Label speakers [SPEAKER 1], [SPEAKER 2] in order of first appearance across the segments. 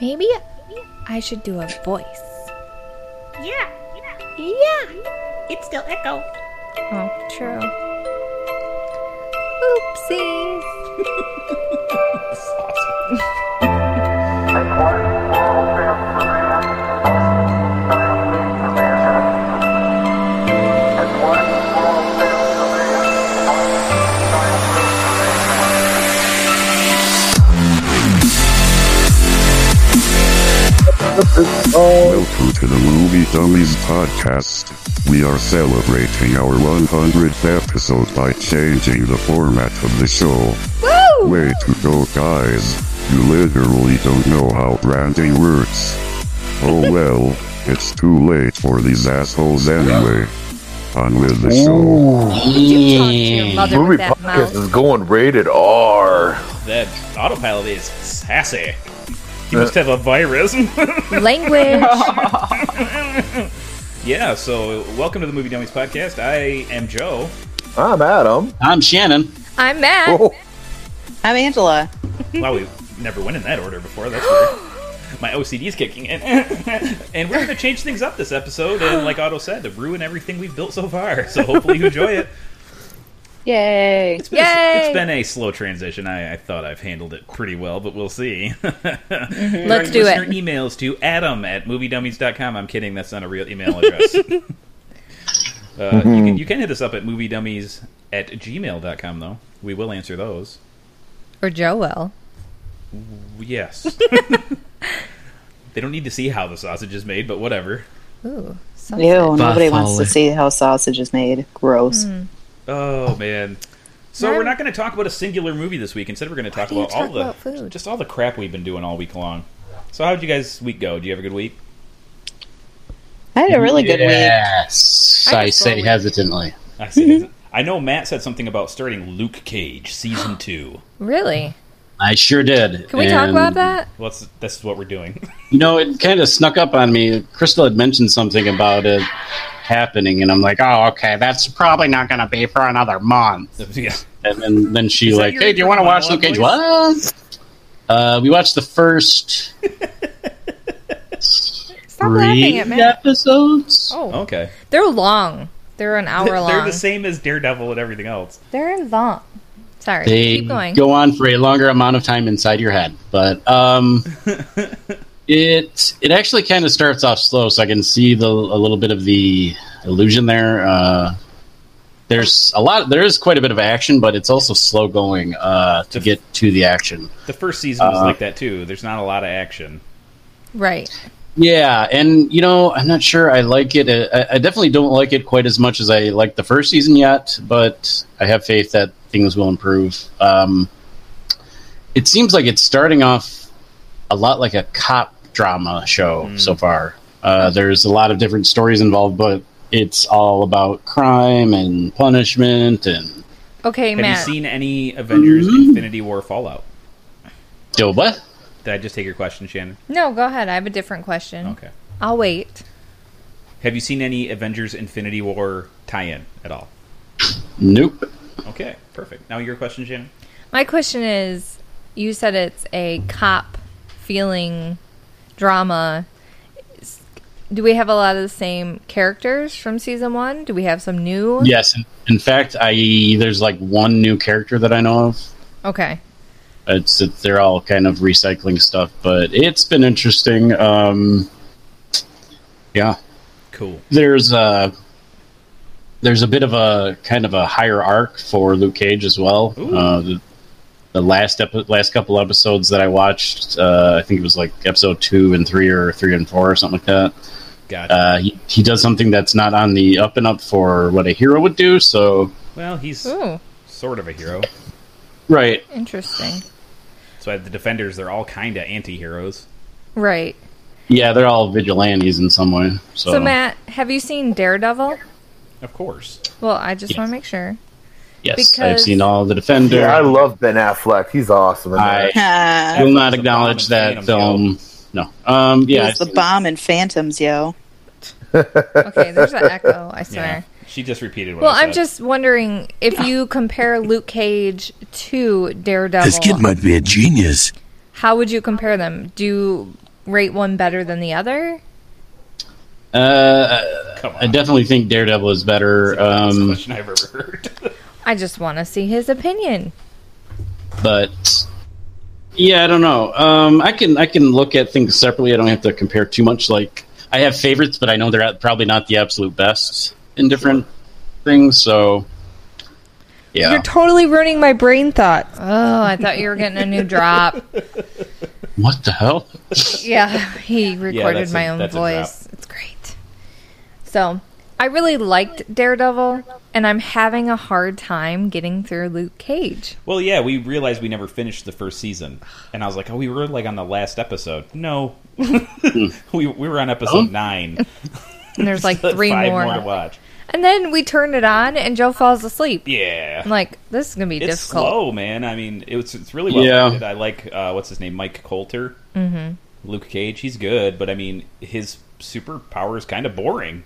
[SPEAKER 1] Maybe I should do a voice.
[SPEAKER 2] Yeah,
[SPEAKER 1] Yeah.
[SPEAKER 2] it's still Echo.
[SPEAKER 1] Oh, true. Oopsies.
[SPEAKER 3] Welcome to the Movie Dummies Podcast. We are celebrating our 100th episode by changing the format of the show.
[SPEAKER 1] Woo!
[SPEAKER 3] Way to go, guys. You literally don't know how branding works. Oh well, it's too late for these assholes anyway. On with the show.
[SPEAKER 1] You talk to your mother
[SPEAKER 4] Movie
[SPEAKER 1] with that
[SPEAKER 4] podcast
[SPEAKER 1] mouth.
[SPEAKER 4] is going rated R.
[SPEAKER 5] That autopilot is sassy. He must have a virus.
[SPEAKER 1] Language.
[SPEAKER 5] yeah, so welcome to the Movie Dummies Podcast. I am Joe.
[SPEAKER 4] I'm Adam.
[SPEAKER 6] I'm Shannon.
[SPEAKER 1] I'm mad.
[SPEAKER 4] Oh,
[SPEAKER 7] I'm Angela.
[SPEAKER 5] Wow, we never went in that order before. That's weird. My OCD's kicking in. and we're going to change things up this episode, and like Otto said, to ruin everything we've built so far. So hopefully you enjoy it.
[SPEAKER 7] Yay.
[SPEAKER 5] It's been, a-
[SPEAKER 1] Yay!
[SPEAKER 5] it's been a slow transition. I, I thought I've handled it pretty well, but we'll see.
[SPEAKER 1] Let's do
[SPEAKER 5] Listener
[SPEAKER 1] it.
[SPEAKER 5] emails to adam at moviedummies.com. I'm kidding, that's not a real email address. uh, you, can, you can hit us up at moviedummies at gmail.com, though. We will answer those.
[SPEAKER 1] Or Joe will.
[SPEAKER 5] Yes. they don't need to see how the sausage is made, but whatever.
[SPEAKER 1] Ooh.
[SPEAKER 7] Ew,
[SPEAKER 1] sausage.
[SPEAKER 7] nobody wants
[SPEAKER 6] Buffalo.
[SPEAKER 7] to see how sausage is made. Gross.
[SPEAKER 5] Oh, man. So
[SPEAKER 1] Now-
[SPEAKER 5] we're not going to talk about a singular movie this week. Instead, we're going to talk
[SPEAKER 1] do you
[SPEAKER 5] about all
[SPEAKER 1] talk
[SPEAKER 5] the
[SPEAKER 1] about food?
[SPEAKER 5] just all the crap we've been doing all week long. So how'd you guys' week go? Do you have a good week?
[SPEAKER 7] I had a really good week.
[SPEAKER 6] Yes,
[SPEAKER 1] I
[SPEAKER 6] I,
[SPEAKER 1] just
[SPEAKER 6] say
[SPEAKER 1] don't-
[SPEAKER 6] hesitantly.
[SPEAKER 5] I see.
[SPEAKER 1] Mm-hmm.
[SPEAKER 5] I know Matt said something about starting Luke Cage season two.
[SPEAKER 1] Really?
[SPEAKER 6] I sure did.
[SPEAKER 1] Can we talk
[SPEAKER 6] And,
[SPEAKER 1] about that?
[SPEAKER 5] Well, that's, this is what we're doing.
[SPEAKER 6] You know, it kind of snuck up on me. Crystal had mentioned something about it happening, and I'm like, oh, okay, that's probably not going to be for another month.
[SPEAKER 5] yeah.
[SPEAKER 6] And then, then she
[SPEAKER 5] Is that
[SPEAKER 6] like,
[SPEAKER 5] your
[SPEAKER 6] hey, do you want to watch Luke Cage? What? Uh, we watched the first
[SPEAKER 1] Stop laughing
[SPEAKER 6] three
[SPEAKER 1] at Matt.
[SPEAKER 6] episodes.
[SPEAKER 1] Oh,
[SPEAKER 5] Okay.
[SPEAKER 1] they're long. They're an hour long.
[SPEAKER 5] They're the same as Daredevil and everything else.
[SPEAKER 1] They're long. Sorry.
[SPEAKER 6] they
[SPEAKER 1] Keep going.
[SPEAKER 6] go on for a longer amount of time inside your head. But um, it it actually kind of starts off slow, so I can see the a little bit of the illusion there. Uh, there's a lot. There is quite a bit of action, but it's also slow going uh, to get to the action.
[SPEAKER 5] The first season was
[SPEAKER 6] Uh,
[SPEAKER 5] like that too. There's not a lot of action.
[SPEAKER 1] Right.
[SPEAKER 6] Yeah, and you know, I'm not sure I like it. uh, I, I definitely don't like it quite as much as I liked the first season yet, but I have faith that things will improve. Um, it seems like it's starting off a lot like a cop drama show so far. Uh, there's a lot of different stories involved, but it's all about crime and punishment and
[SPEAKER 1] Okay,
[SPEAKER 5] Have
[SPEAKER 1] Matt.
[SPEAKER 5] you seen any Avengers
[SPEAKER 6] Mm-hmm.
[SPEAKER 5] Infinity War Fallout?
[SPEAKER 6] Doba.
[SPEAKER 5] Did I just take your question, Shannon?
[SPEAKER 1] no, go ahead. I have a different question.
[SPEAKER 6] Mm-hmm.
[SPEAKER 5] Okay.
[SPEAKER 1] I'll wait.
[SPEAKER 5] Have you seen any Avengers Infinity War tie-in at all?
[SPEAKER 6] Nope.
[SPEAKER 5] Okay, perfect. Now your question, Shannon.
[SPEAKER 1] My question is you said it's a cop feeling drama. S- Do we have a lot of the same characters from season one? Do we have some new?
[SPEAKER 6] Yes. In, in fact, I there's like one new character that I know of.
[SPEAKER 1] Okay.
[SPEAKER 6] it's it, they're all kind of recycling stuff, but it's been interesting. Um, yeah,
[SPEAKER 5] Cool.
[SPEAKER 6] there's a there's a bit of a kind of a higher arc for Luke Cage as well.
[SPEAKER 5] Ooh.
[SPEAKER 6] Uh, the, the last epi- last couple episodes that I watched, uh, I think it was like episode two and three or three and four or something like that.
[SPEAKER 5] Gotcha.
[SPEAKER 6] Uh, he he does something that's not on the up and up for what a hero would do. So
[SPEAKER 5] well, he's
[SPEAKER 1] Ooh,
[SPEAKER 5] sort of a hero.
[SPEAKER 6] right,
[SPEAKER 1] interesting.
[SPEAKER 5] So I have the Defenders. They're all kind of anti-heroes.
[SPEAKER 1] Right.
[SPEAKER 6] yeah, they're all vigilantes in some way. So,
[SPEAKER 1] So, Matt, have you seen Daredevil?
[SPEAKER 5] Of course.
[SPEAKER 1] Well, I just
[SPEAKER 6] Yes.
[SPEAKER 1] want to make sure.
[SPEAKER 6] yes, I've
[SPEAKER 1] because-
[SPEAKER 6] seen all the Defender.
[SPEAKER 4] yeah, I love Ben Affleck. He's awesome. In
[SPEAKER 6] I-
[SPEAKER 4] that.
[SPEAKER 7] Ah,
[SPEAKER 6] I will
[SPEAKER 5] Affleck's
[SPEAKER 6] not
[SPEAKER 5] the
[SPEAKER 6] acknowledge
[SPEAKER 5] bomb in
[SPEAKER 6] that
[SPEAKER 5] Phantom,
[SPEAKER 6] film. No. Um,
[SPEAKER 7] yeah,
[SPEAKER 6] yeah.
[SPEAKER 7] was the bomb in Phantoms, yo.
[SPEAKER 1] Okay, there's an echo, I swear.
[SPEAKER 5] Yeah. She just repeated what
[SPEAKER 1] Well,
[SPEAKER 5] I
[SPEAKER 1] I'm
[SPEAKER 5] said.
[SPEAKER 1] just wondering if you compare Luke Cage to Daredevil,
[SPEAKER 8] This kid might be a genius.
[SPEAKER 1] how would you compare them? Do rate one better than the other?
[SPEAKER 6] Uh,
[SPEAKER 5] Come on.
[SPEAKER 6] I definitely think Daredevil is better,
[SPEAKER 5] That's the
[SPEAKER 6] um,
[SPEAKER 5] question I've ever heard.
[SPEAKER 1] I just want to see his opinion.
[SPEAKER 6] but yeah, I don't know. Um, I can I can look at things separately. I don't have to compare too much. Like I have favorites, but I know they're at- probably not the absolute best in different things. So yeah,
[SPEAKER 8] You're totally ruining my brain thoughts.
[SPEAKER 1] Oh, I thought you were getting a new drop.
[SPEAKER 6] what the hell?
[SPEAKER 1] Yeah, he recorded
[SPEAKER 5] that's a-
[SPEAKER 1] my own
[SPEAKER 5] that's a drop.
[SPEAKER 1] voice. It's great. So, I really liked Daredevil, and I'm having a hard time getting through Luke Cage.
[SPEAKER 5] well, yeah, we realized we never finished the first season, and I was like, oh, we were like on the last episode. No, we we were on episode nine.
[SPEAKER 1] And there's like three
[SPEAKER 5] Five
[SPEAKER 1] more.
[SPEAKER 5] to watch.
[SPEAKER 1] And then we turned it on, and Joe falls asleep.
[SPEAKER 5] Yeah,
[SPEAKER 1] I'm like, this is going to be
[SPEAKER 5] it's
[SPEAKER 1] difficult.
[SPEAKER 5] slow, man. I mean, it's it's really well
[SPEAKER 6] Yeah.
[SPEAKER 5] acted. I like uh, what's his name, Mike Coulter, mm-hmm. Luke Cage. He's good, but I mean, his superpower is kind of boring.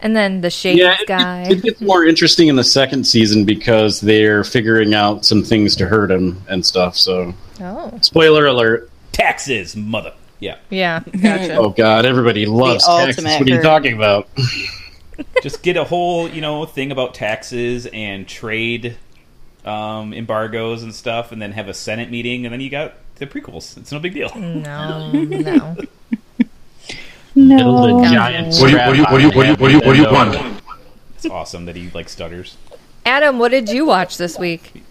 [SPEAKER 1] And then the shades
[SPEAKER 6] Yeah, it,
[SPEAKER 1] guy.
[SPEAKER 6] it- it gets more interesting in the second season because they're figuring out some things to hurt him and stuff. So
[SPEAKER 1] oh,
[SPEAKER 6] spoiler alert.
[SPEAKER 5] Taxes, mother. Yeah,
[SPEAKER 1] yeah, gotcha.
[SPEAKER 6] Oh God! Everybody loves Texas.
[SPEAKER 7] ultimate
[SPEAKER 6] What are you
[SPEAKER 7] hurt.
[SPEAKER 6] talking about?
[SPEAKER 5] just get a whole you know thing about taxes and trade um, embargoes and stuff, and then have a Senate meeting, and then you got the prequels. It's no big deal.
[SPEAKER 7] Mm.
[SPEAKER 1] no, no.
[SPEAKER 6] Build a giant
[SPEAKER 9] What do you, what do you, what do you, what do you, what do you, what do you
[SPEAKER 6] scrap
[SPEAKER 9] want?
[SPEAKER 5] It's awesome that he like stutters.
[SPEAKER 1] Adam, what did you watch this week?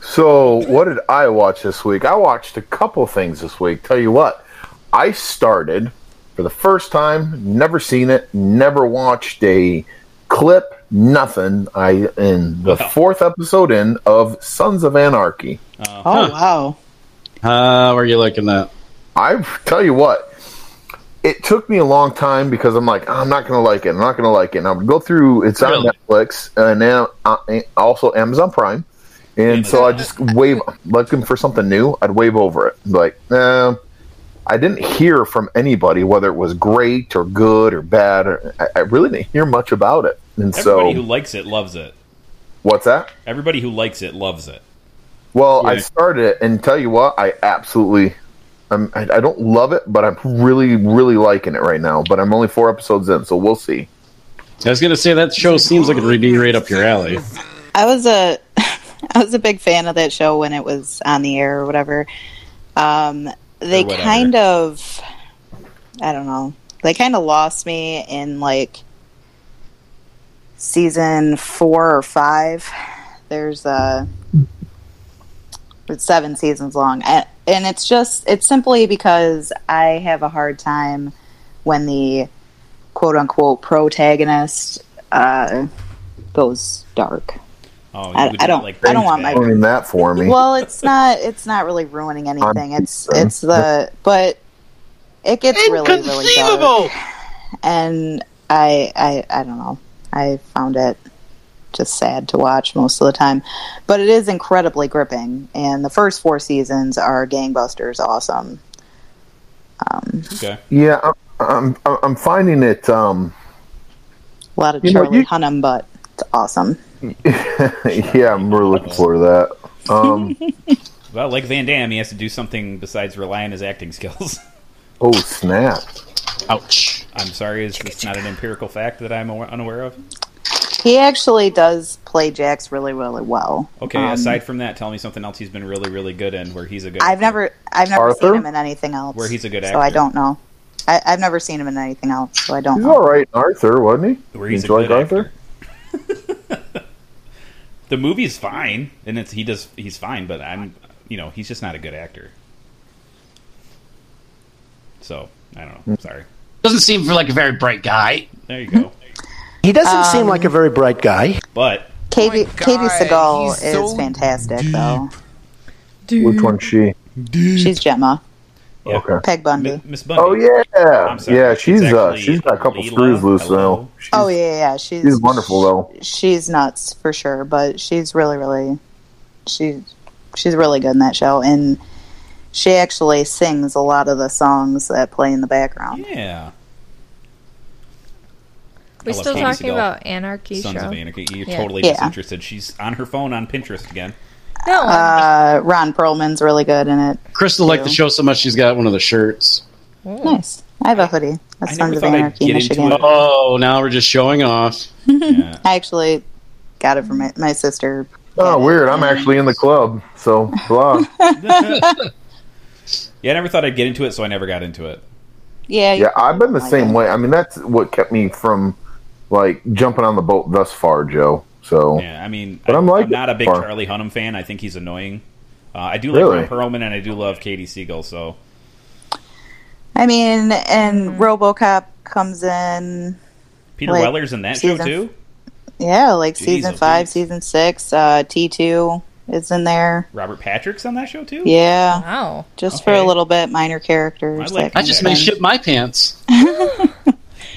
[SPEAKER 4] So, what did I watch this week? I watched a couple things this week. Tell you what, I started for the first time, never seen it, never watched a clip, nothing. I in the fourth episode in of Sons of Anarchy.
[SPEAKER 7] Oh, wow.
[SPEAKER 6] How Uh, are you liking that?
[SPEAKER 4] I tell you what, it took me a long time because I'm like, I'm not gonna like it. I'm not gonna like it. And I would go through. It's
[SPEAKER 6] Really?
[SPEAKER 4] on Netflix and now uh, and also Amazon Prime. And so I just wave looking for something new. I'd wave over it. Like, nah. I didn't hear from anybody whether it was great or good or bad. Or, I, I really didn't hear much about it. And
[SPEAKER 5] Everybody
[SPEAKER 4] so,
[SPEAKER 5] who likes it loves it.
[SPEAKER 4] what's that?
[SPEAKER 5] Everybody who likes it loves it.
[SPEAKER 4] Well, I
[SPEAKER 6] Yeah.
[SPEAKER 4] started it, and tell you what, I absolutely, I'm, I, I don't love it, but I'm really, really liking it right now. But I'm only four episodes in, so we'll see.
[SPEAKER 6] I was gonna say that show seems like it would be right up your alley.
[SPEAKER 7] I was a I was a big fan of that show when it was on the air or whatever. Um, they
[SPEAKER 5] Or whatever.
[SPEAKER 7] kind of I don't know. They kind of lost me in like season 4 or 5. There's uh it's 7 seasons long. A- And it's just it's simply because I have a hard time when the quote unquote protagonist uh, goes dark.
[SPEAKER 5] Oh, you
[SPEAKER 7] I-
[SPEAKER 5] would
[SPEAKER 7] I
[SPEAKER 5] not
[SPEAKER 7] don't- I don't want my-
[SPEAKER 5] Breaking Bad.
[SPEAKER 4] Ruining that for me.
[SPEAKER 7] Well, it's not. It's not really ruining anything. It's it's the but it gets really really dark. And I I I don't know. I found it just sad to watch most of the time, but it is incredibly gripping. And the first four seasons are gangbusters, awesome.
[SPEAKER 5] Okay.
[SPEAKER 4] yeah, I'm, I'm, I'm- I'm finding it. Um,
[SPEAKER 7] A lot of
[SPEAKER 4] You know,
[SPEAKER 7] Charlie
[SPEAKER 4] you-
[SPEAKER 7] Hunnam, but it's awesome.
[SPEAKER 4] yeah, I'm really looking forward to that. Um,
[SPEAKER 5] Well, like Van Damme, he has to do something besides rely on his acting skills.
[SPEAKER 4] oh snap!
[SPEAKER 6] Ouch!
[SPEAKER 5] I'm sorry, is this not an empirical fact that I'm awa- unaware of?
[SPEAKER 7] He actually does play Jax really really well.
[SPEAKER 5] Okay,
[SPEAKER 7] Um,
[SPEAKER 5] aside from that, tell me something else he's been really, really good in where he's a good.
[SPEAKER 7] I've never I've never
[SPEAKER 4] Arthur?
[SPEAKER 7] seen him in anything else.
[SPEAKER 5] Where he's a good
[SPEAKER 7] So I
[SPEAKER 5] actor.
[SPEAKER 7] don't know. I, I've never seen him in anything else, so I don't
[SPEAKER 4] He's
[SPEAKER 7] know.
[SPEAKER 4] all right, Arthur, wasn't he?
[SPEAKER 5] where he's
[SPEAKER 4] Did you
[SPEAKER 5] a
[SPEAKER 4] like
[SPEAKER 5] good actor. the movie's fine, and it's he does he's fine, but I'm you know he's just not a good actor. So I don't know. Sorry.
[SPEAKER 6] Doesn't seem like a very bright guy.
[SPEAKER 5] There you go.
[SPEAKER 10] He doesn't seem
[SPEAKER 4] Um,
[SPEAKER 10] like a very bright guy.
[SPEAKER 5] But
[SPEAKER 7] Katie,
[SPEAKER 11] my
[SPEAKER 7] Katie
[SPEAKER 11] God,
[SPEAKER 7] Seagal
[SPEAKER 11] he's
[SPEAKER 7] is
[SPEAKER 11] so
[SPEAKER 7] fantastic, though.
[SPEAKER 4] Which one's she?
[SPEAKER 7] She's Gemma.
[SPEAKER 5] Yeah.
[SPEAKER 4] Okay.
[SPEAKER 7] Peg Bundy.
[SPEAKER 5] M- Miss Bundy.
[SPEAKER 4] Oh yeah,
[SPEAKER 5] I'm sorry,
[SPEAKER 4] yeah.
[SPEAKER 5] it's
[SPEAKER 4] She's uh,
[SPEAKER 5] actually
[SPEAKER 4] she's got a couple
[SPEAKER 5] Leela.
[SPEAKER 4] screws loose
[SPEAKER 5] Hello?
[SPEAKER 4] though. She's,
[SPEAKER 7] oh, yeah, yeah, yeah. She's,
[SPEAKER 4] she's wonderful though.
[SPEAKER 7] She's nuts, for sure, but she's really, really... She, she's really good in that show, and she actually sings a lot of the songs that play in the background.
[SPEAKER 5] Yeah.
[SPEAKER 1] We're
[SPEAKER 5] love
[SPEAKER 1] still
[SPEAKER 5] Katie
[SPEAKER 1] talking
[SPEAKER 5] Seagal.
[SPEAKER 1] about Anarchy
[SPEAKER 5] Sons
[SPEAKER 1] Show.
[SPEAKER 5] of Anarchy. You're
[SPEAKER 1] Yeah.
[SPEAKER 5] totally
[SPEAKER 7] Yeah.
[SPEAKER 5] disinterested. She's on her phone on Pinterest again.
[SPEAKER 1] No,
[SPEAKER 7] Uh, Ron Perlman's really good in it.
[SPEAKER 6] Crystal liked the show so much she's got one of the shirts.
[SPEAKER 7] Nice. I have a hoodie. That's
[SPEAKER 5] never
[SPEAKER 7] Sons of
[SPEAKER 5] thought I'd
[SPEAKER 7] Anarchy,
[SPEAKER 5] get into
[SPEAKER 7] Michigan.
[SPEAKER 5] it.
[SPEAKER 6] Oh, now we're just showing off.
[SPEAKER 7] I actually got it from my, my sister.
[SPEAKER 4] Oh, weird. I'm actually in the club, so blah.
[SPEAKER 5] Yeah, I never thought I'd get into it, so I never got into it.
[SPEAKER 7] Yeah,
[SPEAKER 4] Yeah, I've been the
[SPEAKER 7] Like
[SPEAKER 4] same
[SPEAKER 7] it.
[SPEAKER 4] way. I mean, that's what kept me from like jumping on the boat thus far, Joe. So
[SPEAKER 5] Yeah, I mean,
[SPEAKER 4] But I'm like
[SPEAKER 5] I'm not a big
[SPEAKER 4] Far.
[SPEAKER 5] Charlie Hunnam fan. I think he's annoying. Uh, I do like
[SPEAKER 4] Really?
[SPEAKER 5] Ron Perlman, and I do love Katie Siegel. So
[SPEAKER 7] I mean,
[SPEAKER 5] Mm-hmm.
[SPEAKER 7] and RoboCop comes in.
[SPEAKER 5] Peter
[SPEAKER 7] Like,
[SPEAKER 5] Weller's in that
[SPEAKER 7] she's
[SPEAKER 5] show
[SPEAKER 7] in-
[SPEAKER 5] too.
[SPEAKER 7] Yeah, like season
[SPEAKER 5] oh,
[SPEAKER 7] five,
[SPEAKER 5] geez.
[SPEAKER 7] season six. Uh, T two is in there.
[SPEAKER 5] Robert Patrick's on that show too.
[SPEAKER 7] Yeah,
[SPEAKER 1] Wow.
[SPEAKER 7] just for a
[SPEAKER 5] Okay.
[SPEAKER 7] little bit, minor characters.
[SPEAKER 5] I like-
[SPEAKER 7] that
[SPEAKER 6] I
[SPEAKER 7] kind
[SPEAKER 6] just
[SPEAKER 7] of
[SPEAKER 6] may
[SPEAKER 7] thing.
[SPEAKER 6] shit my pants.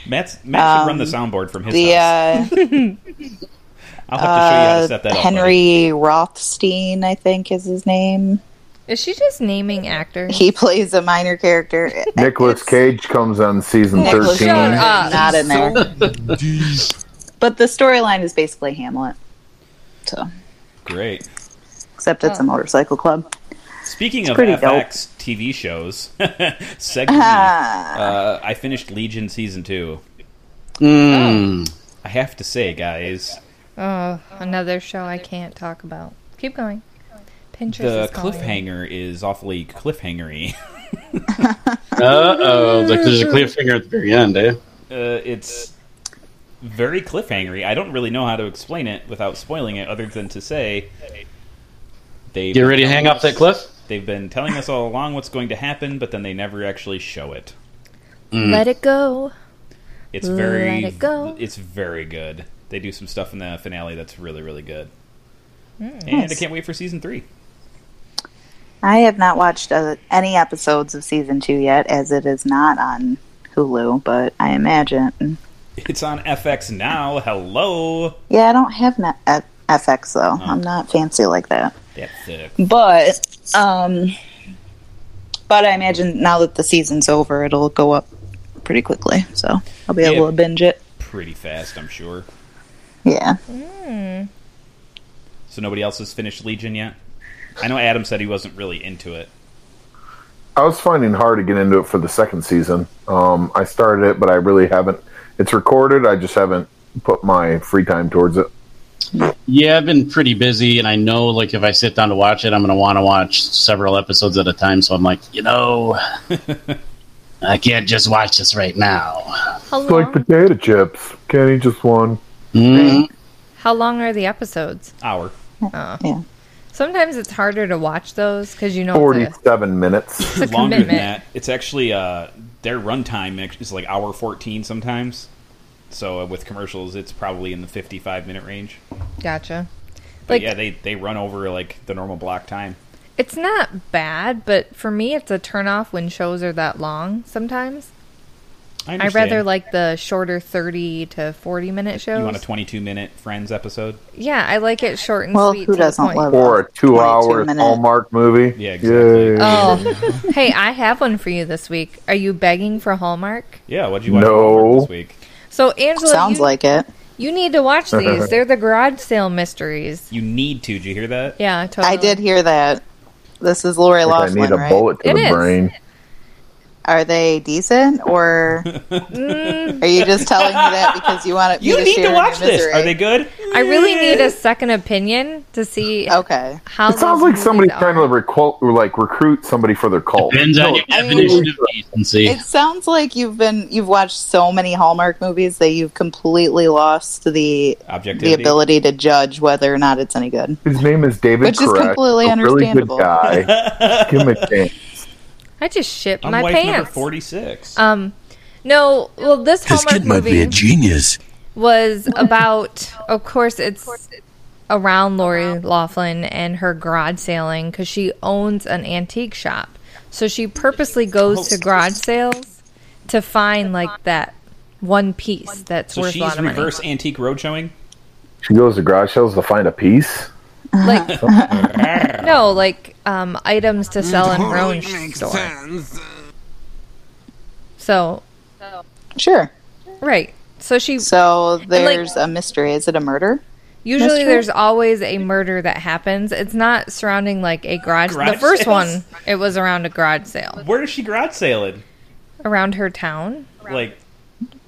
[SPEAKER 5] Matt's, Matt should run the
[SPEAKER 7] Um,
[SPEAKER 5] soundboard from his
[SPEAKER 7] the
[SPEAKER 5] house.
[SPEAKER 7] uh,
[SPEAKER 5] I'll have to show you how to
[SPEAKER 7] uh,
[SPEAKER 5] set that up. buddy.
[SPEAKER 7] Henry Rothstein, I think, is his name.
[SPEAKER 1] Is she just naming actors?
[SPEAKER 7] He plays a minor character.
[SPEAKER 4] Nicholas Cage comes on season
[SPEAKER 7] Nicolas Cage
[SPEAKER 4] thirteen.
[SPEAKER 1] Shut up.
[SPEAKER 7] is not in there. but the storyline is basically Hamlet. So,
[SPEAKER 5] Great.
[SPEAKER 7] except it's a motorcycle club.
[SPEAKER 5] Speaking of
[SPEAKER 7] pretty
[SPEAKER 5] FX
[SPEAKER 7] dope.
[SPEAKER 5] TV shows, Seg, uh, I finished Legion season two.
[SPEAKER 7] Hmm.
[SPEAKER 6] Mm.
[SPEAKER 5] I have to say, guys,
[SPEAKER 1] Oh, another show I can't talk about. Keep going. Pinterest.
[SPEAKER 5] the
[SPEAKER 1] is calling.
[SPEAKER 5] cliffhanger is awfully cliffhangery.
[SPEAKER 6] Uh oh, like there's a cliffhanger at the very end, eh?
[SPEAKER 5] uh, it's very cliffhangery. I don't really know how to explain it without spoiling it, other than to say they
[SPEAKER 6] Get ready to hang off that cliff.
[SPEAKER 5] They've been telling us all along what's going to happen, but then they never actually show it.
[SPEAKER 4] Mm.
[SPEAKER 1] Let it go.
[SPEAKER 5] It's
[SPEAKER 1] Let
[SPEAKER 5] very,
[SPEAKER 1] it go.
[SPEAKER 5] it's very good. They do some stuff in the finale that's really, really good.
[SPEAKER 1] Hmm.
[SPEAKER 5] and I
[SPEAKER 7] Nice.
[SPEAKER 5] can't wait for season three.
[SPEAKER 7] I have not watched uh, any episodes of season two yet, as it is not on Hulu, but I imagine.
[SPEAKER 5] It's on FX now. Hello,
[SPEAKER 7] Yeah, I don't have net- F- FX, though. I'm not fancy like that.
[SPEAKER 5] that's uh, it.
[SPEAKER 7] But, um, but I imagine now that the season's over, it'll go up pretty quickly. So I'll be
[SPEAKER 5] Yeah.
[SPEAKER 7] able to binge it.
[SPEAKER 5] pretty fast, I'm sure.
[SPEAKER 7] Yeah.
[SPEAKER 5] So nobody else has finished Legion yet. I know Adam said he wasn't really into it.
[SPEAKER 4] I was finding hard to get into it for the second season. Um, I started it, but I really haven't. It's recorded. I just haven't put my free time towards it.
[SPEAKER 6] Yeah, I've been pretty busy, and I know like if I sit down to watch it, I'm going to want to watch several episodes at a time. So I'm like, you know, I can't just watch this right now.
[SPEAKER 1] How
[SPEAKER 4] It's like
[SPEAKER 1] long?
[SPEAKER 4] potato chips. Can't eat just one.
[SPEAKER 6] Mm.
[SPEAKER 1] How long are the episodes?
[SPEAKER 5] Hour.
[SPEAKER 1] Sometimes it's harder to watch those because you know it's a-
[SPEAKER 4] Forty-seven minutes.
[SPEAKER 1] it's a
[SPEAKER 5] longer than
[SPEAKER 1] commitment.
[SPEAKER 5] that. It's actually uh, their runtime is like hour fourteen sometimes. So uh, with commercials, it's probably in the fifty-five minute range.
[SPEAKER 1] Gotcha.
[SPEAKER 5] But
[SPEAKER 1] Like
[SPEAKER 5] yeah, they they run over like the normal block time.
[SPEAKER 1] it's not bad, but for me, it's a turnoff when shows are that long. Sometimes
[SPEAKER 5] I
[SPEAKER 1] I
[SPEAKER 5] understand.
[SPEAKER 1] rather like the shorter thirty to forty minute shows.
[SPEAKER 5] you want a twenty-two minute Friends episode.
[SPEAKER 1] yeah, I like it short and
[SPEAKER 7] Well,
[SPEAKER 1] sweet.
[SPEAKER 7] who
[SPEAKER 1] to the
[SPEAKER 7] doesn't
[SPEAKER 1] point.
[SPEAKER 7] love
[SPEAKER 4] Or a two-hour
[SPEAKER 7] 22 minute.
[SPEAKER 4] Hallmark movie.
[SPEAKER 5] Yeah, exactly.
[SPEAKER 4] Yay.
[SPEAKER 1] Oh, hey, I have one for you this week. Are you begging for Hallmark?
[SPEAKER 5] Yeah, what'd you watch
[SPEAKER 4] No.
[SPEAKER 5] this week?
[SPEAKER 1] So Angela,
[SPEAKER 7] Sounds
[SPEAKER 1] you,
[SPEAKER 7] like it.
[SPEAKER 1] you need to watch these. They're the garage sale mysteries.
[SPEAKER 5] You need to. Did you hear that?
[SPEAKER 1] Yeah, totally.
[SPEAKER 7] I did hear that. This is Lori
[SPEAKER 4] I
[SPEAKER 7] Laughlin,
[SPEAKER 4] need a
[SPEAKER 7] right?
[SPEAKER 4] bullet to
[SPEAKER 1] It
[SPEAKER 4] the
[SPEAKER 1] is.
[SPEAKER 4] brain.
[SPEAKER 7] Are they decent, or are you just telling me that because you want it?
[SPEAKER 5] You need to watch this. Are they
[SPEAKER 7] Good?
[SPEAKER 5] good?
[SPEAKER 1] I really need a second opinion to see
[SPEAKER 7] Okay.
[SPEAKER 1] how.
[SPEAKER 4] It sounds
[SPEAKER 1] those
[SPEAKER 4] like
[SPEAKER 1] movies
[SPEAKER 4] somebody's
[SPEAKER 1] are.
[SPEAKER 4] trying to recruit, like recruit somebody for their cult.
[SPEAKER 6] Depends on your
[SPEAKER 7] I mean-
[SPEAKER 6] definition of decency.
[SPEAKER 7] It sounds like you've been you've watched so many Hallmark movies that you've completely lost the
[SPEAKER 5] Objectivity.
[SPEAKER 7] the ability to judge whether or not it's any good.
[SPEAKER 4] His name is David
[SPEAKER 7] Which is
[SPEAKER 4] Koresh,
[SPEAKER 7] completely
[SPEAKER 4] a
[SPEAKER 7] understandable.
[SPEAKER 4] Really good guy. Give him a chance.
[SPEAKER 1] I just shit
[SPEAKER 5] I'm
[SPEAKER 1] my
[SPEAKER 5] wife number
[SPEAKER 1] pants.
[SPEAKER 5] forty-six.
[SPEAKER 1] Um, no, well, this
[SPEAKER 9] This
[SPEAKER 1] Hallmark
[SPEAKER 9] kid might be a
[SPEAKER 1] movie
[SPEAKER 9] genius.
[SPEAKER 1] was about, of course, it's around Lori Laughlin and her garage sailing because she owns an antique shop. So she purposely goes
[SPEAKER 5] Oh.
[SPEAKER 1] to garage sales to find like that one piece that's
[SPEAKER 5] so
[SPEAKER 1] worth a
[SPEAKER 5] she's
[SPEAKER 1] lot of money.
[SPEAKER 5] reverse antique road showing.
[SPEAKER 4] She goes to garage sales to find a piece.
[SPEAKER 1] Like, no, like um, items to sell in her own store. So
[SPEAKER 7] Sure.
[SPEAKER 1] right, so she
[SPEAKER 7] So there's a mystery. Is it a murder?
[SPEAKER 1] Usually,
[SPEAKER 7] Mystery?
[SPEAKER 1] there's always a murder that happens. It's not surrounding like a garage.
[SPEAKER 5] Garage
[SPEAKER 1] the first one,
[SPEAKER 5] sales?
[SPEAKER 1] it was around a garage sale.
[SPEAKER 5] Where is she garage sailing?
[SPEAKER 1] around her town?
[SPEAKER 5] Like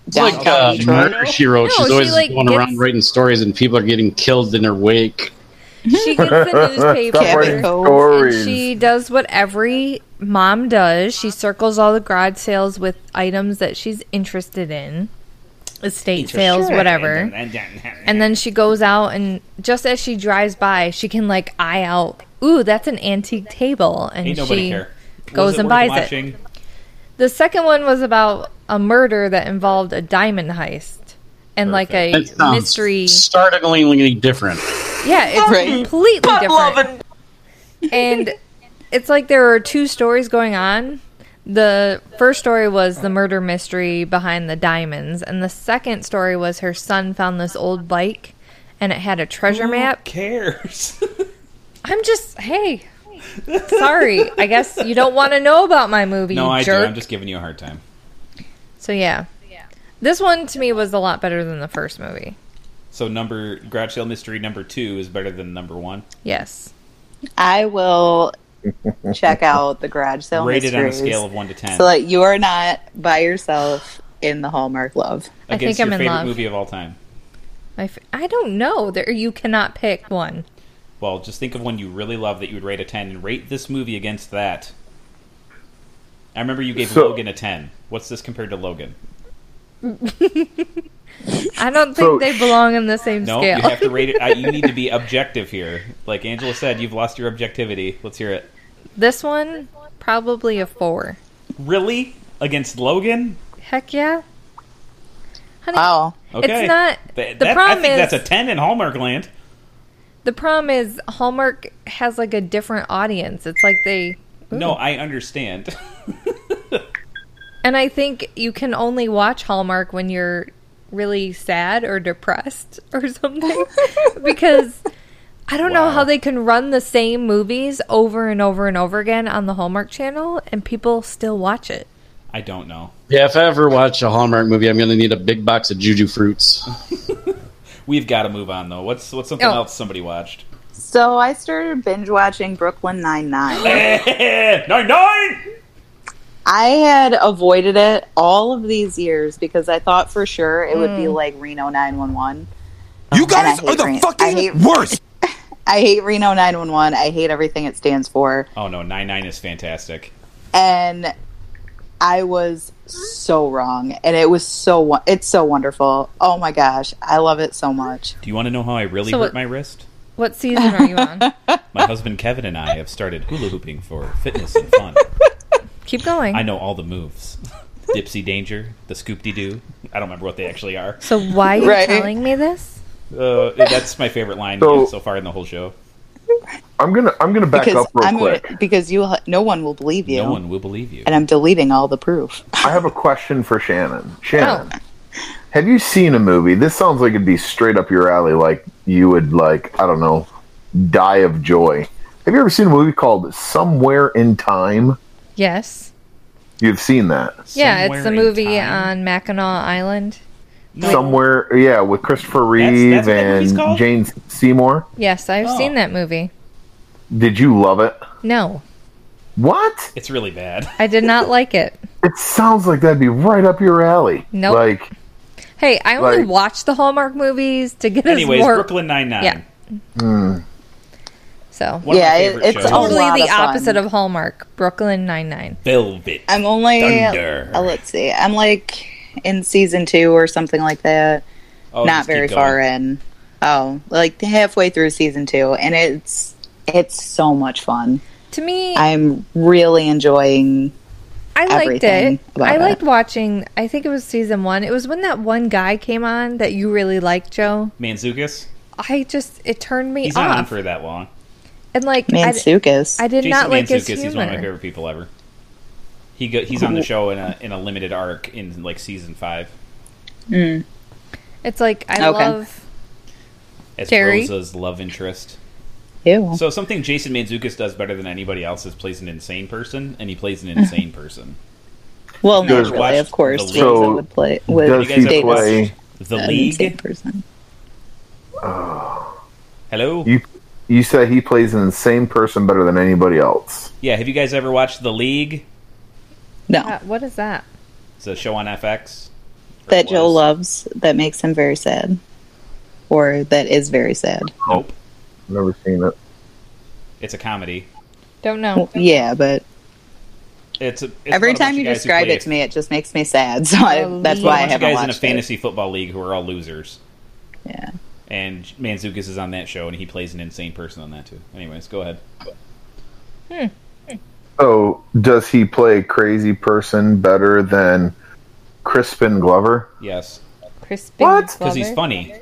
[SPEAKER 6] It's like uh, Murder, she wrote.
[SPEAKER 1] No,
[SPEAKER 6] She's
[SPEAKER 1] she,
[SPEAKER 6] always
[SPEAKER 1] like,
[SPEAKER 6] going
[SPEAKER 1] gets-
[SPEAKER 6] around writing stories, and people are getting killed in her wake.
[SPEAKER 1] She gets the newspaper.
[SPEAKER 4] Mm-hmm. Stop writing
[SPEAKER 7] Oh,
[SPEAKER 1] and
[SPEAKER 4] stories.
[SPEAKER 1] she does what every mom does. She circles all the garage sales with items that she's interested in, estate sales, whatever. And then she goes out and just as she drives by, she can like eye out. Ooh, that's an antique table, and
[SPEAKER 5] ain't nobody
[SPEAKER 1] she
[SPEAKER 5] care.
[SPEAKER 1] goes
[SPEAKER 5] Was it
[SPEAKER 1] and
[SPEAKER 5] worth
[SPEAKER 1] buys it.
[SPEAKER 5] watching?
[SPEAKER 1] The second one was about a murder that involved a diamond heist and like a
[SPEAKER 6] That sounds
[SPEAKER 1] Um, mystery.
[SPEAKER 6] startlingly different.
[SPEAKER 1] Yeah, it's
[SPEAKER 7] Right.
[SPEAKER 1] completely different. and it's like there are two stories going on. The first story was the murder mystery behind the diamonds, and the second story was her son found this old bike and it had a treasure
[SPEAKER 6] Mm.
[SPEAKER 1] map.
[SPEAKER 5] Cares.
[SPEAKER 1] I'm just, hey, sorry. I guess you don't want to know about my movie,
[SPEAKER 5] no,
[SPEAKER 1] you
[SPEAKER 5] I
[SPEAKER 1] jerk.
[SPEAKER 5] do. I'm just giving you a hard time.
[SPEAKER 1] So yeah. This one to me was a lot better than the first movie.
[SPEAKER 5] So number garage sale mystery number two is better than number one.
[SPEAKER 1] Yes.
[SPEAKER 7] I will check out the garage sale
[SPEAKER 5] Rated on a
[SPEAKER 7] mysteries
[SPEAKER 5] scale of one to ten.
[SPEAKER 7] so that you are not by yourself in the Hallmark love.
[SPEAKER 1] I think
[SPEAKER 5] against your
[SPEAKER 1] I'm in
[SPEAKER 5] favorite
[SPEAKER 1] love.
[SPEAKER 5] movie of all time.
[SPEAKER 1] My f- I don't know. There you cannot pick one.
[SPEAKER 5] Well, just think of one you really love that you would rate a ten, and rate this movie against that. I remember you gave
[SPEAKER 4] So-
[SPEAKER 5] Logan a ten. What's this compared to Logan?
[SPEAKER 1] I don't think
[SPEAKER 4] So-
[SPEAKER 1] they belong in the same
[SPEAKER 5] No,
[SPEAKER 1] scale.
[SPEAKER 5] you have to rate it. I, you need to be objective here. Like Angela said, you've lost your objectivity. Let's hear it.
[SPEAKER 1] this one probably a 4.
[SPEAKER 5] Really? Against Logan?
[SPEAKER 1] Heck yeah. Honey,
[SPEAKER 7] Wow.
[SPEAKER 5] Okay.
[SPEAKER 1] It's not-
[SPEAKER 5] Th-
[SPEAKER 1] the
[SPEAKER 5] that-
[SPEAKER 1] problem
[SPEAKER 5] I think
[SPEAKER 1] is-
[SPEAKER 5] that's a 10 in Hallmark land.
[SPEAKER 1] the problem is Hallmark has like a different audience. It's like they
[SPEAKER 5] No, I understand.
[SPEAKER 1] and I think you can only watch Hallmark when you're really sad or depressed or something because I don't know
[SPEAKER 5] Wow.
[SPEAKER 1] how they can run the same movies over and over and over again on the Hallmark channel and people still watch it.
[SPEAKER 5] I don't know.
[SPEAKER 6] Yeah, if I ever watch a Hallmark movie, I'm going to need a big box of Juju Fruits.
[SPEAKER 5] We've got to move on though. What's what's something
[SPEAKER 1] Oh.
[SPEAKER 5] else somebody watched?
[SPEAKER 7] So I started binge watching Brooklyn Nine Nine.
[SPEAKER 5] nine nine.
[SPEAKER 7] I had avoided it all of these years because I thought for sure it would be like Reno 911.
[SPEAKER 9] Hmm. You
[SPEAKER 7] And I hate Ren- I hate-
[SPEAKER 9] worst.
[SPEAKER 7] I hate Reno 911. I hate everything it stands for.
[SPEAKER 5] Oh no, nine nine is fantastic.
[SPEAKER 7] And I was so wrong. And it was so wo- it's so wonderful. Oh my gosh, I love it so much.
[SPEAKER 5] Do you want to know how I really
[SPEAKER 1] So
[SPEAKER 5] hurt
[SPEAKER 1] what-
[SPEAKER 5] my wrist?
[SPEAKER 1] What season are you on?
[SPEAKER 5] My husband Kevin and I have started hula hooping for fitness and fun.
[SPEAKER 1] Keep going.
[SPEAKER 5] I know all the moves. Dipsy Danger, the Scoop De Doo. I don't remember what they actually are.
[SPEAKER 1] So why are you
[SPEAKER 7] Right.
[SPEAKER 1] telling me this?
[SPEAKER 5] Uh, that's my favorite line
[SPEAKER 4] So-
[SPEAKER 5] so, far in the whole show.
[SPEAKER 4] I'm gonna I'm gonna back
[SPEAKER 7] Because
[SPEAKER 4] up real
[SPEAKER 7] I'm gonna-
[SPEAKER 4] quick.
[SPEAKER 7] because you no one will believe you.
[SPEAKER 5] No one will believe you.
[SPEAKER 7] And I'm deleting all the proof.
[SPEAKER 4] I have a question for Shannon.
[SPEAKER 7] Oh.
[SPEAKER 4] Shannon, have you seen a movie? This sounds like it'd be straight up your alley. Like you would like I don't know, die of joy. Have you ever seen a movie called Somewhere in Time?
[SPEAKER 1] Yes.
[SPEAKER 4] You've seen that.
[SPEAKER 1] Yeah,
[SPEAKER 5] Somewhere
[SPEAKER 1] it's the
[SPEAKER 5] in
[SPEAKER 1] movie uh,
[SPEAKER 5] time.
[SPEAKER 1] on Mackinac Island.
[SPEAKER 4] Somewhere, yeah, with Christopher Reeve
[SPEAKER 5] that's what that movie's
[SPEAKER 4] and
[SPEAKER 5] called?
[SPEAKER 4] Jane Seymour.
[SPEAKER 1] Yes, I've
[SPEAKER 5] Oh.
[SPEAKER 1] seen that movie.
[SPEAKER 4] Did you love it?
[SPEAKER 1] No,
[SPEAKER 4] What?
[SPEAKER 5] It's really bad.
[SPEAKER 1] I did not like it.
[SPEAKER 4] It sounds like that'd be right up your alley.
[SPEAKER 1] Nope.
[SPEAKER 4] Like
[SPEAKER 1] Hey, I only
[SPEAKER 4] Right.
[SPEAKER 1] watch the Hallmark movies to get
[SPEAKER 5] Anyways,
[SPEAKER 1] us more.
[SPEAKER 5] Brooklyn Nine Nine.
[SPEAKER 1] Yeah. So
[SPEAKER 5] One
[SPEAKER 7] Yeah, it-
[SPEAKER 5] of my favorite
[SPEAKER 7] it's
[SPEAKER 5] shows.
[SPEAKER 7] all-
[SPEAKER 1] totally
[SPEAKER 7] lot
[SPEAKER 1] the
[SPEAKER 7] of fun.
[SPEAKER 1] opposite of Hallmark. Brooklyn Nine Nine.
[SPEAKER 5] Velvet.
[SPEAKER 7] I'm only
[SPEAKER 5] Thunder.
[SPEAKER 7] uh, let's see. I'm like in season 2 or something like that.
[SPEAKER 5] Oh,
[SPEAKER 7] not
[SPEAKER 5] just keep
[SPEAKER 7] very
[SPEAKER 5] going.
[SPEAKER 7] far in. Oh, like halfway through season two, and it's it's so much fun.
[SPEAKER 1] To me, I,
[SPEAKER 7] I'm really enjoying.
[SPEAKER 1] liked
[SPEAKER 7] everything
[SPEAKER 1] it.
[SPEAKER 7] about
[SPEAKER 1] I
[SPEAKER 7] it.
[SPEAKER 1] liked watching. I think it was season one. It was when that one guy came on that you really liked, Joe.
[SPEAKER 5] Manzukis.
[SPEAKER 1] I just it turned me
[SPEAKER 5] He's not on
[SPEAKER 1] off.
[SPEAKER 5] for that long.
[SPEAKER 1] and like I, d-
[SPEAKER 7] Mansukis.
[SPEAKER 1] I Ah, did
[SPEAKER 5] Jason
[SPEAKER 1] not like his
[SPEAKER 5] Mantzoukas,
[SPEAKER 1] humor.
[SPEAKER 5] he's one of my favorite people ever. He go, he's on the show in a in a limited arc in like season five.
[SPEAKER 1] It's like I
[SPEAKER 7] Okay.
[SPEAKER 1] love.
[SPEAKER 5] As
[SPEAKER 1] Jerry?
[SPEAKER 5] Rosa's love interest.
[SPEAKER 7] Ew.
[SPEAKER 5] So something Jason Manzukis does better than anybody else is plays an insane person, and he plays an insane person.
[SPEAKER 7] well,
[SPEAKER 4] Does-
[SPEAKER 7] naturally, of course,
[SPEAKER 5] So,
[SPEAKER 7] Jason would play
[SPEAKER 4] does
[SPEAKER 7] with
[SPEAKER 5] you guys
[SPEAKER 4] he
[SPEAKER 5] ever
[SPEAKER 7] Davis.
[SPEAKER 4] play?
[SPEAKER 5] The
[SPEAKER 7] an insane
[SPEAKER 5] League.
[SPEAKER 7] person.
[SPEAKER 5] Hello.
[SPEAKER 4] You you said he plays an insane person better than anybody else.
[SPEAKER 5] Yeah. Have you guys ever watched The League?
[SPEAKER 7] No,
[SPEAKER 1] Uh, what is that?
[SPEAKER 5] It's a show on FX. Or
[SPEAKER 7] that
[SPEAKER 5] it
[SPEAKER 7] Joe
[SPEAKER 5] was.
[SPEAKER 7] loves that makes him very sad, or that is very sad.
[SPEAKER 5] Nope.
[SPEAKER 4] Never seen it.
[SPEAKER 5] It's a comedy.
[SPEAKER 1] Don't know.
[SPEAKER 7] Yeah, but
[SPEAKER 5] It's, a, it's about a
[SPEAKER 7] every
[SPEAKER 5] bunch
[SPEAKER 7] time
[SPEAKER 5] of
[SPEAKER 7] you
[SPEAKER 5] guys who
[SPEAKER 7] describe
[SPEAKER 5] play-
[SPEAKER 7] it to me, it just makes me sad. So I,
[SPEAKER 5] It's
[SPEAKER 7] that's
[SPEAKER 5] about
[SPEAKER 7] why
[SPEAKER 5] a
[SPEAKER 7] I
[SPEAKER 5] bunch of
[SPEAKER 7] haven't
[SPEAKER 5] guys in a
[SPEAKER 7] watched it.
[SPEAKER 5] fantasy football league who are all losers.
[SPEAKER 7] Yeah.
[SPEAKER 5] And Manzukis is on that show, and he plays an insane person on that too. Anyways, go ahead.
[SPEAKER 4] So, does he play crazy person better than Crispin Glover?
[SPEAKER 5] Yes,
[SPEAKER 1] Crispin
[SPEAKER 4] What?
[SPEAKER 5] because he's
[SPEAKER 1] Glover?
[SPEAKER 5] funny.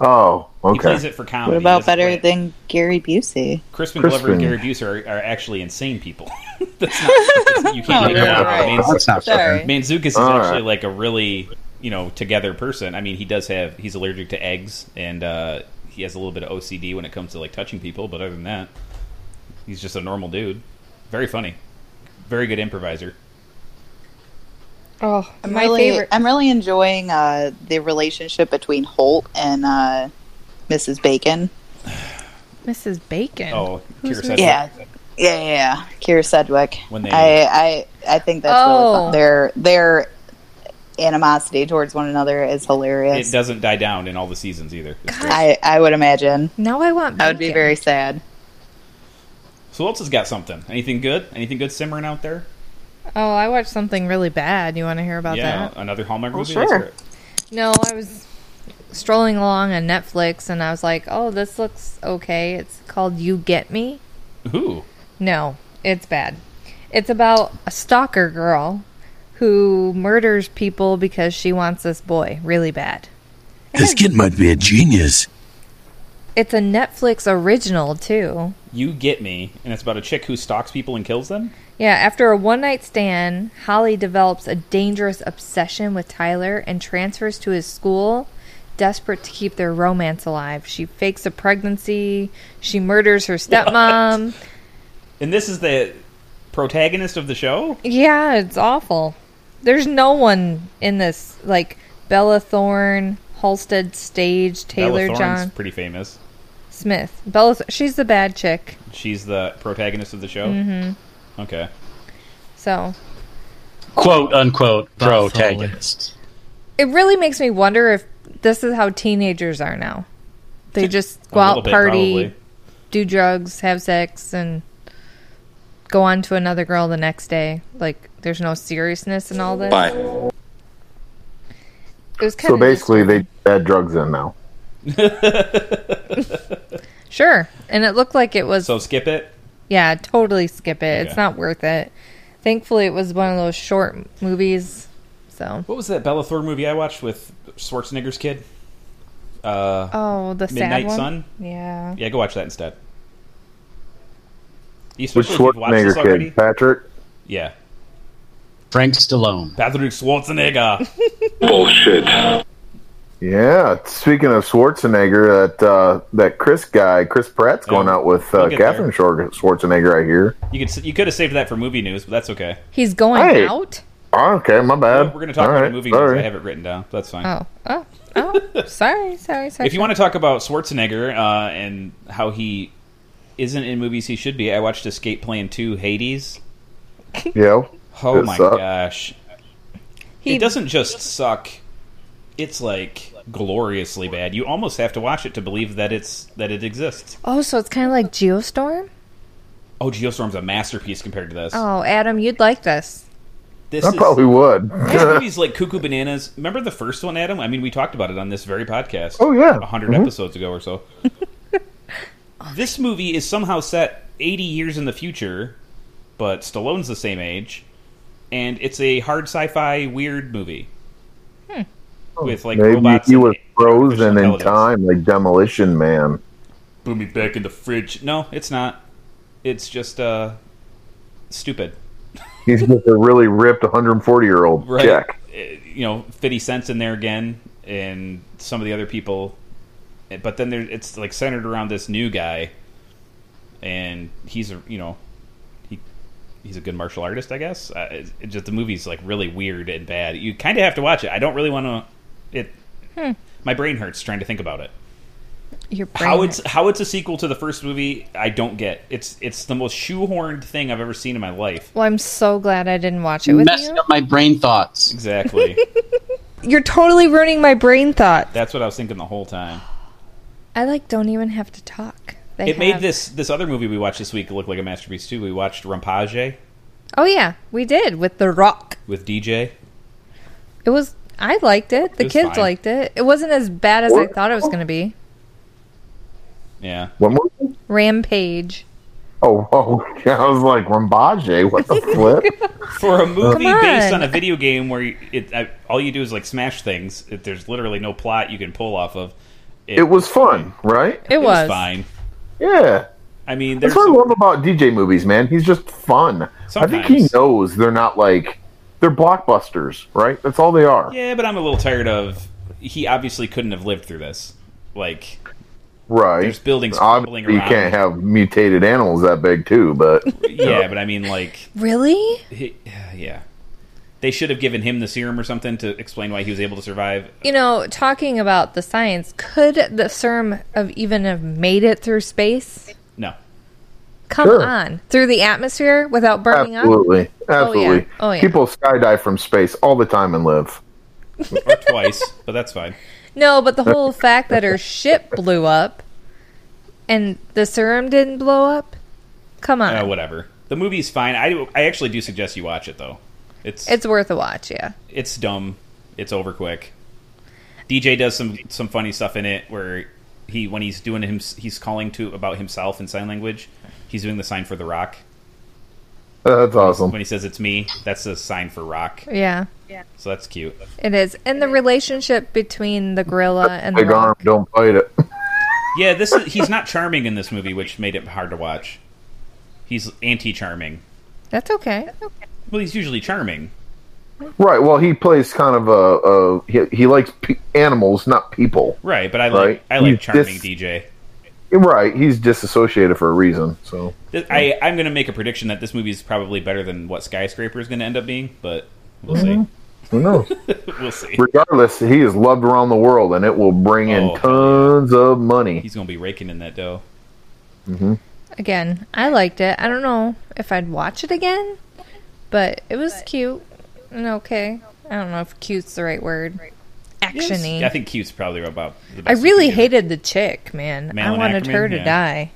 [SPEAKER 4] Oh,
[SPEAKER 5] He plays
[SPEAKER 4] okay.
[SPEAKER 5] it for comedy.
[SPEAKER 7] What
[SPEAKER 5] He
[SPEAKER 7] about
[SPEAKER 5] doesn't play
[SPEAKER 7] better
[SPEAKER 5] it-
[SPEAKER 7] than Gary Busey?
[SPEAKER 4] Crispin.
[SPEAKER 5] Crispin, Glover and Gary Busey are, are actually insane people? That's not. that's- you can't
[SPEAKER 7] Oh,
[SPEAKER 5] make
[SPEAKER 7] yeah,
[SPEAKER 5] that up.
[SPEAKER 7] right.
[SPEAKER 5] Manz-
[SPEAKER 6] That's not fair.
[SPEAKER 7] Sorry.
[SPEAKER 5] Manzukis is
[SPEAKER 4] All
[SPEAKER 5] actually
[SPEAKER 4] right.
[SPEAKER 5] like a really you know together person. I mean, he does have he's allergic to eggs, and uh, he has a little bit of OCD when it comes to like touching people. But other than that, he's just a normal dude. Very funny, very good improviser.
[SPEAKER 1] Oh,
[SPEAKER 7] I'm
[SPEAKER 1] my
[SPEAKER 7] really,
[SPEAKER 1] favorite.
[SPEAKER 7] I'm really enjoying uh, the relationship between Holt and uh, Mrs. Bacon.
[SPEAKER 1] Mrs. Bacon.
[SPEAKER 5] Oh, Kira Sedgwick.
[SPEAKER 7] Yeah. Yeah, yeah, yeah. Kira Sedgwick.
[SPEAKER 5] When they-
[SPEAKER 7] I, I, I think that's really
[SPEAKER 1] Oh.
[SPEAKER 7] fun. Their their animosity towards one another is
[SPEAKER 5] It
[SPEAKER 7] hilarious.
[SPEAKER 5] doesn't die down in all the seasons either. It's great.
[SPEAKER 7] I, I would imagine.
[SPEAKER 1] Now I want. Bacon.
[SPEAKER 7] I would be very sad.
[SPEAKER 5] So who else has got something? Anything good? Anything good simmering out there?
[SPEAKER 1] Oh, I watched something really bad. You want to hear about
[SPEAKER 5] yeah,
[SPEAKER 1] that?
[SPEAKER 5] another Hallmark
[SPEAKER 7] Oh,
[SPEAKER 5] movie.
[SPEAKER 7] sure.
[SPEAKER 5] Let's hear it.
[SPEAKER 1] No, I was strolling along on Netflix and I was like, "Oh, this looks okay." It's called "You Get Me."
[SPEAKER 5] Ooh,
[SPEAKER 1] No, it's bad. It's about a stalker girl who murders people because she wants this boy really bad.
[SPEAKER 9] This kid might be a genius.
[SPEAKER 1] It's a Netflix original too.
[SPEAKER 5] you get me, and it's about a chick who stalks people and kills them.
[SPEAKER 1] Yeah, after a one night stand, Holly develops a dangerous obsession with Tyler and transfers to his school. Desperate to keep their romance alive, she fakes a pregnancy. She murders her stepmom.
[SPEAKER 5] And this is the protagonist of the show.
[SPEAKER 1] Yeah, it's awful. There's no one in this like Bella Thorne, Halstead Stage, Taylor
[SPEAKER 5] Bella Thorne's
[SPEAKER 1] John
[SPEAKER 5] pretty famous.
[SPEAKER 1] Smith. Bella, Th- she's the bad chick.
[SPEAKER 5] She's the protagonist of the show. Mm-hmm. Okay.
[SPEAKER 1] So
[SPEAKER 6] Quote unquote
[SPEAKER 11] That's
[SPEAKER 6] protagonist.
[SPEAKER 1] it really makes me wonder if this is how teenagers are now. They just go
[SPEAKER 5] A
[SPEAKER 1] out,
[SPEAKER 5] little bit,
[SPEAKER 1] party,
[SPEAKER 5] probably.
[SPEAKER 1] do drugs, have sex, and go on to another girl the next day. Like there's no seriousness in all this. It was kind
[SPEAKER 4] So
[SPEAKER 1] of
[SPEAKER 4] basically, they add drugs in now.
[SPEAKER 1] sure, and it looked like it was
[SPEAKER 5] So skip it.
[SPEAKER 1] Yeah, totally skip it.
[SPEAKER 5] Okay.
[SPEAKER 1] It's not worth it. Thankfully, it was one of those short movies. So,
[SPEAKER 5] What was that Bella Thorne movie I watched with Schwarzenegger's kid? Uh,
[SPEAKER 1] oh, the sad
[SPEAKER 5] Midnight
[SPEAKER 1] one.
[SPEAKER 5] Sun.
[SPEAKER 1] Yeah,
[SPEAKER 5] Yeah, go watch that instead. You
[SPEAKER 4] Which
[SPEAKER 5] especially if you've watched this
[SPEAKER 4] Schwarzenegger
[SPEAKER 5] already?
[SPEAKER 4] kid, Patrick?
[SPEAKER 5] Yeah,
[SPEAKER 6] Frank Stallone.
[SPEAKER 5] Patrick Schwarzenegger.
[SPEAKER 4] Yeah. Speaking of Schwarzenegger, that uh, that Chris guy, Chris Pratt's
[SPEAKER 5] Yeah.
[SPEAKER 4] going out with uh,
[SPEAKER 5] We'll get
[SPEAKER 4] Catherine Schwar- Schwarzenegger. I hear.
[SPEAKER 5] You could you could have saved that for movie news, but that's okay.
[SPEAKER 1] he's going
[SPEAKER 4] Hey.
[SPEAKER 1] out.
[SPEAKER 4] Oh, okay, my bad.
[SPEAKER 5] We're going to
[SPEAKER 4] All
[SPEAKER 5] talk about
[SPEAKER 4] right,
[SPEAKER 5] movie
[SPEAKER 4] sorry.
[SPEAKER 5] news. I have it written down. That's fine.
[SPEAKER 1] Oh, oh, oh. sorry, sorry, sorry.
[SPEAKER 5] If you want to talk about Schwarzenegger uh, and how he isn't in movies he should be, I watched Escape Plan Two: Hades.
[SPEAKER 4] Yeah.
[SPEAKER 5] Oh
[SPEAKER 4] It
[SPEAKER 5] my
[SPEAKER 4] sucked.
[SPEAKER 5] gosh!
[SPEAKER 1] He-
[SPEAKER 5] it doesn't just suck; it's like gloriously bad. You almost have to watch it to believe that it's that it exists.
[SPEAKER 1] oh, so it's kind of like Geostorm.
[SPEAKER 5] Oh, Geostorm's a masterpiece compared to this.
[SPEAKER 1] Oh, Adam, you'd like this.
[SPEAKER 5] this
[SPEAKER 4] I
[SPEAKER 5] is,
[SPEAKER 4] probably would.
[SPEAKER 5] This movie's like Cuckoo Bananas. Remember the first one, Adam? I mean, we talked about it on this very podcast.
[SPEAKER 4] Oh, yeah.
[SPEAKER 5] 100 episodes ago or so. this movie is somehow set 80 years in the future, but Stallone's the same age, and it's a hard sci-fi weird movie. With like
[SPEAKER 4] Oh, Maybe
[SPEAKER 5] robots
[SPEAKER 4] he
[SPEAKER 5] and
[SPEAKER 4] was frozen
[SPEAKER 5] artificial
[SPEAKER 4] in
[SPEAKER 5] intelligence.
[SPEAKER 4] time, like Demolition Man.
[SPEAKER 5] Put me back in the fridge. No, it's not. It's just uh stupid.
[SPEAKER 4] He's just a really ripped 140 year old
[SPEAKER 5] right?
[SPEAKER 4] Jack.
[SPEAKER 5] uh, You know, Fifty Cent's in there again, and some of the other people. Uh, But then there, it's like centered around this new guy, and he's a you know, he he's a good martial artist, I guess. Uh, it, it just the movie's like really weird and bad. You kind of have to watch it. I don't really want to. It my brain hurts trying to think about it.
[SPEAKER 1] Your brain
[SPEAKER 5] How it's how it's a sequel to the first movie, I don't get. It's it's the most shoehorned thing I've ever seen in my life.
[SPEAKER 1] Well, I'm so glad I didn't watch it with
[SPEAKER 6] messing
[SPEAKER 1] you.
[SPEAKER 6] up my brain thoughts.
[SPEAKER 5] Exactly.
[SPEAKER 8] You're totally ruining my brain thought.
[SPEAKER 5] That's what I was thinking the whole time.
[SPEAKER 1] I like don't even have to talk. They
[SPEAKER 5] it made
[SPEAKER 1] have-
[SPEAKER 5] this this other movie we watched this week look like a masterpiece too. We watched Rampage
[SPEAKER 1] Oh yeah, we did with The Rock.
[SPEAKER 5] with DJ.
[SPEAKER 1] It was I liked it. The
[SPEAKER 5] was
[SPEAKER 1] kids
[SPEAKER 5] fine.
[SPEAKER 1] liked it. It wasn't as bad as I thought it was going to be.
[SPEAKER 5] Yeah.
[SPEAKER 4] One more?
[SPEAKER 1] Rampage.
[SPEAKER 4] Oh, oh, I was like, Rambaje, what the flip?
[SPEAKER 5] For a movie
[SPEAKER 1] Come on.
[SPEAKER 5] based on a video game where you- it I, all you do is like smash things, it, there's literally no plot you can pull off of.
[SPEAKER 4] it was fun, right?
[SPEAKER 1] It,
[SPEAKER 5] it
[SPEAKER 1] was.
[SPEAKER 5] fine.
[SPEAKER 4] Yeah.
[SPEAKER 5] I mean, there's
[SPEAKER 4] That's what I
[SPEAKER 5] some-
[SPEAKER 4] love about DJ movies, man. He's just fun. I think he
[SPEAKER 5] Sometimes.
[SPEAKER 4] knows they're not like they're blockbusters, right? That's all they are.
[SPEAKER 5] yeah, but I'm a little tired of. He obviously couldn't have lived through this. Like
[SPEAKER 4] Right.
[SPEAKER 5] there's buildings
[SPEAKER 4] Obviously,
[SPEAKER 5] crumbling
[SPEAKER 4] you
[SPEAKER 5] around.
[SPEAKER 4] can't have mutated animals that big too, but
[SPEAKER 5] yeah, but I mean, like,
[SPEAKER 1] Really?
[SPEAKER 5] he, yeah, they should have given him the serum or something to explain why he was able to survive.
[SPEAKER 1] You know, talking about the science, could the serum of even have made it through space?
[SPEAKER 5] No,
[SPEAKER 1] Come
[SPEAKER 4] Sure.
[SPEAKER 1] on, through the atmosphere without burning up.
[SPEAKER 4] absolutely, absolutely.
[SPEAKER 1] Oh, yeah.
[SPEAKER 4] People skydive from space all the time and live.
[SPEAKER 5] or twice, but that's fine.
[SPEAKER 1] No, but the whole fact that her ship blew up and the serum didn't blow up. Come on,
[SPEAKER 5] Uh, whatever. The movie's fine. I do, I actually do suggest you watch it though. It's it's,
[SPEAKER 1] it's worth a watch. Yeah.
[SPEAKER 5] dumb. It's over quick. DJ does some some funny stuff in it where he when he's doing him he's calling to about himself in sign language. He's doing the sign for the rock.
[SPEAKER 4] That's
[SPEAKER 5] When
[SPEAKER 4] awesome.
[SPEAKER 5] he says it's me, that's the sign for rock.
[SPEAKER 1] Yeah,
[SPEAKER 5] So that's cute.
[SPEAKER 1] it is. And the relationship between the gorilla and the
[SPEAKER 4] Big arm,
[SPEAKER 1] rock.
[SPEAKER 4] don't fight it.
[SPEAKER 5] Yeah, this is, he's not charming in this movie, which made it hard to watch. He's anti-charming.
[SPEAKER 1] That's okay.
[SPEAKER 5] Well, he's usually charming.
[SPEAKER 4] right. Well, he plays kind of a, a he, he likes pe- animals, not people.
[SPEAKER 5] Right, but I like
[SPEAKER 4] Right.
[SPEAKER 5] I like
[SPEAKER 4] He's
[SPEAKER 5] charming
[SPEAKER 4] dis-
[SPEAKER 5] DJ.
[SPEAKER 4] Right. He's disassociated for a reason. So
[SPEAKER 5] Th- I, I'm going to make a prediction that this movie is probably better than what Skyscraper is going to end up being, but we'll
[SPEAKER 4] who knows?
[SPEAKER 5] see. We'll see.
[SPEAKER 4] Regardless, he is loved around the world, and it will bring
[SPEAKER 5] Oh.
[SPEAKER 4] in tons of money.
[SPEAKER 5] He's going to be raking in that dough.
[SPEAKER 1] Again, I liked it. I don't know if I'd watch it again, but it was cute and okay. I don't know if cute's the right word. Actiony.
[SPEAKER 5] I think cute's probably about. The
[SPEAKER 1] I
[SPEAKER 5] best
[SPEAKER 1] really
[SPEAKER 5] you can do.
[SPEAKER 1] hated the chick, man. I
[SPEAKER 5] Malin
[SPEAKER 1] wanted
[SPEAKER 5] Ackerman,
[SPEAKER 1] her to
[SPEAKER 5] yeah.
[SPEAKER 1] die.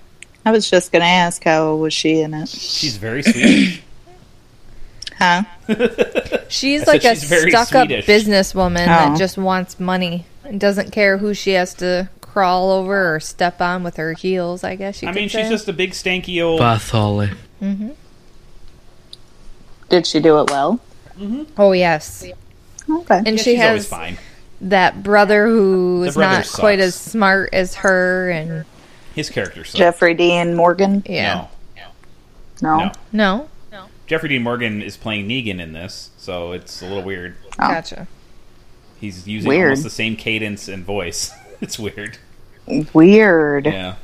[SPEAKER 7] I was just gonna ask how was she in it?
[SPEAKER 5] She's very sweet.
[SPEAKER 7] Huh?
[SPEAKER 1] She's
[SPEAKER 5] said
[SPEAKER 1] like a
[SPEAKER 5] she's very
[SPEAKER 1] stuck up
[SPEAKER 5] Swedish.
[SPEAKER 1] businesswoman that
[SPEAKER 7] Oh.
[SPEAKER 1] just wants money and doesn't care who she has to crawl over or step on with her heels, I guess you
[SPEAKER 5] I
[SPEAKER 1] could
[SPEAKER 5] mean,
[SPEAKER 1] say.
[SPEAKER 5] she's just a big stanky old.
[SPEAKER 9] Batholy.
[SPEAKER 7] Did she do it well?
[SPEAKER 1] Oh yes.
[SPEAKER 7] Okay.
[SPEAKER 1] And
[SPEAKER 5] Yeah,
[SPEAKER 1] she
[SPEAKER 5] she's always
[SPEAKER 1] has
[SPEAKER 5] fine.
[SPEAKER 1] that brother who
[SPEAKER 5] The
[SPEAKER 1] is
[SPEAKER 5] brother
[SPEAKER 1] not quite
[SPEAKER 5] sucks.
[SPEAKER 1] as smart as her and
[SPEAKER 5] His character sucks.
[SPEAKER 7] Jeffrey Dean Morgan?
[SPEAKER 1] yeah.
[SPEAKER 7] No.
[SPEAKER 5] No. no.
[SPEAKER 1] No.
[SPEAKER 5] Jeffrey Dean Morgan is playing Negan in this, so it's a little weird.
[SPEAKER 7] Oh.
[SPEAKER 1] Gotcha.
[SPEAKER 5] He's using
[SPEAKER 7] Weird.
[SPEAKER 5] almost the same cadence and voice. it's weird.
[SPEAKER 7] Weird.
[SPEAKER 5] Yeah.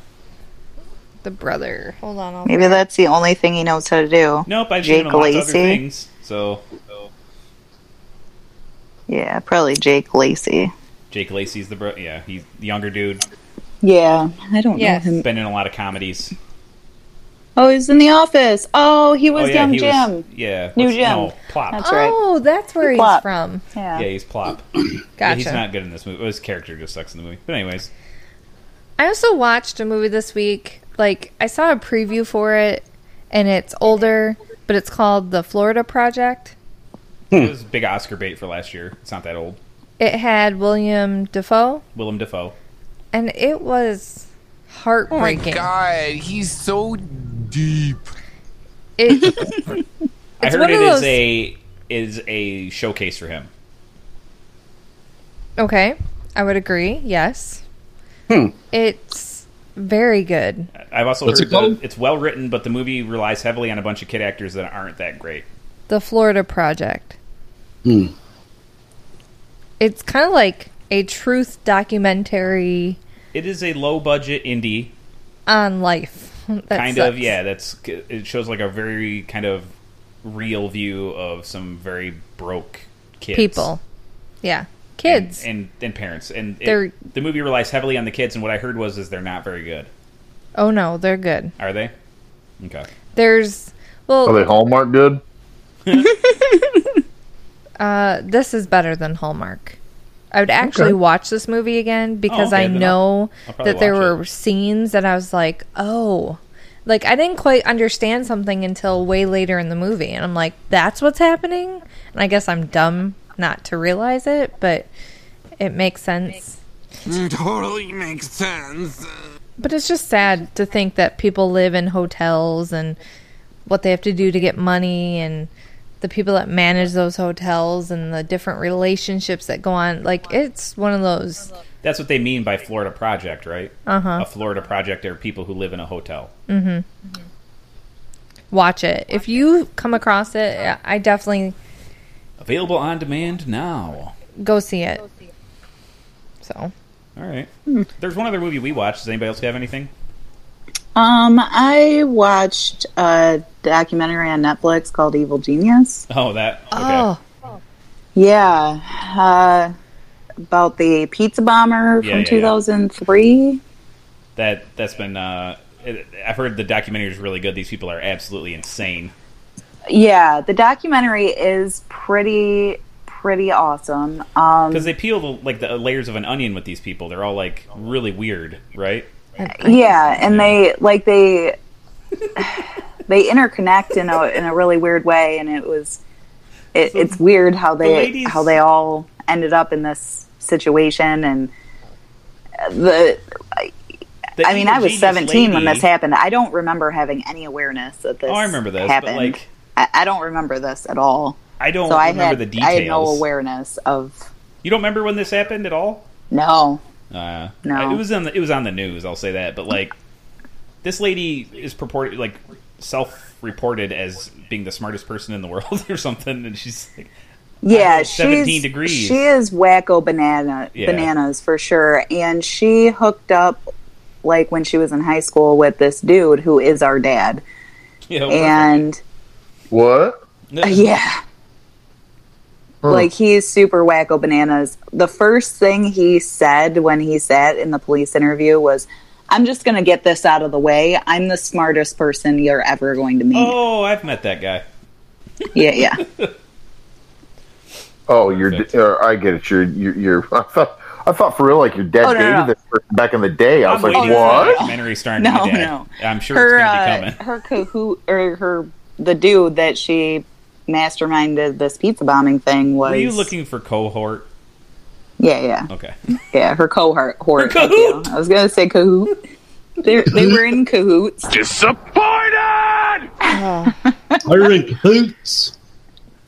[SPEAKER 1] The brother. Hold on. I'll
[SPEAKER 7] Maybe that's the only thing he knows how to do.
[SPEAKER 5] Nope, I've
[SPEAKER 7] Jake
[SPEAKER 5] seen him in lots of other
[SPEAKER 7] Lacy?
[SPEAKER 5] things. So, so
[SPEAKER 7] Yeah, probably Jake Lacey.
[SPEAKER 5] Jake Lacey's the bro. Yeah, he's the younger dude.
[SPEAKER 7] Yeah, I don't
[SPEAKER 1] Yes.
[SPEAKER 7] know him.
[SPEAKER 5] Been in a lot of comedies.
[SPEAKER 7] Oh, he's in the office. Oh, he was Young
[SPEAKER 5] he
[SPEAKER 7] Jim.
[SPEAKER 5] Was, yeah,
[SPEAKER 7] New
[SPEAKER 5] what's-
[SPEAKER 7] Jim.
[SPEAKER 5] No, Plop.
[SPEAKER 7] That's right.
[SPEAKER 1] Oh, that's where he's
[SPEAKER 7] Plop.
[SPEAKER 1] from.
[SPEAKER 7] yeah.
[SPEAKER 5] Yeah, he's Plop. Yeah,
[SPEAKER 1] Gotcha.
[SPEAKER 5] he's not good in this movie. His character just sucks in the movie. But anyways,
[SPEAKER 1] I also watched a movie this week. Like I saw a preview for it, and it's older, but it's called The Florida Project.
[SPEAKER 6] Hmm.
[SPEAKER 5] it was a big Oscar bait for last year. It's not that old.
[SPEAKER 1] It had William Defoe,
[SPEAKER 5] Willem Dafoe.
[SPEAKER 1] and it was heartbreaking.
[SPEAKER 9] God, he's so deep.
[SPEAKER 1] It,
[SPEAKER 5] I
[SPEAKER 1] It's
[SPEAKER 5] heard
[SPEAKER 1] one
[SPEAKER 5] it
[SPEAKER 1] of
[SPEAKER 5] is
[SPEAKER 1] those-
[SPEAKER 5] a is a showcase for him.
[SPEAKER 1] okay, I would agree. Yes,
[SPEAKER 6] Hmm.
[SPEAKER 1] it's very good.
[SPEAKER 5] I've also
[SPEAKER 6] What's
[SPEAKER 5] heard
[SPEAKER 6] it
[SPEAKER 5] the,
[SPEAKER 6] called?
[SPEAKER 5] it's well written, but the movie relies heavily on a bunch of kid actors that aren't that great.
[SPEAKER 1] The Florida Project.
[SPEAKER 6] Hmm.
[SPEAKER 1] It's kind of like a truth documentary
[SPEAKER 5] It is a low budget indie
[SPEAKER 1] on life. That
[SPEAKER 5] kind
[SPEAKER 1] sucks.
[SPEAKER 5] of yeah that's it shows like a very kind of real view of some very broke kids
[SPEAKER 1] people. Yeah. Kids.
[SPEAKER 5] and and, and parents. And it-
[SPEAKER 1] They're-
[SPEAKER 5] the movie relies heavily on the kids. And what I heard was is they're not very good.
[SPEAKER 1] Oh no, they're good.
[SPEAKER 5] Are they? Okay.
[SPEAKER 1] There's well,
[SPEAKER 4] Are they Oh, Hallmark good?
[SPEAKER 1] Uh, this is better than Hallmark. I would actually
[SPEAKER 4] Okay.
[SPEAKER 1] watch this movie again because
[SPEAKER 5] Oh, okay,
[SPEAKER 1] I
[SPEAKER 5] then I'll-
[SPEAKER 1] know
[SPEAKER 5] I'll probably
[SPEAKER 1] that there
[SPEAKER 5] watch it.
[SPEAKER 1] were scenes that I was like, oh. Like, I didn't quite understand something until way later in the movie. And I'm like, that's what's happening? And I guess I'm dumb not to realize it, but it makes sense.
[SPEAKER 9] It totally makes sense.
[SPEAKER 1] But it's just sad to think that people live in hotels and what they have to do to get money and the people that manage those hotels and the different relationships that go on. Like it's one of those
[SPEAKER 5] That's what they mean by Florida Project, right?
[SPEAKER 1] Uh-huh.
[SPEAKER 5] A Florida Project are people who live in a hotel.
[SPEAKER 1] mhm. Watch it. If you come across it, I- I definitely
[SPEAKER 5] Available on demand now.
[SPEAKER 1] go see it. So,
[SPEAKER 5] All right.
[SPEAKER 1] Hmm.
[SPEAKER 5] There's one other movie we watched. Does anybody else have anything?
[SPEAKER 7] Um, I watched a documentary on Netflix called Evil Genius.
[SPEAKER 5] Oh, that. Okay.
[SPEAKER 1] oh,
[SPEAKER 7] Yeah, uh, about the pizza bomber
[SPEAKER 5] Yeah,
[SPEAKER 7] from
[SPEAKER 5] yeah, yeah.
[SPEAKER 7] 2003.
[SPEAKER 5] That that's been. Uh, it- I've heard the documentary is really good. These people are absolutely insane.
[SPEAKER 7] Yeah, the documentary is pretty pretty awesome. Um,
[SPEAKER 5] because they peel the, like the layers of an onion with these people. They're all like really weird, right?
[SPEAKER 7] yeah, and they like they they interconnect in a in a really weird way, and it was it, it's weird how they
[SPEAKER 5] ladies-
[SPEAKER 7] how they all ended up in this situation and the
[SPEAKER 5] The
[SPEAKER 7] I mean,
[SPEAKER 5] evil
[SPEAKER 7] I was
[SPEAKER 5] genius
[SPEAKER 7] 17 when
[SPEAKER 5] lady-
[SPEAKER 7] this happened. I don't remember having any awareness that this.
[SPEAKER 5] Oh, I remember this, but,
[SPEAKER 7] happened.
[SPEAKER 5] like-
[SPEAKER 7] I, I don't remember this at all.
[SPEAKER 5] I don't
[SPEAKER 7] so I
[SPEAKER 5] remember
[SPEAKER 7] had
[SPEAKER 5] the details.
[SPEAKER 7] I had no awareness of
[SPEAKER 5] You don't remember when this happened at all?
[SPEAKER 7] no.
[SPEAKER 5] Uh,
[SPEAKER 7] No.
[SPEAKER 5] It was on the, it was on the news. I'll say that, but like this lady is purported like self-reported as being the smartest person in the world or something, and she's like,
[SPEAKER 7] Yeah,
[SPEAKER 5] know, 17
[SPEAKER 7] she's
[SPEAKER 5] degrees.
[SPEAKER 7] she is wacko banana
[SPEAKER 5] Yeah.
[SPEAKER 7] bananas for sure, and she hooked up like when she was in high school with this dude who is our dad,
[SPEAKER 5] you know,
[SPEAKER 7] and
[SPEAKER 4] What?
[SPEAKER 7] yeah. Like he's super wacko bananas. The first thing he said when he sat in the police interview was, "I'm just going to get this out of the way. I'm the smartest person you're ever going to meet."
[SPEAKER 5] oh, I've met that guy.
[SPEAKER 7] Yeah, yeah.
[SPEAKER 4] Oh, you're. Or I get it. You're. You're. you're I thought. I thought for real, like your dad
[SPEAKER 7] Oh, no, no,
[SPEAKER 4] dated
[SPEAKER 7] no.
[SPEAKER 4] this person back in the day. I was
[SPEAKER 5] I'm
[SPEAKER 4] like,
[SPEAKER 5] waiting for the
[SPEAKER 4] what?
[SPEAKER 5] documentary starring
[SPEAKER 7] No,
[SPEAKER 5] my dad.
[SPEAKER 7] no.
[SPEAKER 5] I'm sure
[SPEAKER 7] her
[SPEAKER 5] it's gonna be
[SPEAKER 7] uh,
[SPEAKER 5] coming.
[SPEAKER 7] her cahoot or her the dude that she masterminded this pizza bombing thing was
[SPEAKER 5] Were you looking for cohort?
[SPEAKER 7] yeah yeah
[SPEAKER 5] Okay.
[SPEAKER 7] yeah her cohort her
[SPEAKER 5] Her cahoot!
[SPEAKER 7] I was gonna say cahoot they they were in cahoots
[SPEAKER 9] Disappointed!
[SPEAKER 6] Iron Boots.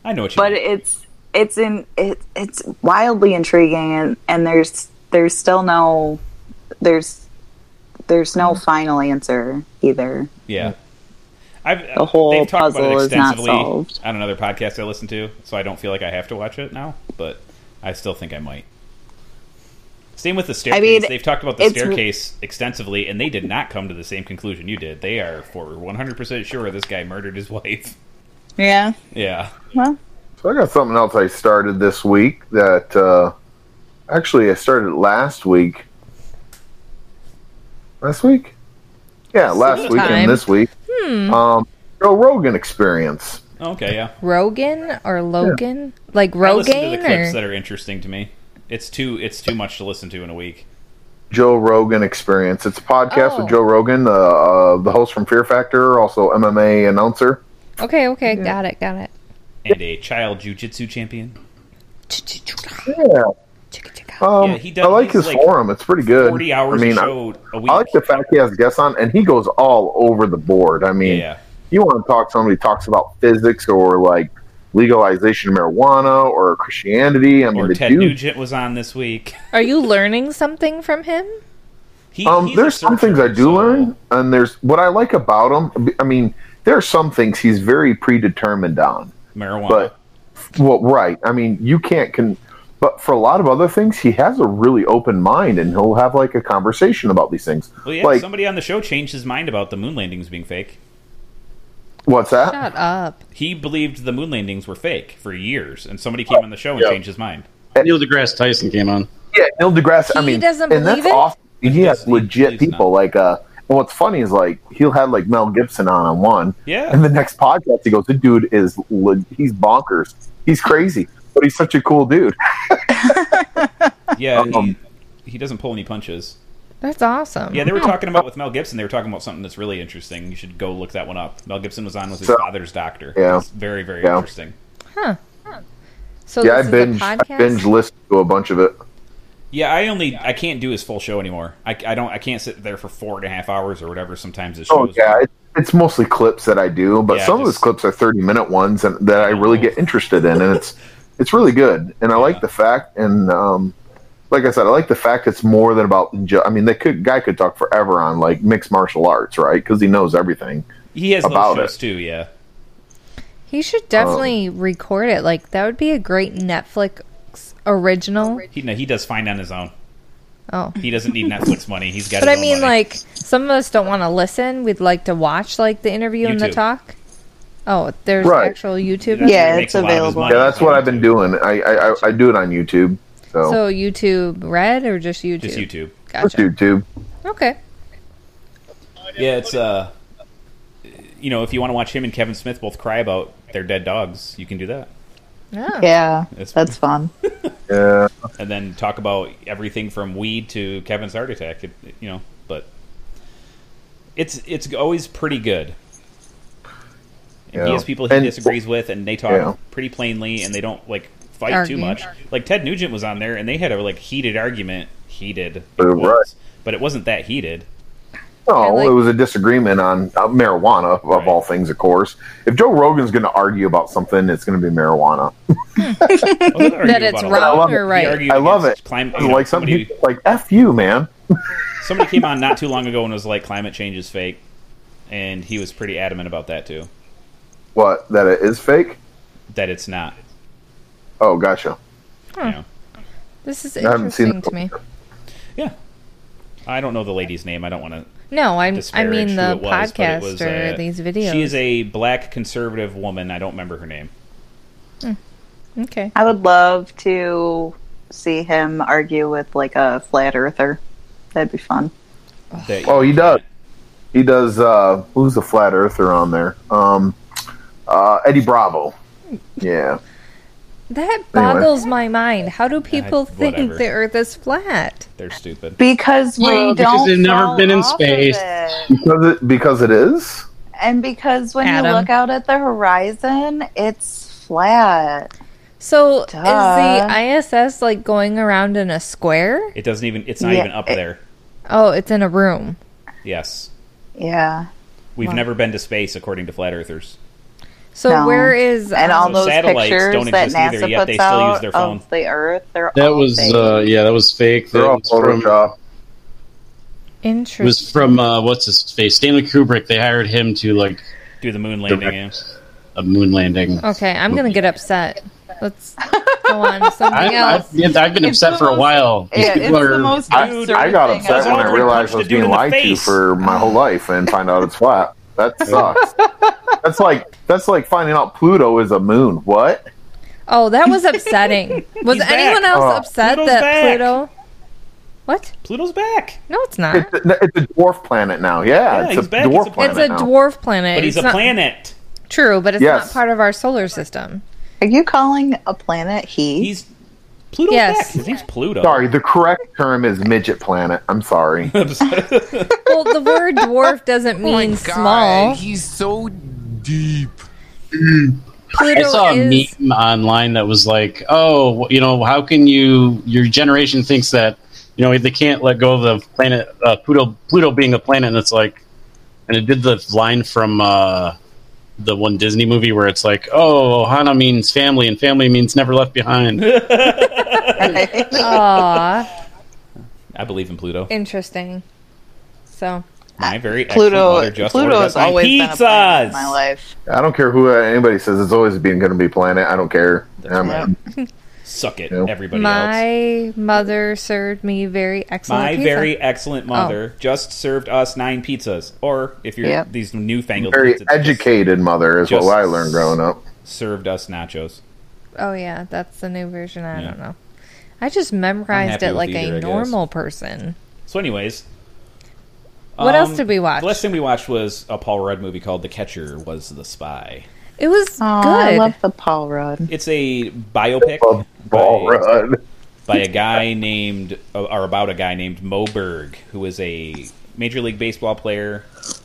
[SPEAKER 5] I know what you.
[SPEAKER 7] but
[SPEAKER 5] mean.
[SPEAKER 7] it's it's in it, it's wildly intriguing and, and there's there's still no there's there's no
[SPEAKER 5] Mm-hmm.
[SPEAKER 7] final answer either
[SPEAKER 5] Yeah. I've,
[SPEAKER 7] The whole
[SPEAKER 5] they've talked
[SPEAKER 7] puzzle
[SPEAKER 5] about it
[SPEAKER 7] is not
[SPEAKER 5] extensively
[SPEAKER 7] solved.
[SPEAKER 5] on another podcast I listen to, so I don't feel like I have to watch it now, but I still think I might. Same with the staircase.
[SPEAKER 7] mean,
[SPEAKER 5] they've talked about the
[SPEAKER 7] it's-
[SPEAKER 5] staircase extensively, and they did not come to the same conclusion you did. They are for 100% sure this guy murdered his wife.
[SPEAKER 7] yeah
[SPEAKER 5] Yeah.
[SPEAKER 7] well
[SPEAKER 4] So I got something else I started this week that uh, actually I started last week. Last week? Yeah, last week
[SPEAKER 1] Time.
[SPEAKER 4] and this week.
[SPEAKER 7] Hmm.
[SPEAKER 4] Um, Joe Rogan experience.
[SPEAKER 5] Okay, yeah.
[SPEAKER 1] Rogan or Logan? Like
[SPEAKER 5] I listen to the
[SPEAKER 1] Rogan
[SPEAKER 5] clips that
[SPEAKER 1] or
[SPEAKER 5] are interesting to me. It's too it's too much to listen to in a week.
[SPEAKER 4] Joe Rogan experience. It's a podcast
[SPEAKER 1] Oh.
[SPEAKER 4] with Joe Rogan, uh, uh, the host from Fear Factor, also MMA announcer.
[SPEAKER 1] Okay, okay, got it, got it.
[SPEAKER 5] And a child jujitsu champion.
[SPEAKER 4] Yeah. Um,
[SPEAKER 5] Yeah, he does-
[SPEAKER 4] I like
[SPEAKER 5] he's
[SPEAKER 4] his
[SPEAKER 5] like
[SPEAKER 4] forum. It's pretty good.
[SPEAKER 5] 40 hours
[SPEAKER 4] I mean, I-
[SPEAKER 5] show a week.
[SPEAKER 4] I like the fact he has guests on, and he goes all over the board. I mean,
[SPEAKER 5] Yeah.
[SPEAKER 4] you want to talk to somebody who talks about physics or like legalization of marijuana or Christianity. I mean,
[SPEAKER 5] Or
[SPEAKER 4] the
[SPEAKER 5] Ted
[SPEAKER 4] dude.
[SPEAKER 5] Nugent was on this week.
[SPEAKER 1] Are you learning something from him?
[SPEAKER 5] He,
[SPEAKER 4] Um,
[SPEAKER 5] he's a
[SPEAKER 4] there's some things I
[SPEAKER 5] searcher,
[SPEAKER 4] do
[SPEAKER 5] so-
[SPEAKER 4] learn, and there's what I like about him. I mean, there are some things he's very predetermined on,
[SPEAKER 5] marijuana.
[SPEAKER 4] but well, right. I mean, you can't can. But for a lot of other things, he has a really open mind, and he'll have like a conversation about these things.
[SPEAKER 5] well, yeah,
[SPEAKER 4] like
[SPEAKER 5] somebody on the show changed his mind about the moon landings being fake.
[SPEAKER 4] what's that?
[SPEAKER 1] Shut up.
[SPEAKER 5] He believed the moon landings were fake for years, and somebody came on the show and
[SPEAKER 4] Yeah.
[SPEAKER 5] changed his mind.
[SPEAKER 6] Neil deGrasse Tyson came on.
[SPEAKER 4] Yeah, Neil deGrasse. I
[SPEAKER 1] He
[SPEAKER 4] mean,
[SPEAKER 1] doesn't
[SPEAKER 4] and that's
[SPEAKER 1] believe it?
[SPEAKER 4] awesome. He has
[SPEAKER 5] he
[SPEAKER 4] legit
[SPEAKER 5] believes
[SPEAKER 4] people. Like, uh, and what's funny is like he'll have like Mel Gibson on on one,
[SPEAKER 5] Yeah.
[SPEAKER 4] and the next podcast he goes, "The dude is le- he's bonkers. He's crazy, but he's such a cool dude."
[SPEAKER 5] Yeah, he-
[SPEAKER 4] Um,
[SPEAKER 5] he, doesn't pull any punches.
[SPEAKER 1] That's awesome.
[SPEAKER 5] Yeah, they were talking about with Mel Gibson. They were talking about something that's really interesting. You should go look that one up. Mel Gibson was on with his
[SPEAKER 4] So-
[SPEAKER 5] father's doctor.
[SPEAKER 4] Yeah.
[SPEAKER 5] It's very very
[SPEAKER 4] Yeah.
[SPEAKER 5] interesting.
[SPEAKER 1] So
[SPEAKER 4] yeah, I
[SPEAKER 1] Oh, this is
[SPEAKER 4] binge,
[SPEAKER 1] a
[SPEAKER 4] I
[SPEAKER 1] podcast.
[SPEAKER 4] binge listen to a bunch of it.
[SPEAKER 5] Yeah, I only I can't do his full show anymore. I, I don't I can't sit there for four and a half hours or whatever. Sometimes the show.
[SPEAKER 4] Oh yeah, it, it's mostly clips that I do, but
[SPEAKER 5] Yeah,
[SPEAKER 4] some of
[SPEAKER 5] just- Oh.
[SPEAKER 4] his clips are thirty minute ones, and that I really get interested in, and it's it's really good, and I like the fact, and um, like I said, I like the fact it's more than about. ju- I mean, they could guy could talk forever on like mixed martial arts, right? Because he knows everything.
[SPEAKER 5] he has those
[SPEAKER 4] about
[SPEAKER 5] shows
[SPEAKER 4] it.
[SPEAKER 5] too. Yeah,
[SPEAKER 1] He should definitely
[SPEAKER 4] um,
[SPEAKER 1] record it. Like that would be a great Netflix original.
[SPEAKER 5] he no, he does fine on his own.
[SPEAKER 1] Oh.
[SPEAKER 5] he doesn't need Netflix money. He's got.
[SPEAKER 1] But
[SPEAKER 5] his
[SPEAKER 1] I
[SPEAKER 5] own
[SPEAKER 1] mean,
[SPEAKER 5] money.
[SPEAKER 1] like some of us don't want to listen. We'd like to watch like the interview and the
[SPEAKER 5] YouTube.
[SPEAKER 1] talk. Oh, there's
[SPEAKER 4] Right.
[SPEAKER 1] actual YouTube.
[SPEAKER 5] That's
[SPEAKER 7] Yeah,
[SPEAKER 5] where he makes
[SPEAKER 7] it's
[SPEAKER 5] a lot of his
[SPEAKER 7] available.
[SPEAKER 5] money.
[SPEAKER 4] Yeah, that's what I've been doing. I I, I, I do it on YouTube. So,
[SPEAKER 1] So YouTube Red or just YouTube?
[SPEAKER 5] Just YouTube.
[SPEAKER 4] Just
[SPEAKER 1] Gotcha.
[SPEAKER 4] YouTube.
[SPEAKER 1] Okay.
[SPEAKER 5] Yeah, it's uh, you know, if you want to watch him and Kevin Smith both cry about their dead dogs, you can do that.
[SPEAKER 1] Yeah.
[SPEAKER 7] Yeah,
[SPEAKER 5] That's-
[SPEAKER 7] that's fun.
[SPEAKER 4] Yeah,
[SPEAKER 5] and then talk about everything from weed to Kevin's heart attack. It, it- you know, but it's it's always pretty good. And He
[SPEAKER 4] Yeah.
[SPEAKER 5] has people he
[SPEAKER 4] And-
[SPEAKER 5] disagrees with, and they talk
[SPEAKER 4] Yeah.
[SPEAKER 5] pretty plainly, and they don't like fight
[SPEAKER 1] Argue.
[SPEAKER 5] too much. Like Ted Nugent was on there, and they had a like heated argument, heated,
[SPEAKER 4] Right.
[SPEAKER 5] quotes, but it wasn't that heated.
[SPEAKER 4] no,
[SPEAKER 1] like-
[SPEAKER 4] Oh, it was a disagreement on uh, marijuana of
[SPEAKER 5] Right.
[SPEAKER 4] all things, of course. If Joe Rogan's going to argue about something, it's going to be marijuana.
[SPEAKER 5] Oh, they argue
[SPEAKER 1] That it's
[SPEAKER 5] about a lot.
[SPEAKER 1] wrong
[SPEAKER 4] love
[SPEAKER 1] or
[SPEAKER 4] it.
[SPEAKER 5] They
[SPEAKER 1] right.
[SPEAKER 5] argue
[SPEAKER 4] I love
[SPEAKER 5] against
[SPEAKER 4] it.
[SPEAKER 5] Climate, you know,
[SPEAKER 4] like some
[SPEAKER 5] somebody,
[SPEAKER 4] people, like f you, man.
[SPEAKER 5] somebody came on not too long ago and was like, "Climate change is fake," and he was pretty adamant about that too.
[SPEAKER 4] What? That it is fake?
[SPEAKER 5] That it's not.
[SPEAKER 4] Oh, gotcha.
[SPEAKER 5] You know.
[SPEAKER 1] This is
[SPEAKER 4] I haven't seen
[SPEAKER 1] interesting to
[SPEAKER 4] the-
[SPEAKER 1] me.
[SPEAKER 5] Yeah. I don't know the lady's name. I don't want to
[SPEAKER 1] No, I'm. I
[SPEAKER 5] disparage
[SPEAKER 1] mean
[SPEAKER 5] who
[SPEAKER 1] the
[SPEAKER 5] it was, but
[SPEAKER 1] podcast
[SPEAKER 5] it was,
[SPEAKER 1] or
[SPEAKER 5] uh,
[SPEAKER 1] these videos.
[SPEAKER 5] She is a black conservative woman. I don't remember her name.
[SPEAKER 1] okay.
[SPEAKER 7] I would love to see him argue with like a flat earther. That'd be fun.
[SPEAKER 5] That-
[SPEAKER 4] Oh, he does. He does. Uh, who's the flat earther on there? Um, uh, Eddie Bravo. Yeah,
[SPEAKER 1] That boggles my mind. How do people think
[SPEAKER 5] whatever.
[SPEAKER 1] the Earth is flat?
[SPEAKER 5] They're stupid.
[SPEAKER 7] Because we
[SPEAKER 6] Well,
[SPEAKER 7] don't.
[SPEAKER 6] because they've never
[SPEAKER 7] fall
[SPEAKER 6] been in
[SPEAKER 7] off of
[SPEAKER 6] space.
[SPEAKER 7] it.
[SPEAKER 4] because it because it is.
[SPEAKER 7] and because when
[SPEAKER 1] Adam.
[SPEAKER 7] you look out at the horizon, it's flat.
[SPEAKER 1] So
[SPEAKER 7] Duh.
[SPEAKER 1] is the ISS like going around in a square?
[SPEAKER 5] It doesn't even. It's not
[SPEAKER 7] Yeah,
[SPEAKER 5] even up
[SPEAKER 7] it-
[SPEAKER 5] there.
[SPEAKER 1] Oh, it's in a room.
[SPEAKER 5] Yes.
[SPEAKER 7] Yeah,
[SPEAKER 5] We've never been to space, according to flat earthers.
[SPEAKER 1] So
[SPEAKER 7] No.
[SPEAKER 1] where is
[SPEAKER 7] and all
[SPEAKER 1] um,
[SPEAKER 7] those
[SPEAKER 5] satellites
[SPEAKER 7] pictures
[SPEAKER 5] don't
[SPEAKER 7] that
[SPEAKER 5] exist either,
[SPEAKER 7] NASA
[SPEAKER 5] yet
[SPEAKER 7] puts
[SPEAKER 5] they still
[SPEAKER 7] out
[SPEAKER 5] use their phone.
[SPEAKER 7] of the Earth, they're
[SPEAKER 6] That
[SPEAKER 7] all
[SPEAKER 6] was
[SPEAKER 7] fake.
[SPEAKER 6] uh, yeah, that was fake.
[SPEAKER 4] They're
[SPEAKER 6] That
[SPEAKER 4] all
[SPEAKER 6] was from,
[SPEAKER 4] Photoshop.
[SPEAKER 6] it was
[SPEAKER 1] interest?
[SPEAKER 6] from uh, what's his face? Stanley Kubrick. They hired him to like
[SPEAKER 5] Do the moon landing? yeah.
[SPEAKER 6] direct a moon landing.
[SPEAKER 1] okay, I'm gonna get upset. Let's go on to something
[SPEAKER 6] I, I've,
[SPEAKER 1] else.
[SPEAKER 6] yeah, I've been
[SPEAKER 7] It's
[SPEAKER 6] upset
[SPEAKER 7] the
[SPEAKER 6] for a
[SPEAKER 7] most-
[SPEAKER 6] while. These
[SPEAKER 7] Yeah, it's
[SPEAKER 6] people
[SPEAKER 7] the
[SPEAKER 6] are-
[SPEAKER 7] most
[SPEAKER 4] I,
[SPEAKER 7] absurd
[SPEAKER 4] I got
[SPEAKER 7] thing
[SPEAKER 4] upset
[SPEAKER 7] I've
[SPEAKER 4] when I
[SPEAKER 7] ever-
[SPEAKER 4] realized I was
[SPEAKER 5] Punched a dude
[SPEAKER 4] being
[SPEAKER 5] in the
[SPEAKER 4] lied to
[SPEAKER 5] face.
[SPEAKER 4] for my whole life and find out it's flat. That sucks. that's like that's like finding out Pluto is a moon. What?
[SPEAKER 1] Oh, that was upsetting. Was
[SPEAKER 5] He's
[SPEAKER 1] anyone
[SPEAKER 5] back.
[SPEAKER 1] else
[SPEAKER 4] Oh.
[SPEAKER 1] upset
[SPEAKER 5] Pluto's
[SPEAKER 1] that
[SPEAKER 5] back.
[SPEAKER 1] Pluto? What?
[SPEAKER 5] Pluto's back,
[SPEAKER 1] No, it's not.
[SPEAKER 4] It's a, it's a dwarf planet now. Yeah,
[SPEAKER 5] Yeah,
[SPEAKER 4] it's,
[SPEAKER 5] he's
[SPEAKER 4] a
[SPEAKER 5] back. It's
[SPEAKER 4] dwarf
[SPEAKER 5] a
[SPEAKER 4] planet
[SPEAKER 1] It's a
[SPEAKER 4] now.
[SPEAKER 1] dwarf planet.
[SPEAKER 5] but he's
[SPEAKER 1] It's
[SPEAKER 5] a
[SPEAKER 1] not-
[SPEAKER 5] planet.
[SPEAKER 1] True, but it's
[SPEAKER 4] Yes.
[SPEAKER 1] not part of our solar system.
[SPEAKER 7] Are you calling a planet he?
[SPEAKER 5] He's Pluto's
[SPEAKER 1] Yes.
[SPEAKER 5] back. His name's Pluto.
[SPEAKER 4] Sorry, the correct term is midget planet. I'm sorry.
[SPEAKER 1] Well, the word dwarf doesn't mean small.
[SPEAKER 9] Oh He's so deep.
[SPEAKER 1] Pluto
[SPEAKER 6] I saw a
[SPEAKER 1] is
[SPEAKER 6] meme online that was like, "Oh, you know, how can you? Your generation thinks that you know they can't let go of the planet uh, Pluto. Pluto being a planet, and it's like, and it did the line from uh, the one Disney movie where it's like, "Oh, Hana means family, and family means never left behind."
[SPEAKER 1] Aw,
[SPEAKER 5] I believe in Pluto.
[SPEAKER 1] interesting. So
[SPEAKER 5] My very excellent
[SPEAKER 7] Pluto.
[SPEAKER 5] mother just
[SPEAKER 7] Pluto
[SPEAKER 5] ordered
[SPEAKER 7] has
[SPEAKER 5] us my
[SPEAKER 7] always been a planet
[SPEAKER 5] pizzas.
[SPEAKER 7] in my life.
[SPEAKER 4] I don't care who uh, anybody says. It's always been going to be planet. I don't care. I'm-
[SPEAKER 7] right.
[SPEAKER 5] Suck it,
[SPEAKER 4] Nope.
[SPEAKER 5] everybody else.
[SPEAKER 1] my mother served me very excellent.
[SPEAKER 5] My
[SPEAKER 1] pizza. Oh.
[SPEAKER 5] very excellent mother just served us nine pizzas, or if you're
[SPEAKER 7] Yep.
[SPEAKER 5] these newfangled
[SPEAKER 4] very
[SPEAKER 5] pizzas,
[SPEAKER 4] educated mother is
[SPEAKER 5] just-
[SPEAKER 4] what I learned growing up.
[SPEAKER 5] just served us nachos.
[SPEAKER 1] Oh yeah, that's the new version. I don't know. I just memorized
[SPEAKER 5] happy
[SPEAKER 1] it
[SPEAKER 5] with
[SPEAKER 1] like
[SPEAKER 5] either, I
[SPEAKER 1] a
[SPEAKER 5] guess.
[SPEAKER 1] normal person.
[SPEAKER 5] So, anyways,
[SPEAKER 1] What
[SPEAKER 5] Um,
[SPEAKER 1] else did we watch?
[SPEAKER 5] The last thing we watched was a Paul Rudd movie called The Catcher Was the Spy.
[SPEAKER 1] It was
[SPEAKER 7] Aw, Oh, I
[SPEAKER 1] good.
[SPEAKER 7] love the Paul Rudd.
[SPEAKER 5] It's a biopic
[SPEAKER 4] Ball
[SPEAKER 5] by,
[SPEAKER 4] run.
[SPEAKER 5] by a guy named, or about a guy named Moberg, who is a Major League Baseball player,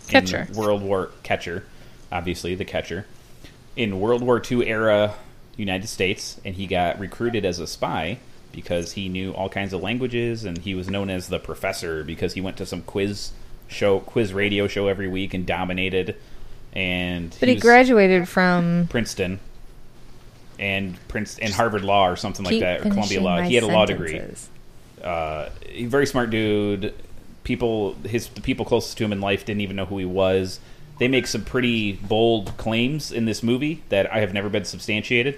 [SPEAKER 1] Catcher.
[SPEAKER 5] in World War catcher, obviously the catcher in World War II era United States, and he got recruited as a spy because he knew all kinds of languages, and he was known as the professor because he went to some quiz show, quiz radio show every week and dominated. And
[SPEAKER 1] but he
[SPEAKER 5] was-
[SPEAKER 1] graduated from
[SPEAKER 5] Princeton and Prince and Harvard Law or something like
[SPEAKER 1] Keep
[SPEAKER 5] that, or Columbia
[SPEAKER 1] finishing
[SPEAKER 5] Law.
[SPEAKER 1] my
[SPEAKER 5] He had a law degree.
[SPEAKER 1] sentences.
[SPEAKER 5] Uh, he- very smart dude. People, his the people closest to him in life didn't even know who he was. They make some pretty bold claims in this movie that I have never been substantiated.